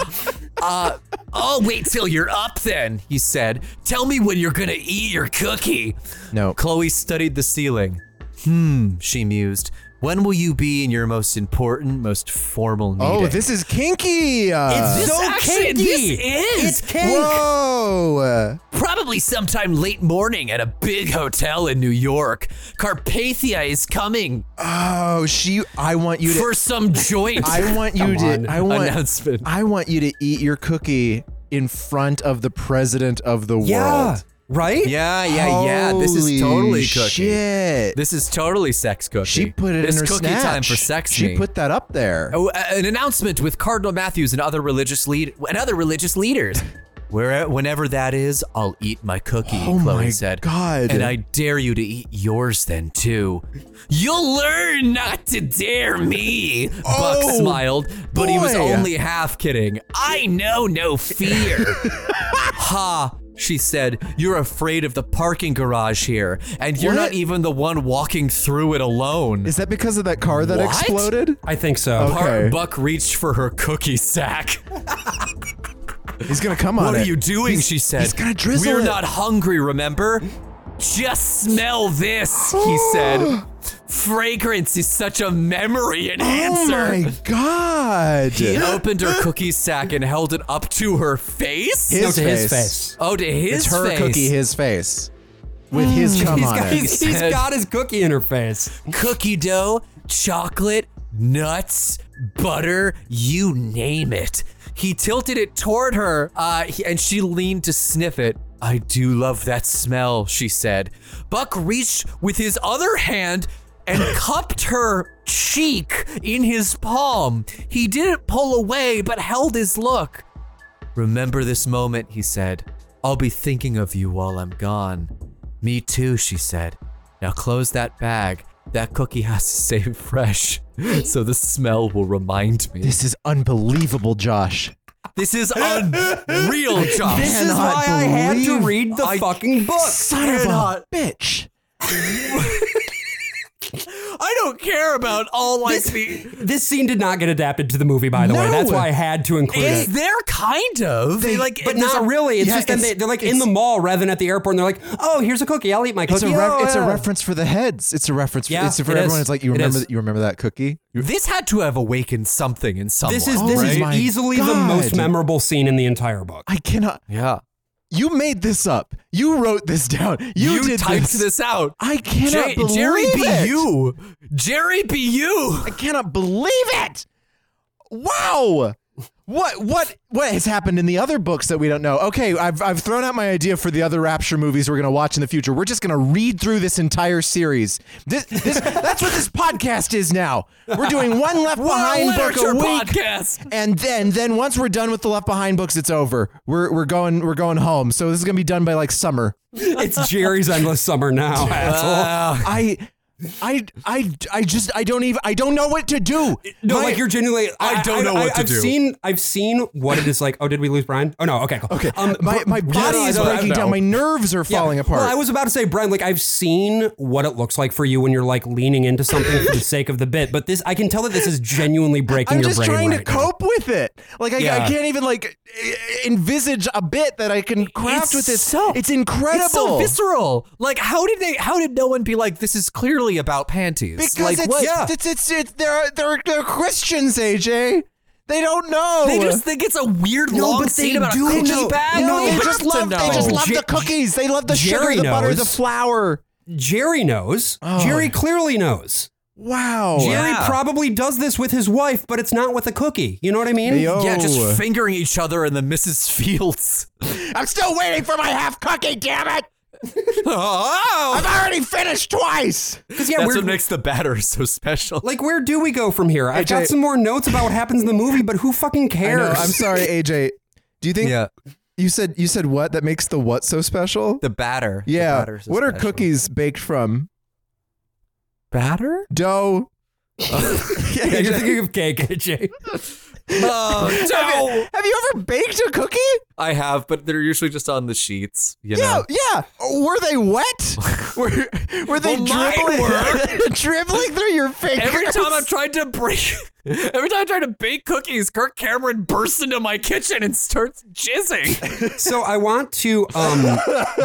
C: Uh,
R: I'll wait till you're up then, he said. Tell me when you're gonna eat your cookie.
A: No.
C: Chloe studied the ceiling. Hmm, she mused. When will you be in your most important, most formal meeting?
A: Oh, this is kinky. Uh,
R: It's so actually, This is
A: Whoa.
R: Probably sometime late morning at a big hotel in New York. Carpathia is coming
A: Oh, she. I want you to.
R: for some joint.
A: I want you to. I want.
C: Announcement.
A: I want you to eat your cookie in front of the president of the
B: Yeah.
A: world.
B: Right.
C: Yeah, yeah, yeah. This
A: Holy
C: is totally cookie.
A: Shit.
C: This is totally sex cookie.
A: she put it
C: this
A: in her
C: cookie
A: snatch.
C: time for sex.
A: She
C: me.
A: put that up there.
C: Oh, a- an announcement with Cardinal Matthews and other religious lead and other religious leaders. Where, whenever that is, I'll eat my cookie.
A: Oh
C: Chloe
A: my
C: said,
A: God.
C: and I dare you to eat yours then too.
R: You'll learn not to dare me.
C: Buck smiled, but he was
R: boy.
C: only half kidding.
R: I know no
C: [laughs]
R: fear.
C: Ha, she said, you're afraid of the parking garage here, and you're
A: What?
C: not even the one walking through it alone.
A: Is that because of that car that
C: What?
A: exploded?
B: I think so.
A: Okay.
C: Par- Buck reached for her cookie sack.
A: He's gonna come on
C: What are
A: it.
C: you doing?
A: He's-
C: she said.
A: He's gonna drizzle.
C: We're
A: it.
C: not hungry, remember?
R: Just smell this,
A: Oh.
R: he
A: [gasps]
R: said. Fragrance is such a memory
A: Oh
R: enhancer.
A: my god.
C: He opened her cookie sack and held it up to her face.
A: His,
B: to
A: face.
B: his face.
C: Oh, to
A: It's
C: his
A: her
C: face.
A: cookie, his face, with his cum
B: He's
A: on
B: got,
A: it.
T: [laughs]
B: he's- he's got his cookie in her face.
R: Cookie dough, chocolate, nuts, butter, you name it.
C: He tilted it toward her, uh, he- and she leaned to sniff it. I do love that smell, she said. Buck reached with his other hand and [laughs] cupped her cheek in his palm. He didn't pull away, but held his look. Remember this moment, he said. I'll be thinking of you while I'm gone. Me too, she said. Now close that bag. That cookie has to stay [laughs] fresh, so the smell will remind me.
A: This is unbelievable, Josh.
C: This is unreal, Josh.
B: This is why I had to read the fucking book.
C: Son of a
A: bitch.
C: I don't care about all like the.
B: This scene did not get adapted to the movie, by the way.
C: No.
B: That's why I had to include
C: It's
B: it.
C: there, kind of. They, like,
B: but
C: it- there's
B: not
C: a-
B: really. It's
C: Yeah,
B: just that
C: it's-
B: they, they're like in
C: it's-
B: the mall rather than at the airport, and they're like, "Oh, here's a cookie. I'll eat my
A: It's
B: cookie."
A: a, ref-
B: Oh,
A: it's a
B: yeah."
A: reference for the heads. It's a reference. For,
B: Yeah,
A: it's for
B: it
A: everyone.
B: is.
A: It's like you
B: It
A: remember.
B: is.
A: that you remember that cookie. You-
C: This had to have awakened something in someone.
B: This is this
A: Right.
B: is easily the
A: Oh God.
B: most memorable scene in the entire book.
A: I cannot.
C: Yeah.
A: You made this up. You wrote this down. You,
C: You
A: did
C: typed
A: this.
C: this out.
A: I cannot
C: Jer-
A: believe
C: Jerry
A: it.
C: be you. Jerry be you.
A: I cannot believe it. Wow. What what what has happened in the other books that we don't know? Okay, I've I've thrown out my idea for the other Rapture movies we're gonna watch in the future. We're just gonna read through this entire series. This, this that's what this podcast is now. We're doing one Left
C: We're a
A: Behind book a
C: literature
A: week,
C: podcast.
A: and then then once we're done with the Left Behind books, it's over. We're we're going we're going home. So this is gonna be done by like summer. [laughs]
B: It's Jerry's endless summer now, asshole.
A: I. I I I just I don't even I don't know what to do.
B: No,
A: My-
B: like you're genuinely.
A: I don't know what to
B: I've
A: do.
B: Seen, I've seen what it is like. Oh, did we lose Brian? Oh no. Okay. Cool. Okay. Um,
A: [laughs] my, my
B: but-
A: body
B: Yeah,
A: is
B: I know, I
A: breaking
B: know.
A: down. My nerves are falling apart.
B: Well, I was about to say, Brian. Like I've seen what it looks like for you when you're like leaning into something
A: [laughs]
B: for the sake of the bit. But this, I can tell that this is genuinely breaking
A: I'm
B: your
A: just
B: brain
A: trying
B: right
A: to
B: now.
A: cope with it. Like I, I
B: Yeah.
A: can't even like e- envisage a bit that I can craft
C: It's
A: with this.
C: so-
A: it's incredible.
C: It's so visceral. Like, how did they? How did no one be like, "This is clearly about panties"?
A: because
C: like,
A: it's,
C: what?
A: it's it's it's they're they're they're Christians, AJ. They don't know.
C: They just think it's a weird
A: No,
C: long
A: but
C: scene
A: they
C: about
A: do
C: a cookie
A: know.
C: bag.
A: No,
C: You
A: they
C: have
A: just
C: to
A: love- they
C: know.
A: just love
B: Jer-
A: the cookies. They love the sugar,
B: Jerry
A: the butter, the
B: knows.
A: flour.
B: Jerry knows.
A: Oh.
B: Jerry clearly knows.
A: Wow.
B: Jerry
C: yeah.
B: probably does this with his wife, but it's not with a cookie. You know what I mean?
A: Yo.
C: Yeah, just fingering each other in the
A: [laughs]
C: Mrs. Fields.
T: I'm still waiting for my half cookie, damn it!
C: [laughs] oh,
T: I've already finished twice!
B: 'Cause, yeah,
C: that's
B: we're-
C: what makes the batter so special.
B: Like, where do we go from here? I've
A: AJ.
B: got some more notes about what happens in the movie, but who fucking
A: I
B: cares?
A: know.
B: [laughs]
A: I'm sorry, AJ. Do you think
C: Yeah.
A: you said you said what that makes the what so special?
C: the batter. The
A: yeah.
C: batter's so
A: What are
C: special.
A: cookies baked from? [laughs]
C: Batter?
A: Dough.
B: Yeah, you're thinking of cake, AJ.
C: Oh no!
A: Have you ever baked a cookie?
C: I have, but they're usually just on the sheets. You know.
A: Yeah, yeah. Were they wet? were, were they
C: Well, mine
A: dribbling, [laughs] dribbling through your fingers?
C: [laughs] Every time I've tried to break, [laughs] every time I try to bake cookies, Kirk Cameron bursts into my kitchen and starts [laughs] jizzing.
B: So I want to um,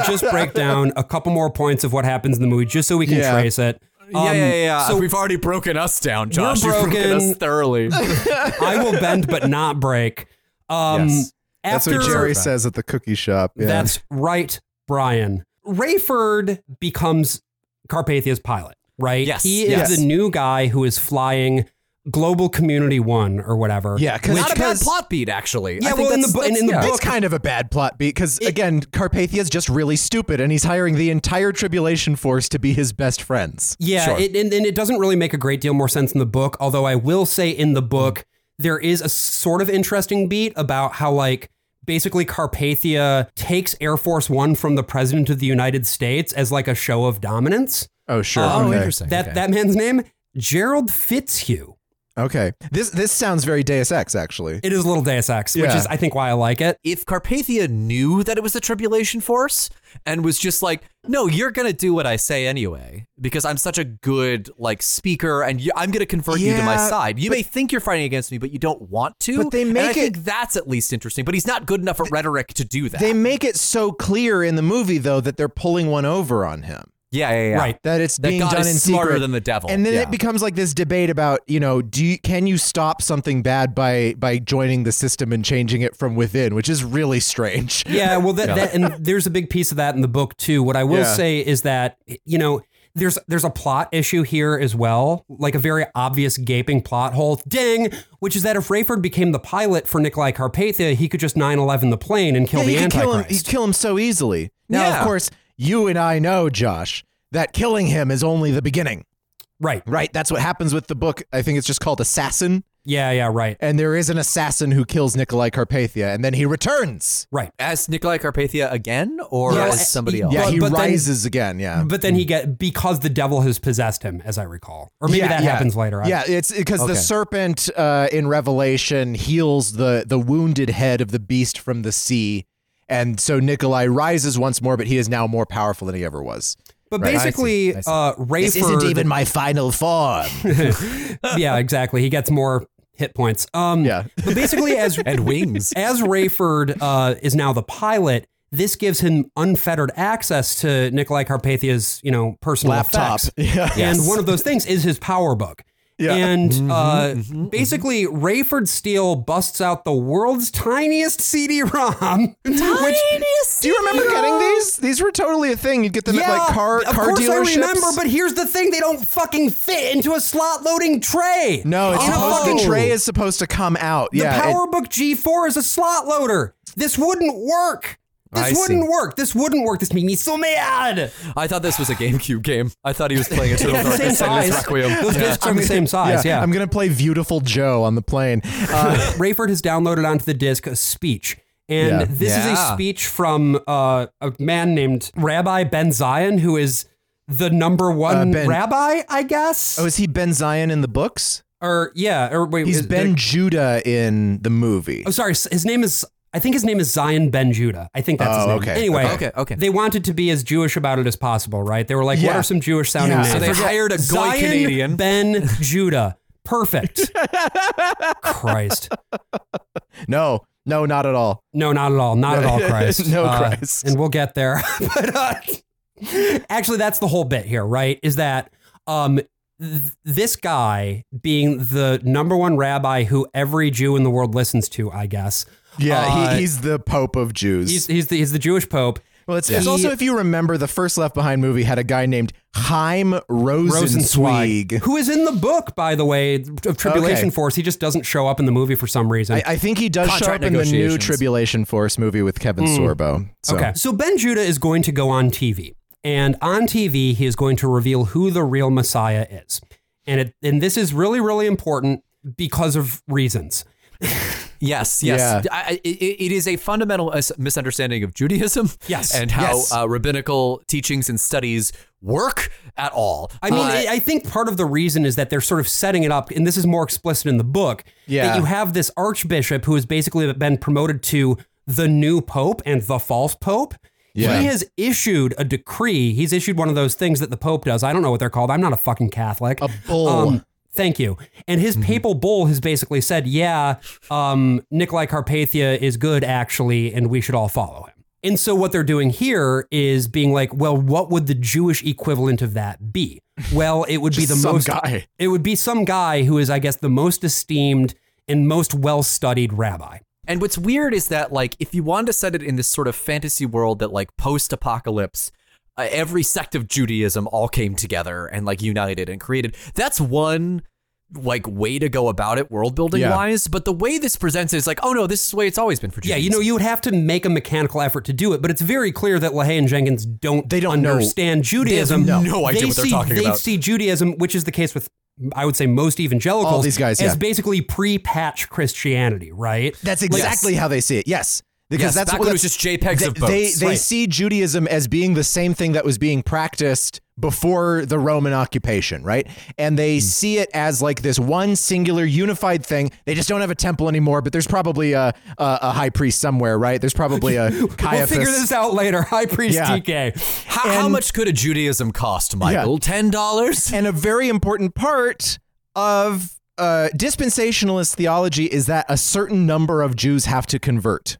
B: just break down a couple more points of what happens in the movie, just so we can
A: Yeah.
B: trace it.
C: yeah,
B: Um,
C: yeah, yeah.
B: So
C: we've already broken us down, Josh.
B: We're
C: You've broken us
B: broken.
C: [laughs] thoroughly.
B: I will bend but not break. Um,
C: Yes.
A: That's
B: After
A: what Jerry says at the cookie shop. Yeah.
B: That's right, Brian. Rayford becomes Carpathia's pilot, right?
C: Yes,
B: He is
C: yes.
B: the new guy who is flying Global Community One or whatever.
A: Yeah, 'cause-
B: which-
C: Not a bad
A: 'cause-
C: plot beat, actually.
B: Yeah,
C: I think
B: well, in
C: that's-
B: the bu- in-
C: that's-
B: in the
C: yeah.
B: book-
A: it's kind of a bad plot beat because again, Carpathia's just really stupid, and he's hiring the entire Tribulation Force to be his best friends.
B: Yeah,
C: Sure.
B: it, and, and it doesn't really make a great deal more sense in the book. Although I will say, in the
A: Mm.
B: book, there is a sort of interesting beat about how, like, basically Carpathia takes Air Force One from the president of the United States as like a show of dominance.
A: Oh sure.
B: Um,
A: okay.
B: That that man's name, Gerald Fitzhugh.
A: Okay. This this sounds very Deus Ex actually.
B: It is a little Deus Ex, which
A: Yeah.
B: is I think why I like it.
C: if Carpathia knew that it was the Tribulation Force and was just like, "No, you're gonna do what I say anyway, because I'm such a good like speaker, and you, I'm gonna convert you to my
A: Yeah,
C: side. You may think you're fighting against me, but you don't want to.
A: But they
C: And I
A: make it-
C: think that's at least interesting. But he's not good enough at rhetoric to do that.
A: They make it so clear in the movie though that they're pulling one over on him.
C: yeah, yeah, yeah.
B: Right.
A: that it's
C: That
A: being
C: God
A: done
C: is
A: in
C: smarter
A: secret.
C: than the devil.
A: And then
C: Yeah.
A: it becomes like this debate about you know do you, can you stop something bad by by joining the system and changing it from within, which is really strange. [laughs]
B: Yeah, well, that, that and there's a big piece of that in the book too. What I will
A: Yeah.
B: say is that you know there's there's a plot issue here as well, like a very obvious gaping plot hole. Ding, which is that if Rayford became the pilot for Nikolai Carpathia, he could just 9/11 the plane and kill
A: Yeah,
B: the
A: he could kill him.
B: Antichrist.
A: He kill him so easily. Now,
C: Yeah.
A: of course, you and I know, Josh, that killing him is only the beginning.
B: right.
A: Right. That's what happens with the book. I think it's just called Assassin.
B: Yeah, yeah, right.
A: And there is an assassin who kills Nikolai Carpathia, and then he returns.
B: Right.
C: As Nikolai Carpathia again, or
A: Yeah,
C: as somebody
A: eh, yeah,
C: else?
A: he rises again. Yeah,
B: But then he get because the devil has possessed him, as I recall, or maybe
A: Yeah,
B: that
A: yeah.
B: happens later. I-
A: Yeah, it's because
B: Okay.
A: the serpent uh, in Revelation heals the the wounded head of the beast from the sea, and so Nikolai rises once more, but he is now more powerful than he ever was.
B: But
A: Right.
B: basically,
A: I see, I see.
B: uh, Rayford.
A: This isn't even my final
B: [laughs]
A: form.
B: yeah, exactly. He gets more hit points. Um, yeah. But basically,
A: [laughs]
B: as
C: and wings,
B: as Rayford uh, is now the pilot, this gives him unfettered access to Nikolai Carpathia's you know personal
A: Laptop.
B: effects.
A: Yeah. [laughs]
B: And
A: Yes.
B: one of those things is his power book.
A: Yeah.
B: And uh,
A: Mhm,
B: basically, Rayford Steele busts out the world's tiniest CD-ROM. [laughs] Which,
A: Do you remember getting these? These were totally a thing. You'd get them at like car
B: of
A: car
B: course
A: dealerships.
B: I remember, but here's the thing: they don't fucking fit into a slot loading tray.
A: no, it's
B: In a
A: supposed, the
B: fucking-
A: tray is supposed to come out.
B: Oh. The
A: yeah, it-
B: PowerBook G4 is a slot loader. This wouldn't work. This
C: I
B: wouldn't
C: see.
B: work. This wouldn't work. This made me so mad.
C: I thought this was a GameCube game. I thought he was
A: [laughs]
C: playing a Turtle
B: Yeah,
C: Darkness
B: same
C: and his
B: size.
C: Requiem.
B: Those
C: Yeah.
B: discs are the same size. Yeah.
A: I'm gonna play Beautiful Joe on the plane.
B: Uh, Rayford has downloaded onto the disc a speech. And
A: Yeah.
B: this is a
A: Yeah.
B: speech from uh, a man named Rabbi Ben Zion, who is the number one
A: Uh, Ben-
B: rabbi, I guess.
A: Oh, is he Ben Zion in the books?
B: Or yeah, or wait,
A: He's
B: is-
A: Ben Judah in the movie.
B: I'm sorry. s- His name is. I think his name is Zion Ben Judah. I think that's his
A: Oh,
B: name.
A: okay,
B: Anyway,
A: okay.
C: okay.
B: They wanted to be as Jewish about it as possible, right? They were like, "What
C: Yeah.
B: are some Jewish sounding
C: Yeah.
B: names?"
C: So they
B: I forget.
C: hired a goy
B: Zion
C: Canadian.
B: Ben Judah.
A: [laughs]
B: Perfect. Christ.
A: No, no, not at all.
B: No, not at all. Not at all, Christ.
A: [laughs] No, [laughs]
B: Uh,
A: Christ.
B: And we'll get there. [laughs] but uh, actually, that's the whole bit here, right? Is that um, th- this guy being the number one rabbi who every Jew in the world listens to, I guess.
A: Yeah,
B: uh,
A: he, he's the Pope of Jews.
B: He's he's the he's the Jewish Pope.
A: well, it's, it's also if you remember the first Left Behind movie had a guy named Chaim Rosenzweig.
B: Rosenzweig, who is in the book, by the way, of Tribulation
A: Okay.
B: Force. He just doesn't show up in the movie for some reason.
A: I, I think he does show
C: Contract
A: up in the new
C: negotiations. Hmm.
A: Tribulation Force movie with Kevin
B: Mm.
A: Sorbo. So.
B: Okay, so Ben Judah is going to go on TV, and on TV he is going to reveal who the real Messiah is, and it and this is really really important because of reasons.
C: Yes, yes.
B: Yeah.
C: I, I, it, it is a fundamental mis- misunderstanding of Judaism.
B: Yes.
C: And how
B: Yes.
C: uh, rabbinical teachings and studies work at all.
B: I mean,
C: Uh,
B: I I think part of the reason is that they're sort of setting it up, and this is more explicit in the book, that
C: Yeah.
B: you have this archbishop who has basically been promoted to the new pope and the false pope.
A: Yeah.
B: He has issued a decree. He's issued one of those things that the pope does. I don't know what they're called. I'm not a fucking Catholic. A
A: bull.
B: Um,
C: Um,
B: thank you. And his
A: Mm-hmm.
B: papal bull has basically said, yeah, um, Nikolai Carpathia is good, actually, and we should all follow him. And so what they're doing here is being like, well, what would the Jewish equivalent of that be? Well, it would be
A: Just
B: the
A: some
B: most
A: guy.
B: It would be some guy who is, I guess, the most esteemed and most well-studied rabbi.
C: And what's weird is that, like, if you wanted to set it in this sort of fantasy world that, like, post apocalypse, uh, every sect of Judaism all came together and, like, united and created, that's one, like, way to go about it, world building
B: Yeah.
C: wise. But the way this presents it is like, oh no, this is the way it's always been for
B: Yeah,
C: Judaism.
B: you know, you would have to make a mechanical effort to do it, but it's very clear that LaHaye and Jenkins don't they don't
C: know.
B: understand
C: They have
B: Judaism.
C: no No. idea
B: They
C: what they're
B: see-
C: talking
B: They
C: about.
B: see Judaism, which is the case with I would say most evangelicals,
A: All these guys,
B: as
A: yeah.
B: basically pre-patch Christianity, right?
A: That's exactly how they see it. Yes. Because
C: Yes,
A: that's
C: back
A: what
C: when it was just JPEGs
A: they,
C: of
A: They,
C: boats.
A: they
C: Right.
A: see Judaism as being the same thing that was being practiced before the Roman occupation, right? And they
B: Hmm.
A: see it as like this one singular unified thing. They just don't have a temple anymore, but there's probably a a, a high priest somewhere, right? There's probably a
B: [laughs] We'll
A: Caiaphas.
B: figure this out later. [laughs] High Priest
A: Yeah.
B: DK.
C: how, how much could a Judaism cost, Michael? Ten dollars.
A: And a very important part of uh, dispensationalist theology is that a certain number of Jews have to convert.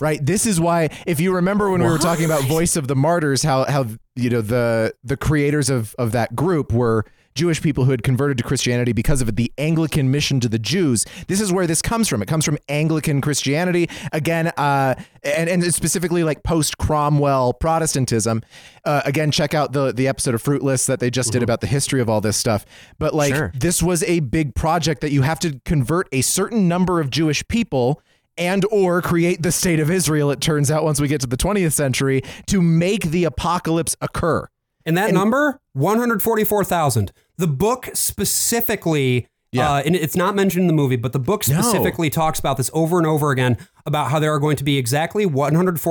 A: Right. This is why, if you remember when we were talking about Voice of the Martyrs, how how you know the the creators of of that group were Jewish people who had converted to Christianity because of the Anglican mission to the Jews. This is where this comes from. It comes from Anglican Christianity again, uh, and and specifically like post Cromwell Protestantism. Uh, again, check out the the episode of Fruitless that they just did about the history of all this stuff. But like
C: Sure.
A: this was a big project that you have to convert a certain number of Jewish people and or create the state of Israel it turns out once we get to the 20th century to make the apocalypse occur.
B: And that number, 144,000. The book specifically Yeah. Uh, and it's not mentioned in the movie, but the book No. specifically talks about this over and over again about how there are going to be exactly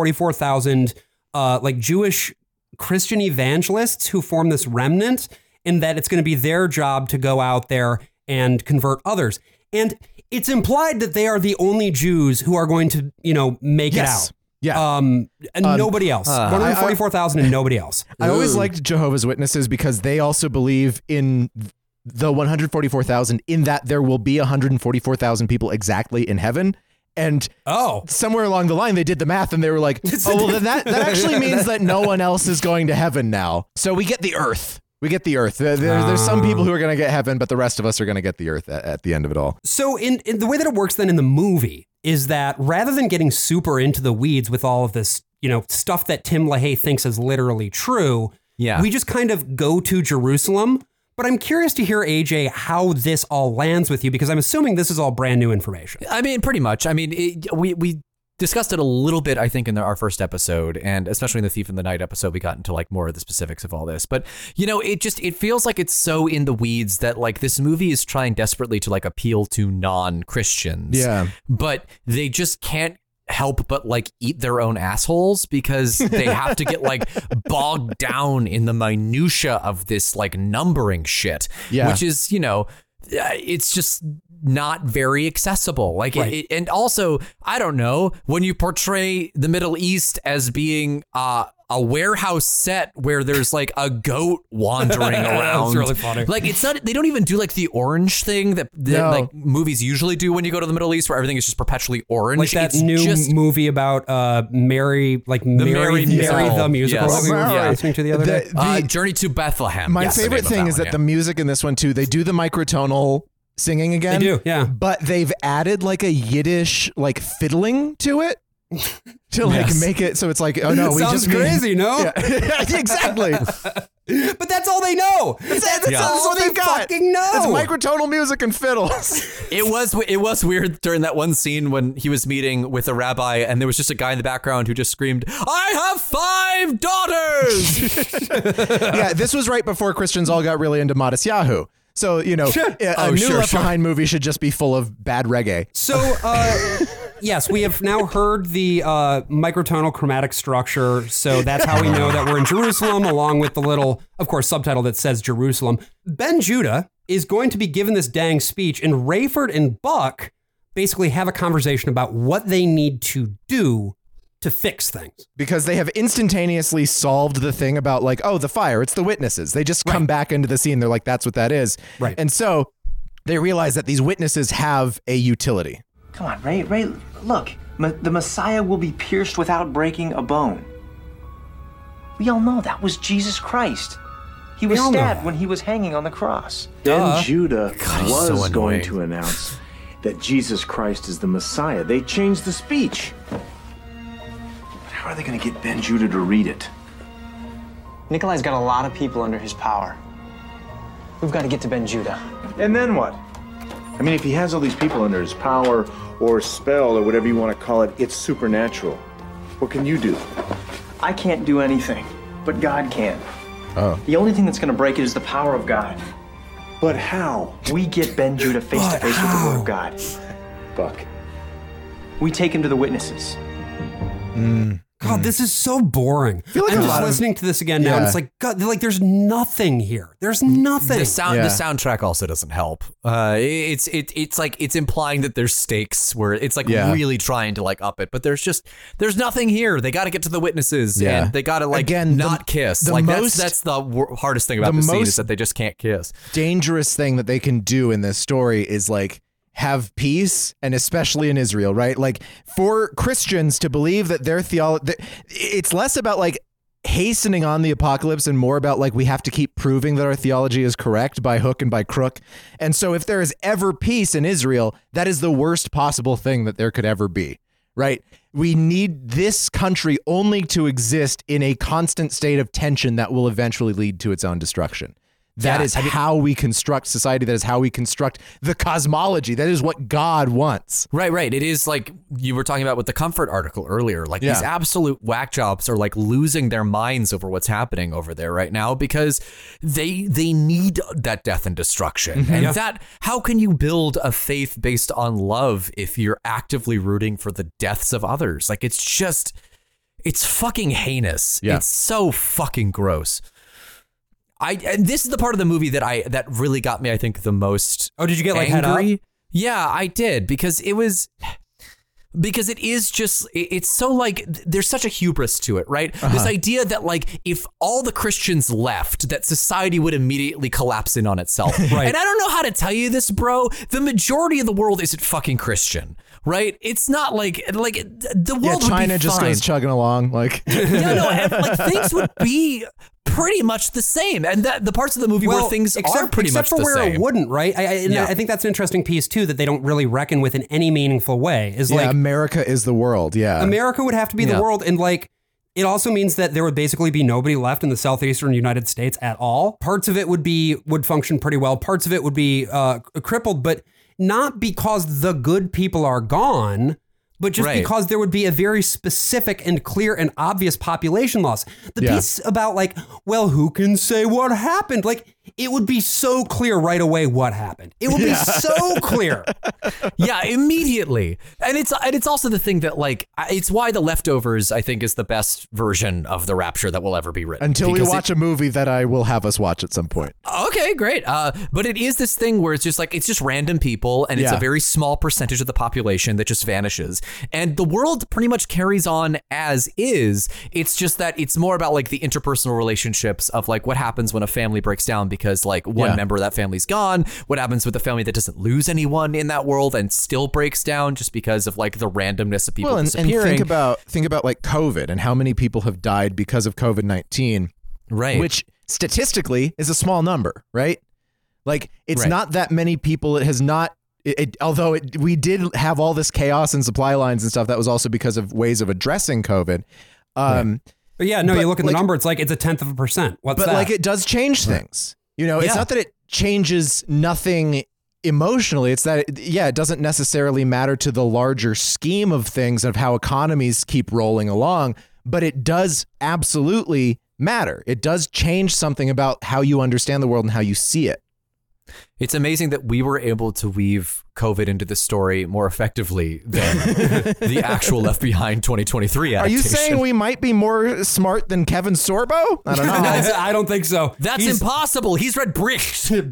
B: 144,000 uh, like Jewish Christian evangelists who form this remnant, and that it's going to be their job to go out there and convert others. And it's implied that they are the only Jews who are going to, you know, make
A: Yes.
B: it out. Yeah. Um, and
A: Um,
B: nobody else.
A: uh,
B: 144,000 and nobody else.
A: I always liked Jehovah's Witnesses because they also believe in the 144,000 in that there will be 144,000 people exactly in heaven. And
B: oh,
A: somewhere along the line, they did the math and they were
B: [laughs]
A: like, oh, well, then that, that actually means that no one else is going to heaven now. So we get the earth. We get the earth. There, there- there's some people who are going to get heaven, but the rest of us are going to get the earth at, at the end of it all.
B: So in, in the way that it works then in the movie is that rather than getting super into the weeds with all of this, you know, stuff that Tim LaHaye thinks is literally true,
C: Yeah.
B: we just kind of go to Jerusalem. But I'm curious to hear AJ how this all lands with you because I'm assuming this is all brand new information.
C: I mean, pretty much. I mean, it, we we discussed it a little bit, I think, in our first episode, and especially in the Thief in the Night episode, we got into like more of the specifics of all this. But you know, it just it feels like it's so in the weeds that like this movie is trying desperately to like appeal to non Christians.
A: Yeah.
C: but they just can't help but like eat their own assholes because they have to
B: [laughs]
C: get like bogged down in the minutia of this like numbering shit
A: Yeah.
C: which is you know uh, it's just not very accessible like it-
A: Right.
C: it, and also i don't know when you portray the middle east as being uh a warehouse set where there's like a goat
B: [laughs]
C: wandering
B: That's
C: around.
B: really funny.
C: Like it's not. They don't even do like the orange thing that, that
B: No.
C: like movies usually do when you go to the Middle East, where everything is just perpetually orange.
B: Like that
C: it's
B: new
C: just
B: movie about uh, Mary, like Mary, Mary, the musical
C: Yes.
B: that we were listening to the other day.
C: Uh, Journey to Bethlehem.
A: My
C: is the
A: favorite
C: name of
A: thing
C: that
A: is
C: one,
A: that the music in this one too, they do the microtonal singing again.
B: They do, yeah.
A: But they've added like a Yiddish like fiddling to
B: [laughs]
A: it. To like
B: Yes.
A: make it so it's like, oh no, we
B: Sounds
A: just mean-
B: crazy,
A: [laughs]
B: no?
A: Yeah,
B: [laughs]
A: exactly.
B: But that's all they know. That's,
A: that's
C: Yeah.
A: all
B: all
A: they've
B: they
A: got.
B: fucking know.
A: It's microtonal music and
B: [laughs]
A: fiddles.
C: It was it was weird during that one scene when he was meeting with a rabbi and there was just a guy in the background who just screamed, "I have five daughters."
A: yeah, this was right before Christians all got really into Modest Yahoo. So you know,
B: [laughs] Sure.
A: a, a
B: Oh,
A: new
B: sure,
A: Left
B: sure.
A: Behind movie should just be full of bad reggae.
B: So, uh, yes, we have now heard the uh, microtonal chromatic structure. So that's how we know that we're in Jerusalem, along with the little, of course, subtitle that says Jerusalem. Ben Judah is going to be given this dang speech, and Rayford and Buck basically have a conversation about what they need to do to fix things.
A: because they have instantaneously solved the thing about like oh the fire it's the witnesses they just come back into the scene they're like that's what that is right and so they realize that these witnesses have a utility
E: Come on, Ray. Ray, look. Ma- the Messiah will be pierced without breaking a bone. We all know that was Jesus Christ. He
J: We
E: was
J: all know
E: stabbed
J: that.
E: when he was hanging on the cross.
J: Then Judah
E: he's
J: was
E: so
J: going
E: annoying.
J: to announce that Jesus Christ is the Messiah. They changed the speech. But how are they going to get Ben Judah to read it?
E: Nikolai's got a lot of people under his power. We've got to get to Ben Judah.
J: And then what? I mean, if he has all these people under his power or spell or whatever you want to call it, it's supernatural. What can you do?
E: I can't do anything, but God can.
A: Oh.
E: The only thing that's going to break it is the power of God.
J: But how?
E: We get Ben Judah face to face with the Word of God.
J: Buck.
E: We take him to the witnesses.
B: God, this is so boring.
A: Hmm. like
B: I'm
A: a
B: just
A: lot of-
B: listening to this again now, and
C: Yeah.
B: it's like, God, like there's nothing here. There's nothing.
C: The sound the soundtrack also doesn't help. Uh, it's it it's like it's implying that there's stakes where it's like
A: Yeah.
C: really trying to like up it, but there's just there's nothing here. They got to get to the witnesses
A: Yeah.
C: and they got to like
A: Again, the-
C: not kiss.
A: the
C: like
A: most-
C: that's that's the wor- hardest thing about
A: the
C: this scene is
A: most-
C: that they just can't kiss.
A: dangerous thing that they can do in this story is like have peace and especially in Israel, right? Like for Christians to believe that their theology it's less about like hastening on the apocalypse and more about like we have to keep proving that our theology is correct by hook and by crook. And so if there is ever peace in Israel, that is the worst possible thing that there could ever be right? We need this country only to exist in a constant state of tension that will eventually lead to its own destruction. That
C: Yeah,
A: is
C: I mean-
A: how we construct society. That is how we construct the cosmology. That is what God wants.
C: Right, right. It is like you were talking about with the comfort article earlier. Like
A: Yeah.
C: these absolute whack jobs are like losing their minds over what's happening over there right now because they they need that death and destruction.
R: Mhm.
C: And
R: Yeah.
C: that how can you build a faith based on love if you're actively rooting for the deaths of others? Like it's just it's fucking heinous.
R: Yeah.
C: It's so fucking gross. I and this is the part of the movie that I that really got me I think the most
B: Oh, did you get, like, head
C: angry.
B: up?
C: Yeah, I did because it was because it is just it- it's so like th- there's such a hubris to it right this
R: Uh-huh.
C: idea that like if all the christians left that society would immediately collapse in on
B: [laughs]
C: itself
R: Right.
C: and i don't know how to tell you this bro the majority of the world isn't fucking christian right it's not like like th- the
A: Yeah,
C: world
A: China
C: would be
A: just
C: fine.
A: goes chugging along like
C: yeah,
B: [laughs]
C: no, ev- [laughs] like things would be pretty much the same and that the parts of the movie where things are pretty
B: except
C: much
B: for
C: the
B: where
C: same
B: it wouldn't, right? I, I, and
C: Yeah.
B: I think that's an interesting piece too that they don't really reckon with in any meaningful way. Is
A: yeah,
B: like
A: America is the world. Yeah.
B: America would have to be
A: Yeah.
B: the world, and like it also means that there would basically be nobody left in the southeastern United States at all. Parts of it would be would function pretty well. Parts of it would be uh, crippled, but not because the good people are gone. But just
R: Right.
B: because there would be a very specific and clear and obvious population loss. The
R: Yeah.
B: piece about, like, well, who can say what happened? Like, it would be so clear right away what happened. It would
C: Yeah.
B: be so clear.
C: yeah, immediately. And it's and it's also the thing that like I- it's why the leftovers I think is the best version of the rapture that will ever be written.
A: Until we
C: Because
A: watch a movie that I will have us watch at some point.
C: Okay, great. Uh, but it is this thing where it's just like it's just random people, and it's
A: Yeah.
C: a very small percentage of the population that just vanishes, and the world pretty much carries on as is. It's just that it's more about like the interpersonal relationships of like what happens when a family breaks down because like one
R: Yeah.
C: member of that family's gone. What happens with a family that doesn't lose anyone in that world and still breaks down just because of like the randomness of people
A: well, and, and
C: disappearing.
A: think about think about like COVID and how many people have died because of COVID nineteen,
C: right?
A: Which statistically is a small number, right? Like it's
R: Right.
A: not that many people. It has not. It, it, although it, we did have all this chaos and supply lines and stuff, that was also because of ways of addressing COVID. Um,
B: But yeah, no,
A: But,
B: you look at
A: like-
B: the number, it's like it's a tenth of a percent. What's
A: but
B: that?
A: like it does change things. You know, it's
B: Yeah.
A: not that it changes nothing emotionally. It's that it, yeah, it doesn't necessarily matter to the larger scheme of things of how economies keep rolling along, but it does absolutely matter. It does change something about how you understand the world and how you see it.
C: It's amazing that we were able to weave COVID into the story more effectively
A: [laughs]
C: than the actual Left Behind 2023
A: Are
C: adaptation.
A: you saying we might be more smart than Kevin Sorbo? I don't know. [laughs]
B: I don't think so.
C: That's
B: He's-
C: impossible. He's read Brecht.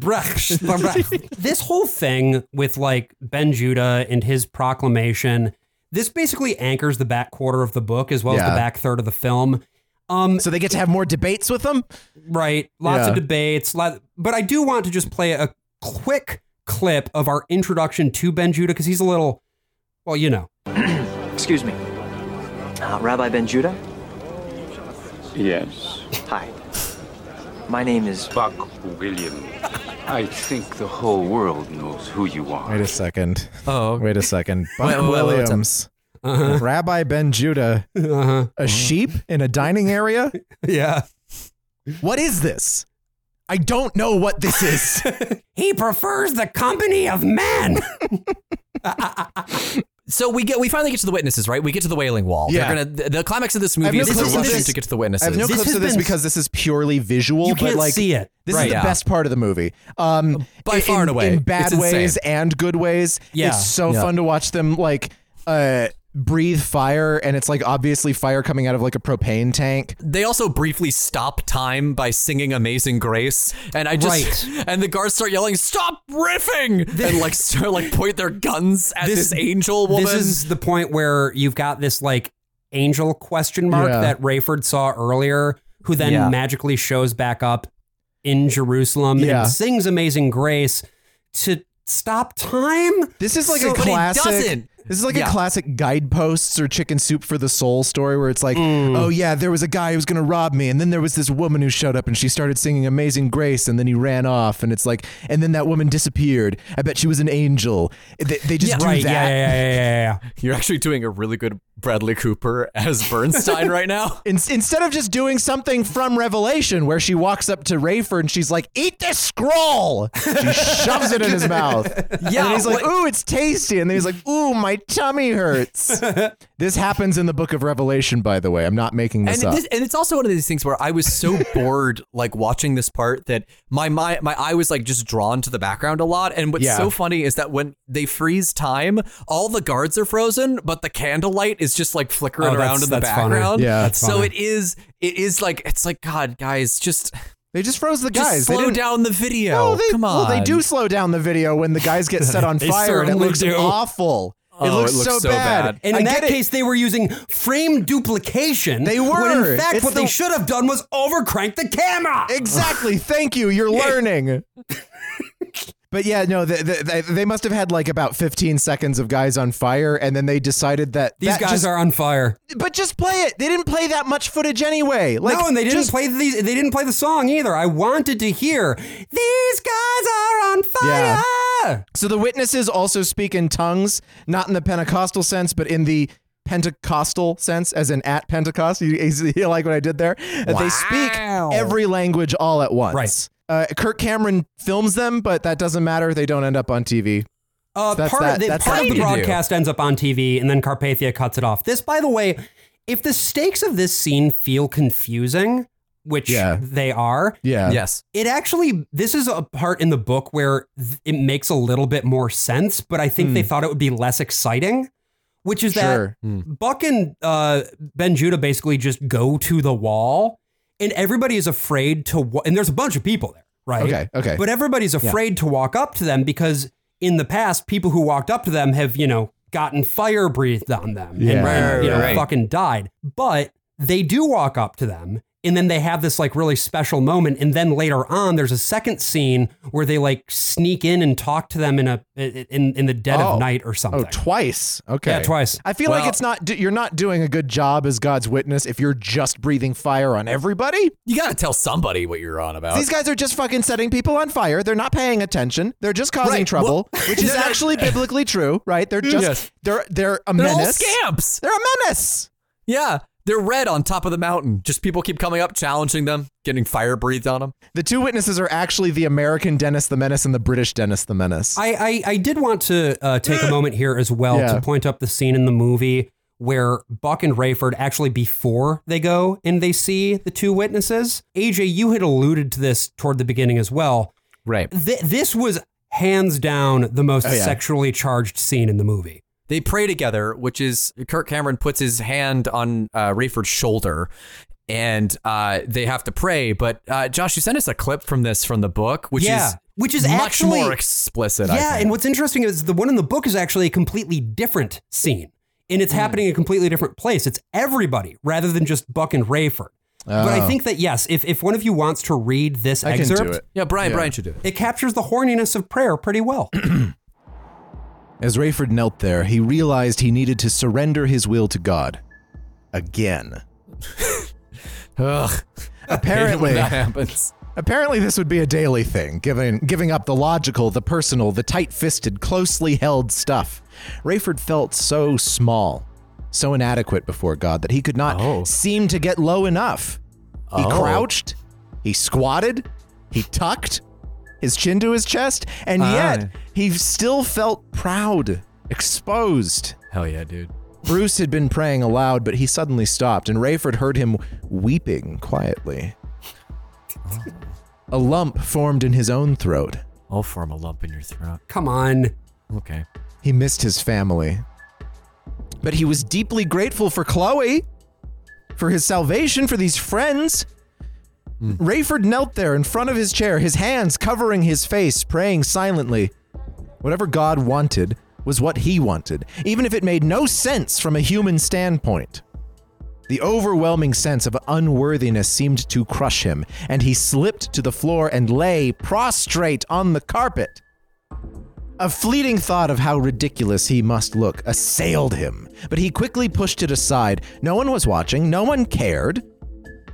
A: [laughs]
B: Brecht. [laughs] this whole thing with like Ben Judah and his proclamation, this basically anchors the back quarter of the book as well as
A: Yeah.
B: the back third of the film. Um,
A: so they get to have more debates with them,
B: right? Lots of
A: Yeah.
B: debates. Lot, but I do want to just play a quick clip of our introduction to Ben Judah because he's a little, well, you know.
E: Excuse me. Uh, Rabbi Ben Judah?
N: Yes.
E: Hi. My name is
N: Buck Williams. I think the whole world knows who you are.
A: Wait a second.
C: Oh,
A: wait a
C: [laughs]
A: second.
N: Wait,
A: Buck
N: wait, wait, wait, what's up?
A: Williams,
C: Uh-huh.
A: Rabbi Ben Judah, a sheep in a dining area.
B: yeah.
A: What is this? I don't know what this
C: [laughs]
A: is.
B: He prefers the company of men.
C: [laughs] So we get we finally get to the witnesses, right? We get to the Wailing Wall.
A: Yeah.
C: They're gonna the, the climax of this
A: I have
C: movie
A: no
C: is the
A: clips of
C: rushing
A: this.
C: to get to the
A: I
C: witnesses.
A: have no clips of this because this is purely visual.
B: You
A: but
B: can't
A: like,
B: see it.
A: This
C: Right.
A: is the
C: Yeah.
A: best part of the movie. Um,
C: By
A: in,
C: far and away.
A: in bad
C: It's insane.
A: ways and good ways.
C: Yeah.
A: it's so
C: Yeah.
A: fun to watch them like uh, breathe fire, and it's like obviously fire coming out of like a propane tank.
C: they also briefly stop time by singing Amazing Grace, and I just and the guards start yelling, "Stop riffing!" and like start like point their guns at this, angel woman.
B: This is the point where you've got this like angel question mark
C: Yeah.
B: that Rayford saw earlier, who then
R: Yeah.
B: magically shows back up in Jerusalem
R: Yeah.
B: and sings Amazing Grace to stop time.
A: This is like
B: So-
A: a classic. This is like
C: Yeah.
A: a classic guideposts or chicken soup for the soul story where it's like,
B: Mm.
A: oh yeah, there was a guy who was gonna rob me, and then there was this woman who showed up and she started singing Amazing Grace, and then he ran off, and it's like, and then that woman disappeared. I bet she was an angel. They, they just do that.
B: yeah, yeah.
C: You're actually doing a really good Bradley Cooper as Bernstein right now. [laughs]
A: In- instead of just doing something from Revelation where she walks up to Rayford and she's like, eat this scroll. She shoves it in his
B: [laughs]
A: mouth.
C: Yeah,
A: And he's like,
C: what-
A: ooh, it's tasty. And then he's like, ooh, my tummy
B: [laughs]
A: hurts. this happens in the book of Revelation, by the way. I'm not making
C: And,
A: this up.
C: this, and it's also one of these things where I was so bored, like watching this part, that my my my eye was like just drawn to the background a lot. And what's
A: Yeah.
C: so funny is that when they freeze time, all the guards are frozen, but the candlelight is just like flickering
B: Oh, that's-
C: around in the
B: that's funny.
C: background.
B: Yeah. That's
C: so
B: funny.
C: it is it is like it's like God, guys, just
A: they just froze the guys. They
C: slow
A: didn't-
C: down the video.
A: No, they,
C: Come on,
A: Well, they do slow down the video when the guys get
B: [laughs]
A: set on
B: Oh, They
A: fire and it
B: certainly
A: looks
B: do. Oh,
A: awful. it, looks so, bad.
B: And
A: I
B: in that
A: get it.
B: case, they were using frame duplication.
A: They
B: When
A: were.
B: in fact,
A: It's
B: what
A: the-
B: they should have done was overcrank the camera.
A: Exactly. Thank you.
B: [laughs]
A: You're learning. But yeah, no, they, they, they must have had like about 15 seconds of guys on fire, and then they decided that
B: These
A: that
B: guys
A: just-
B: are on fire.
A: But just play it. They didn't play that much footage anyway. Like,
B: no, and they didn't
A: just-
B: play these. They didn't play the song either. I wanted to hear these guys are on fire.
A: Yeah. So the witnesses also speak in tongues, not in the Pentecostal sense, but in the Pentecostal sense, as in at Pentecost. You, [laughs] you like what I did there? That They speak every language all at once.
B: Right.
A: Uh, Kirk Cameron films them, but that doesn't matter. They don't end up on TV.
B: Uh,
A: That's
B: part
A: that-
B: the,
A: that's
B: part
A: that
B: of
A: to
B: the
A: do.
B: broadcast ends up on TV, and then Carpathia cuts it off. This, by the way, if the stakes of this scene feel confusing, which
A: Yeah.
B: they are,
A: Yeah.
C: Yes.
B: it actually this is a part in the book where th- it makes a little bit more sense, but I think
A: Hmm.
B: they thought it would be less exciting. Which is
A: Sure. Hmm.
B: that Buck and uh, Ben Judah basically just go to the wall, and everybody is afraid to. Wa- and there's a bunch of people there, right?
A: Okay, okay.
B: But everybody's
A: Yeah.
B: afraid to walk up to them because in the past, people who walked up to them have, you know, gotten fire breathed on them
A: Yeah.
B: and,
A: Right,
B: you know,
A: right, right.
B: fucking died. But they do walk up to them and then they have this like really special moment. And then later on, there's a second scene where they like sneak in and talk to them in a in, in the dead
A: Oh.
B: of night or something.
A: Oh, twice. Okay.
B: Yeah, twice.
A: I feel like
B: Well-
A: it's not do- you're not doing a good job as God's witness if you're just breathing fire on everybody.
C: You gotta tell somebody what you're on about.
A: These guys are just fucking setting people on fire. They're not paying attention. They're just causing
C: Right.
A: trouble,
C: Well-
A: which is
C: [laughs] They're not-
A: actually biblically true, right? They're just
C: Yes.
A: they're they're a
C: They're all
A: menace.
C: scamps.
A: They're a menace.
C: Yeah, they're red on top of the mountain. Just people keep coming up, challenging them, getting fire breathed on them.
A: The two witnesses are actually the American Dennis the Menace and the British Dennis the Menace.
B: I, I, I did want to uh, take a moment here as well
A: Yeah.
B: to point up the scene in the movie where Buck and Rayford actually, before they go and they see the two witnesses, AJ, you had alluded to this toward the beginning as well.
C: Right.
B: Th- this was hands down the most
C: Oh, yeah.
B: sexually charged scene in the movie.
C: They pray together, which is Kirk Cameron puts his hand on uh, Rayford's shoulder, and uh, they have to pray. But uh, Josh, you sent us a clip from this from the book, which
B: Yeah,
C: is
B: which is
C: much
B: actually-
C: more explicit. I
B: yeah,
C: think.
B: and what's interesting is the one in the book is actually a completely different scene, and
C: Hmm.
B: it's happening in a completely different place. It's everybody rather than just Buck and Rayford. But I
C: Oh.
B: think that yes, if, if one of you wants to read this
C: I can do
B: excerpt,
C: it. Yeah, Brian- Yeah. Brian should do it.
B: It captures the horniness of prayer pretty
C: [clears throat]
B: well.
A: As Rayford knelt there, he realized he needed to surrender his will to God.
C: [laughs]
A: Again.
C: Ugh.
A: Apparently,
C: Hate when that happens.
A: Apparently, this would be a daily thing, giving, giving up the logical, the personal, the tight fisted, closely held stuff. Rayford felt so small, so inadequate before God that he could not seem to get low enough. He
C: Oh.
A: crouched, he squatted, he tucked his chin to his chest, and yet
C: Ah.
A: he still felt proud, exposed.
C: Hell yeah, dude.
A: Bruce had been praying aloud, but he suddenly stopped, and Rayford heard him weeping quietly. A lump formed in his own throat.
C: I'll form a lump in your throat.
B: Come on.
C: Okay.
A: He missed his family. But he was deeply grateful for Chloe, for his salvation, for these friends. Rayford knelt there in front of his chair, his hands covering his face, praying silently. Whatever God wanted was what he wanted, even if it made no sense from a human standpoint. The overwhelming sense of unworthiness seemed to crush him, and he slipped to the floor and lay prostrate on the carpet. A fleeting thought of how ridiculous he must look assailed him, but he quickly pushed it aside. No one was watching, no one cared.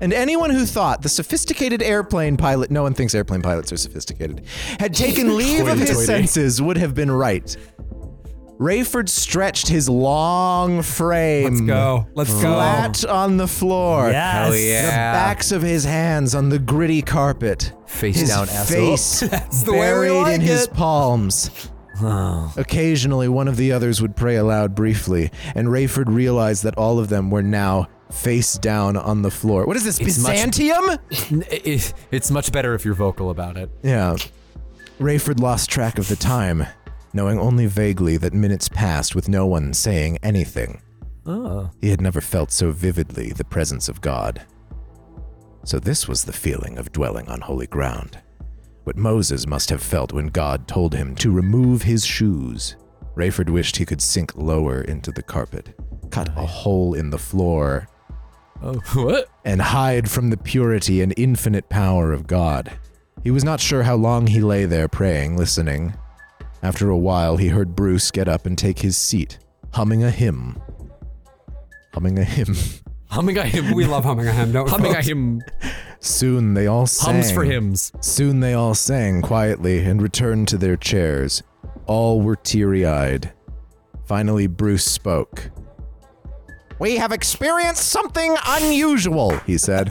A: And anyone who thought the sophisticated airplane pilot, no one thinks airplane pilots are sophisticated,
B: [laughs]
A: had taken leave of his
P: Hoity-toity.
A: senses would have been right. Rayford stretched his long frame. Let's
B: go. Let's go.
A: flat on the
C: Oh,
A: floor.
B: Yes. Hell
A: The
B: yeah.
A: backs of his hands on the gritty carpet.
C: Face
A: his
C: down, ass up.
A: face
C: [laughs] That's the way we
A: buried
C: like
A: in his
C: it.
A: palms. Occasionally, one of the others would pray aloud briefly, and Rayford realized that all of them were now face down on the floor. What is this,
C: It's much-
A: Byzantium?
C: It- it's much better if you're vocal about it.
A: Yeah. Rayford lost track of the time, knowing only vaguely that minutes passed with no one saying anything.
C: Oh.
A: He had never felt so vividly the presence of God. So, this was the feeling of dwelling on holy ground. What Moses must have felt when God told him to remove his shoes. Rayford wished he could sink lower into the carpet, cut a hole in the floor,
C: Oh, [laughs] what?
A: and hide from the purity and infinite power of God. He was not sure how long he lay there praying, listening. After a while, he heard Bruce get up and take his seat, humming a hymn. Humming a hymn. [laughs]
C: Humming a hymn.
B: [laughs] We love humming a hymn, don't we?
C: Humming a
B: folks?
C: hymn.
A: Soon they all sang.
C: Hums for hymns.
A: Soon they all sang quietly and returned to their chairs. All were teary eyed. Finally, Bruce spoke. We have experienced something unusual, he said.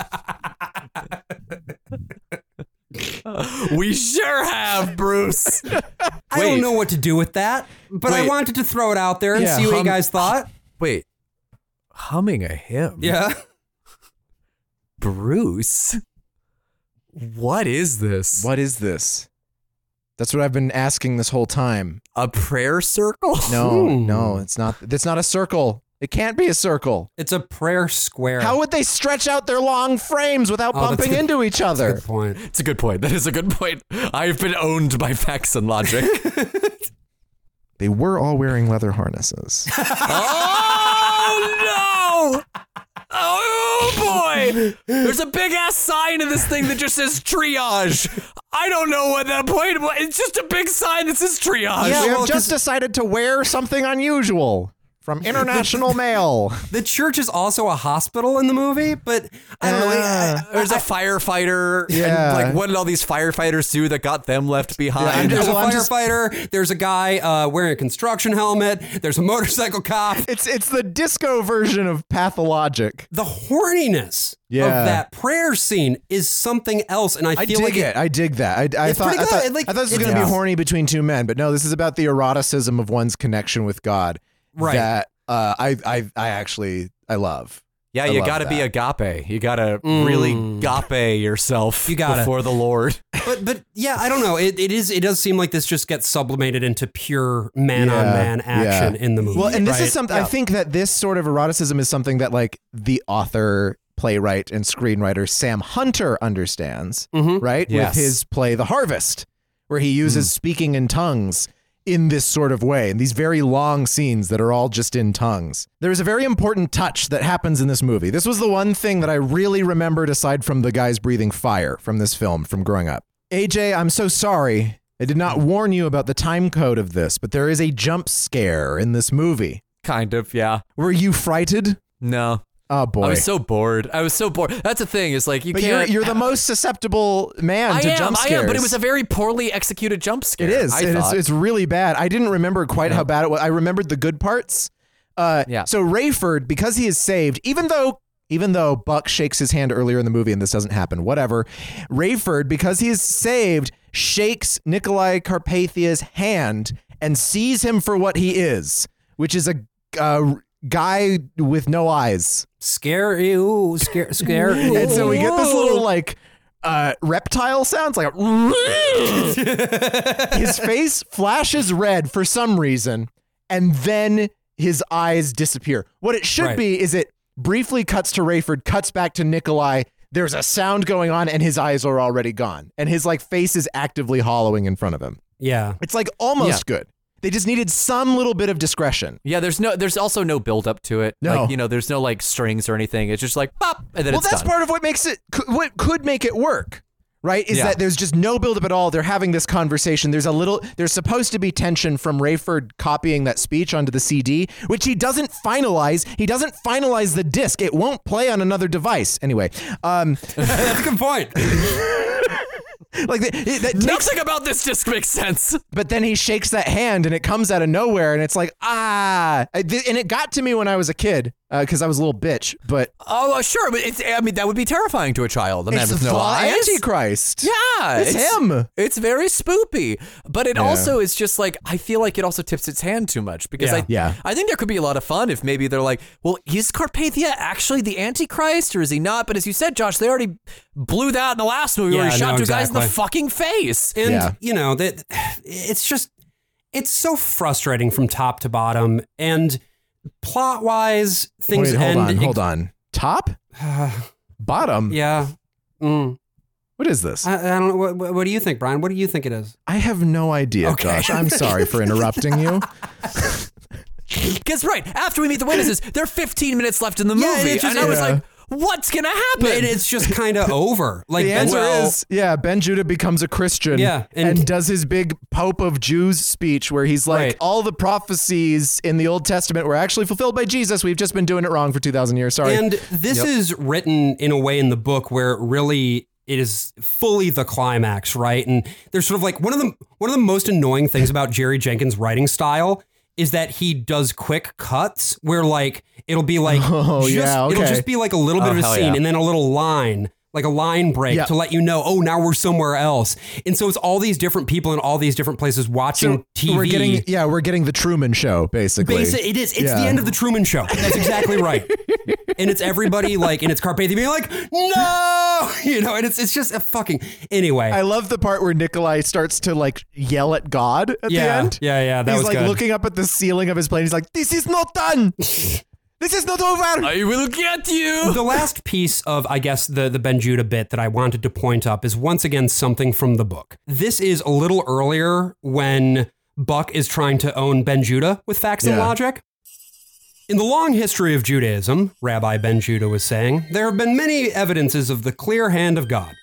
C: We sure have, Bruce.
B: I don't know what to do with that, but I
C: Wait.
B: wanted to throw it out there and see what you guys
C: [laughs]
B: thought.
C: [laughs] Wait, humming a hymn?
B: Yeah.
C: Bruce? What is this?
A: What is this? That's what I've been asking this whole time.
C: A prayer [laughs] circle?
A: No, no, it's not. It's not a circle. It can't be a circle.
B: It's a prayer square.
A: How would they stretch out their long frames without
B: Oh, that's
A: bumping
B: good.
A: into each
B: That's a
A: other?
B: good point.
C: It's a good point. That is a good point. I've been owned by facts and logic.
A: They were all wearing leather
B: [laughs]
A: harnesses.
C: [laughs] oh no! Oh boy! There's a big ass sign in this thing that just says triage. I don't know what that point was. It's just a big sign that says triage.
A: yeah, we have just decided to wear something unusual
B: [laughs]
A: from International Mail.
B: The church is also a hospital in the movie, but I don't know. I- I-
C: There's a firefighter.
A: Yeah.
C: And like, what did all these firefighters do that got them left behind?
B: there's a
A: I'm just-
B: firefighter. There's a guy uh, wearing a construction helmet. There's a motorcycle cop.
A: It's it's the disco version of Pathologic.
B: The horniness of
A: Yeah.
B: that prayer scene is something else, and I
A: I
B: feel
A: dig
B: like
A: it. I dig that. I, I
B: It's
A: thought
B: pretty
A: I
B: good.
A: thought,
B: It, like,
A: I thought this was
B: it's-
A: going to be
B: yeah.
A: horny between two men, but no, this is about the eroticism of one's connection with God.
B: Right.
A: That uh, I I I actually I love.
C: yeah,
A: I
C: you
A: love
C: gotta be
A: that.
C: agape. You gotta
B: Mm.
C: really gape yourself
B: You gotta.
C: before the Lord. [laughs]
A: [laughs]
B: but but yeah, I don't know. It, it is. It does seem like this just gets sublimated into pure man on man
A: Yeah, yeah.
B: action in the movie.
A: Well, and this
B: right?
A: is something I
B: Yeah.
A: think that this sort of eroticism is something that like the author, playwright, and screenwriter Sam Hunter understands,
B: Mhm.
A: right?
C: Yes. Hmm.
A: With his play The Harvest, where he uses speaking in tongues in this sort of way, and these very long scenes that are all just in tongues. There is a very important touch that happens in this movie. This was the one thing that I really remembered aside from the guys breathing fire from this film from growing up. AJ, I'm so sorry. I did not warn you about the time code of this, but there is a jump scare in this movie.
C: Kind of, yeah.
A: Were you frighted?
C: No.
A: Oh boy.
C: I was so bored. I was so bored. That's the thing. Is like you
A: but you're
C: can't.
A: you're the most susceptible man
C: I
A: to
C: am.
A: jump
C: I
A: scares.
C: am. But it was a very poorly executed jump scare.
A: It is.
C: I
A: It is
C: thought.
A: it's really bad. I didn't remember quite how bad it was. I remembered the good parts. Uh,
C: Yeah.
A: So Rayford, because he is saved, even though even though Buck shakes his hand earlier in the movie and this doesn't happen, whatever. Rayford, because he is saved, shakes Nikolai Carpathia's hand and sees him for what he is, which is a uh, guy with no eyes.
B: scare you,
A: [laughs]
B: scare scare.
A: And so we get this little like uh, reptile sounds like a [laughs] his face flashes red for some reason, and then his eyes disappear. What it should
B: Right.
A: be is it briefly cuts to Rayford, cuts back to Nikolai. There's a sound going on, and his eyes are already gone, and his like face is actively hollowing in front of him.
B: yeah.
A: It's like almost good. They just needed some little bit of discretion.
C: Yeah, there's no, there's also no build up to it.
A: No.
C: like, you know, there's no like strings or anything. It's just like pop, and then
A: well,
C: it's
A: that's
C: done.
A: part of what makes it cou- what could make it work. right? Is
C: Yeah.
A: that there's just no buildup at all. They're having this conversation. There's a little, there's supposed to be tension from Rayford copying that speech onto the CD, which he doesn't finalize. He doesn't finalize the disc. It won't play on another device. Anyway, um,
B: [laughs] that's a good point.
A: like that, that takes-
R: Nothing about this disc makes sense.
A: but then he shakes that hand and it comes out of nowhere and it's like ah I- th- and it got to me when i was a kid because i was a little bitch but
C: Oh, uh, sure, but it's, I mean that would be terrifying to a child. A man
A: It's
C: with
A: the
C: no
A: fly
C: eyes.
A: Antichrist.
C: Yeah,
A: It's him.
C: It's very spoopy, but it
A: Yeah.
C: also is just like I feel like it also tips its hand too much because
A: Yeah.
C: I
A: Yeah.
C: I think there could be a lot of fun if maybe they're like, well, is Carpathia actually the Antichrist or is he not? But as you said, Josh, they already blew that in the last movie where he shot
B: no,
C: two guys in the
B: exactly.
C: fucking face.
B: And you know that it's just it's so frustrating from top to bottom and plot wise things
A: wait hold
B: end
A: on hold on
B: [sighs]
A: top bottom
B: yeah Mm.
A: what is this
B: I, I don't know what, what what do you think Brian what do you think it is
A: i have no idea
B: Okay.
A: josh i'm sorry
B: [laughs]
A: for interrupting you
C: Because right after we meet the witnesses, there are 15 minutes left in the
B: Yeah,
C: movie,
B: it's just-
C: and I was
A: Yeah.
C: like, what's gonna happen?
B: but it's just kind of over
A: [laughs]
B: like
A: the answer
B: well,
A: is yeah ben judah becomes a christian
B: Yeah,
A: and,
B: and-
A: does his big pope of jews speech where he's like all the prophecies in the old testament were actually fulfilled by jesus we've just been doing it wrong for 2000 years sorry
B: And this is written in a way in the book where it really it is fully the climax, right? And there's sort of like one of the one of the most annoying things about Jerry Jenkins' writing style is that he does quick cuts where like it'll be like
A: [laughs] Oh,
B: just,
A: yeah,
B: it'll
A: okay.
B: just be like a little bit
A: Oh,
B: of a
A: hell
B: scene
A: yeah.
B: and then a little line like a line break
A: Yeah.
B: to let you know oh now we're somewhere else and so it's all these different people in all these different places watching TV
A: We're getting yeah, we're getting the Truman Show basically.
B: Basi- it is. It's the end of the Truman Show. That's exactly
A: [laughs]
B: right. and it's everybody like, and it's Carpathia being like, no, [laughs] you know, and it's it's just a fucking anyway.
A: I love the part where Nikolai starts to like yell at God at the
B: yeah,
A: end.
B: yeah, yeah. That
A: he's
B: was
A: like
B: good.
A: looking up at the ceiling of his plane. He's like, "This is not done. this is not over."
C: I will get you.
B: the last piece of, I guess, the the Ben Judah bit that I wanted to point up is once again something from the book. This is a little earlier when Buck is trying to own Ben Judah with facts and
R: Yeah.
B: logic. In the long history of Judaism, Rabbi Ben Judah was saying, there have been many evidences of the clear hand of God.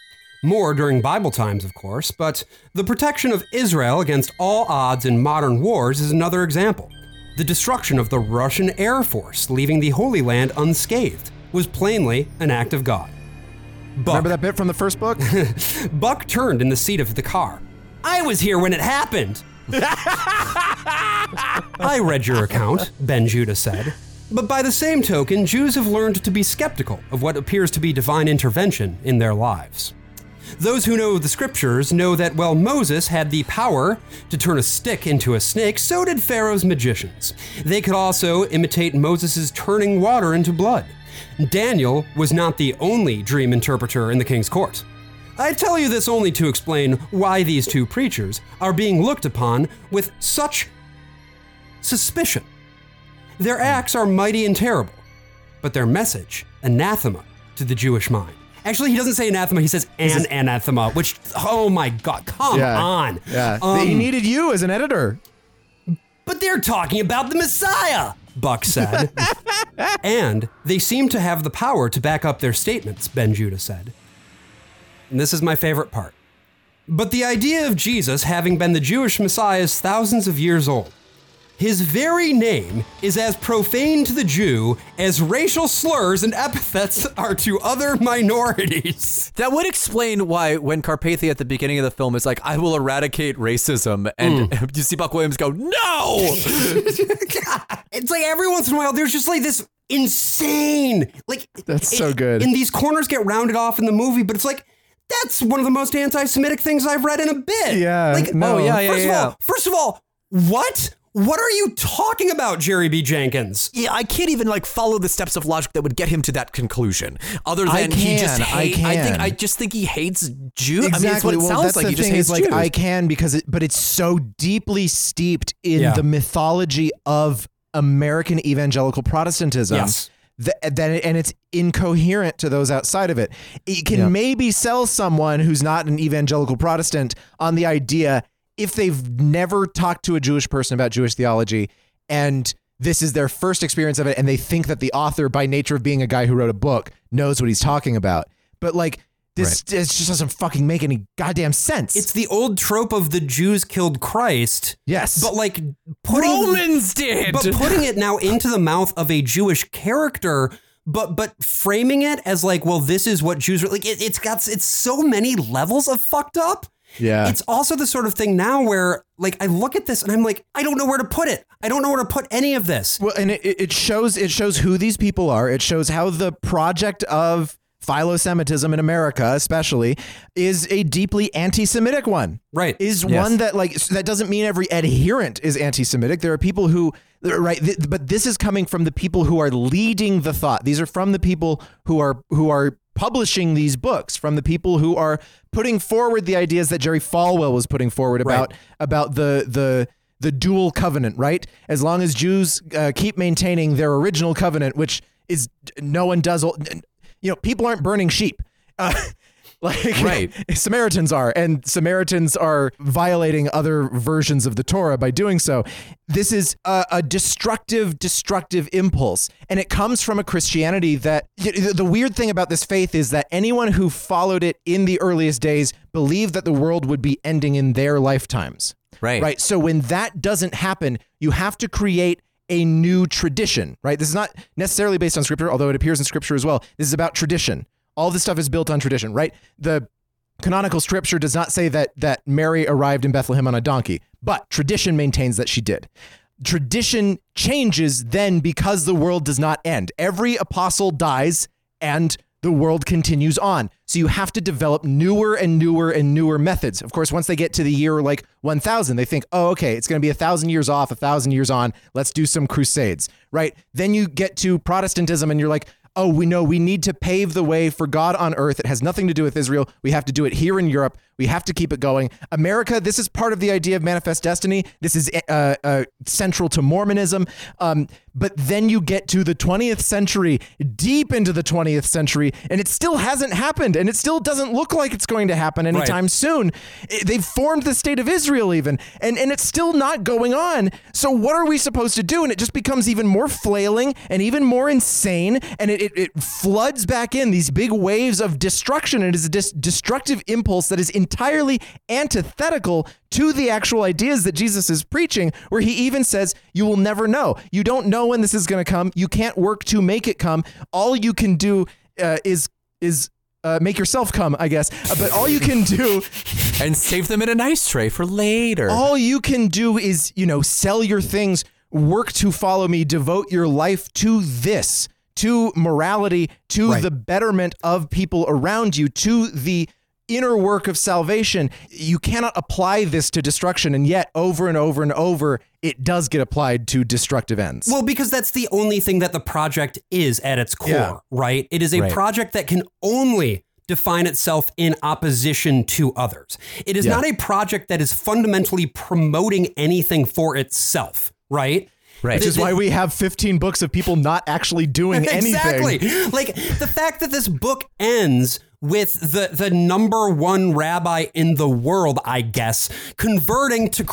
B: More during Bible times, of course, but the protection of Israel against all odds in modern wars is another example. The destruction of the Russian Air Force, leaving the Holy Land unscathed, was plainly an act of God. Remember
A: that bit from the first book?
B: Buck turned in the seat of the car. I was here when it happened. I read your account, Ben Judah said. But by the same token, Jews have learned to be skeptical of what appears to be divine intervention in their lives. Those who know the scriptures know that while Moses had the power to turn a stick into a snake, so did Pharaoh's magicians. They could also imitate Moses' turning water into blood. Daniel was not the only dream interpreter in the king's court. I tell you this only to explain why these two preachers are being looked upon with such suspicion. Their acts are mighty and terrible, but their message, anathema to the Jewish mind. Actually, he doesn't say anathema, he says an anathema, which, oh my God, come
A: Yeah.
B: on.
A: Yeah.
B: Um,
A: he needed you as an editor.
B: but they're talking about the Messiah, Buck said. and they seem to have the power to back up their statements, Ben Judah said. And this is my favorite part. But the idea of Jesus having been the Jewish Messiah is thousands of years old. His very name is as profane to the Jew as racial slurs and epithets [laughs] are to other minorities.
C: That would explain why when Carpathia at the beginning of the film is like, I will eradicate racism, and
A: Mm.
C: [laughs] you see Buck Williams go, No!
A: [laughs]
B: [laughs] It's like every once in a while, there's just like this insane, like
A: That's
B: it-
A: so good.
B: And these corners get rounded off in the movie, but it's like that's one of the most anti-Semitic things I've read in a bit.
A: Yeah,
B: Like,
A: no.
B: oh yeah, yeah, first Of all, first of all, what? What are you talking about, Jerry B. Jenkins?
C: Yeah, I can't even like follow the steps of logic that would get him to that conclusion. Other than
A: I
C: he just
A: can, I
C: hate, I, think
A: can.
C: I just think he hates Jews. I mean, that's
A: Exactly.
C: what it
A: well,
C: sounds
A: that's
C: like.
A: the
C: He just
A: thing
C: hates
A: is like
C: Jews.
A: I can because it, but it's so deeply steeped in
C: Yeah.
A: the mythology of American evangelical Protestantism.
B: Yes.
A: Th- That it- and it's incoherent to those outside of it. It can
B: Yeah.
A: maybe sell someone who's not an evangelical Protestant on the idea if they've never talked to a Jewish person about Jewish theology and this is their first experience of it and they think that the author by nature of being a guy who wrote a book knows what he's talking about. But like This this just doesn't fucking make any goddamn sense.
B: It's the old trope of the Jews killed Christ.
A: Yes.
B: But like putting
R: Romans did.
B: But putting it now into the mouth of a Jewish character but but framing it as like well this is what Jews were like it, it's got it's so many levels of fucked up.
A: Yeah.
B: It's also the sort of thing now where like I look at this and I'm like I don't know where to put it. I don't know where to put any of this.
A: Well, and it, it it shows it shows who these people are. It shows how the project of philo-Semitism in America, especially, is a deeply anti-Semitic one.
B: Right.
A: Is
B: Yes.
A: one that like s- that doesn't mean every adherent is anti-Semitic. There are people who right, th- but this is coming from the people who are leading the thought. These are from the people who are who are publishing these books from the people who are putting forward the ideas that Jerry Falwell was putting forward about about the the the dual covenant, right? As long as Jews uh, keep maintaining their original covenant, which is no one does, you know, people aren't burning sheep. Uh, [laughs] like
C: Right.
A: Samaritans are, and Samaritans are violating other versions of the Torah by doing so. This is a, a destructive, destructive impulse, and it comes from a Christianity that y- the- the weird thing about this faith is that anyone who followed it in the earliest days believed that the world would be ending in their lifetimes.
C: Right.
A: Right. So when that doesn't happen, you have to create a new tradition, right? This is not necessarily based on scripture, although it appears in scripture as well. This is about tradition. All this stuff is built on tradition, right? The canonical scripture does not say that that Mary arrived in Bethlehem on a donkey, but tradition maintains that she did. Tradition changes then because the world does not end. Every apostle dies and the world continues on. So you have to develop newer and newer and newer methods. Of course, once they get to the year like 1000, they think, oh, okay, it's going to be a thousand years off, a thousand years on. Let's do some crusades, right? Then you get to Protestantism and you're like, oh, we know we need to pave the way for God on earth. It has nothing to do with Israel. We have to do it here in Europe. We have to keep it going. America, this is part of the idea of manifest destiny. This is uh, uh, central to Mormonism. Um, but then you get to the 20th century, deep into the 20th century, and it still hasn't happened. And it still doesn't look like it's going to happen anytime soon. I- They've formed the state of Israel, even, and, and it's still not going on. So, what are we supposed to do? And it just becomes even more flailing and even more insane. And it, it, it floods back in these big waves of destruction. It is a dis- destructive impulse that is entirely antithetical to the actual ideas that Jesus is preaching, where he even says, You will never know. You don't know when this is going to come. You can't work to make it come. All you can do uh, is, is, uh, make yourself come, I guess. Uh, but all you can
B: [laughs]
A: do
C: and save them in an ice tray for later.
A: all you can do is, you know, sell your things, work to follow me, devote your life to this, to morality, to the betterment of people around you, to the inner work of salvation. You cannot apply this to destruction. And yet, over and over and over, it does get applied to destructive ends.
B: Well, because that's the only thing that the project is at its core,
A: Yeah.
B: right? It is a
A: Right.
B: project that can only define itself in opposition to others. It is
A: Yeah.
B: not a project that is fundamentally promoting anything for itself, right?
A: Which
B: The-
A: is why
B: the-
A: we have 15 books of people not actually doing anything.
B: [laughs] exactly. Like the fact that this book ends with the the number one rabbi in the world, I guess, converting to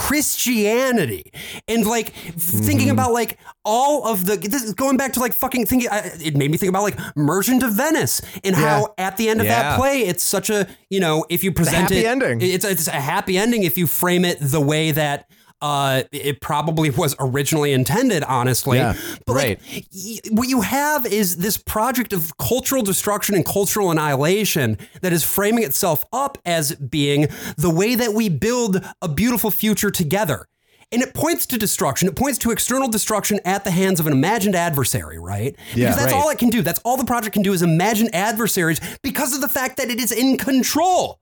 B: Christianity, and like f- thinking
A: Mm-hmm.
B: about like all of the this is going back to like fucking thinking. I, it made me think about like Merchant of Venice and how at the end of
A: Yeah.
B: that play, it's such a you know if you present
A: happy
B: it,
A: ending.
B: It's it's a happy ending if you frame it the way that. Uh, it probably was originally intended, honestly.
C: Yeah.
B: but like,
C: Right.
B: y- what you have is this project of cultural destruction and cultural annihilation that is framing itself up as being the way that we build a beautiful future together. And it points to destruction. It points to external destruction at the hands of an imagined adversary, right?
A: Yeah.
B: because that's
A: Right.
B: all it can do. That's all the project can do is imagine adversaries because of the fact that it is in control.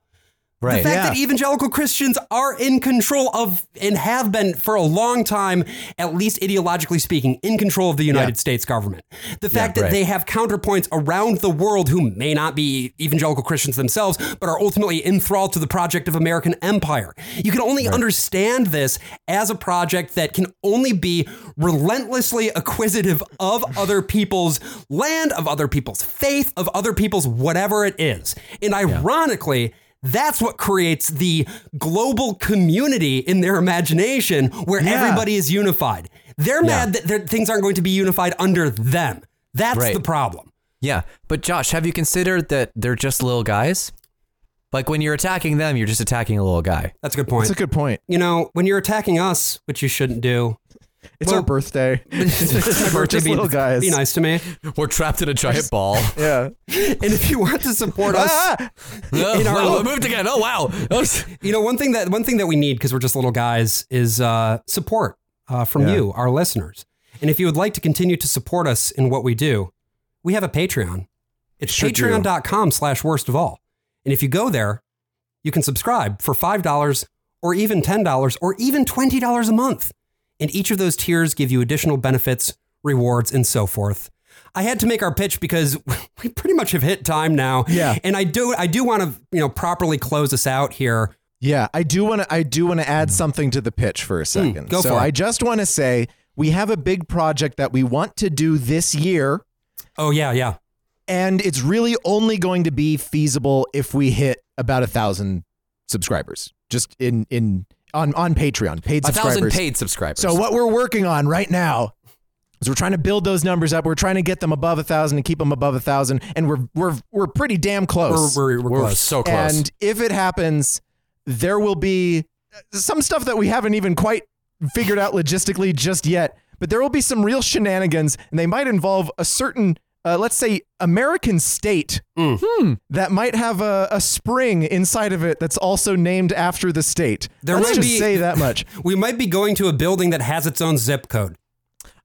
B: The
C: Right.
B: fact
C: Yeah.
B: that evangelical Christians are in control of and have been for a long time, at least ideologically speaking, in control of the United States government. The fact that
C: right.
B: they have counterpoints around the world who may not be evangelical Christians themselves, but are ultimately enthralled to the project of American empire. You can only understand this as a project that can only be relentlessly acquisitive of other people's land, of other people's faith, of other people's whatever it is. And ironically, that's what creates the global community in their imagination where
C: Yeah.
B: everybody is unified. They're mad that their, things aren't going to be unified under them. That's
C: Right.
B: the problem.
C: Yeah, but Josh, have you considered that they're just little guys? Like when you're attacking them, you're just attacking a little guy.
B: That's a good point.
A: That's a good point.
B: You know, when you're attacking us, which you shouldn't [laughs] do.
A: It's our birthday.
B: [laughs] it's my
A: We're
B: birthday.
A: just
B: Be,
A: little guys.
B: be nice to me.
C: We're trapped in a giant ball.
A: yeah.
B: And if you want to [laughs] support us,
C: Oh,
B: in our-
C: oh, it moved again. Oh wow.
B: you know, one thing that one thing that we need because we're just little guys is uh, support uh, from
A: Yeah.
B: you, our listeners. And if you would like to continue to support us in what we do, we have a Patreon. It's
A: Sure do.
B: patreon.com slash worst of all. And if you go there, you can subscribe for $5 or even $10 or even $20 a month. And each of those tiers give you additional benefits, rewards, and so forth. I had to make our pitch because [laughs] we pretty much have hit time now. Yeah. And I do I do want to, you know, properly close us out here.
A: [laughs] Yeah, I do want to. I do want to add something to the pitch for a second.
B: Mm, go
A: so
B: for it.
A: I just want to say we have a big project that we want to do this year,
B: Oh yeah, yeah.
A: and it's really only going to be feasible if we hit about a thousand subscribers, just in in on on Patreon, paid
C: A
A: subscribers,
C: thousand paid subscribers.
A: So what we're working on right now is we're trying to build those numbers up. We're trying to get them above a thousand and keep them above a thousand, and we're we're we're pretty damn close.
B: We're- we're- we're We're close. so close.
A: And if it happens, there will be some stuff that we haven't even quite figured out logistically just yet. But there will be some real shenanigans, and they might involve a certain. Uh, let's say American state
B: Mm.
A: that might have a, a spring inside of it that's also named after the state.
B: There
A: Let's
B: might
A: just
B: be-
A: say that much.
B: [laughs] We might be going to a building that has its own zip code.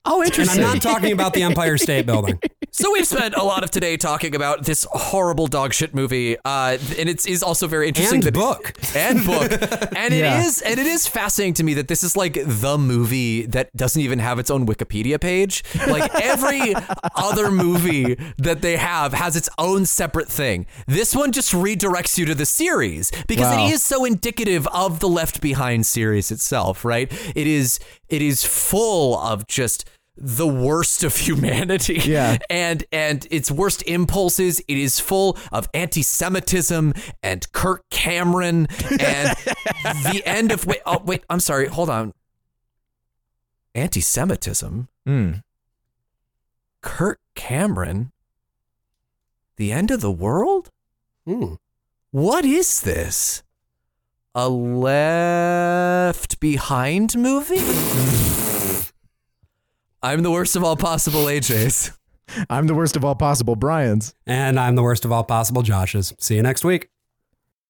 C: Oh,
B: And I'm not talking about the Empire State
A: [laughs]
B: Building.
C: So we've spent a lot of today talking about this horrible dog shit movie, uh, and it is also very interesting.
B: And
C: that
B: book.
C: and book,
B: [laughs]
C: and it is
B: Yeah.
C: and it is fascinating to me that this is like the movie that doesn't even have its own Wikipedia page. Like every other movie that they have has its own separate thing. This one just redirects you to the series because
A: Wow.
C: it is so indicative of the Left Behind series itself, right? It is it is full of just the worst of [laughs] humanity
A: Yeah.
C: [laughs] and and its worst impulses it is full of anti-semitism and kirk cameron and the end of wait oh wait i'm sorry hold on anti-semitism
A: Hmm.
C: kirk cameron the end of the world
B: Hmm.
C: what is this a left behind movie i'm the worst of all possible aj's
A: I'm the worst of all possible Brian's.
B: And I'm the worst of all possible Joshes. See you next week.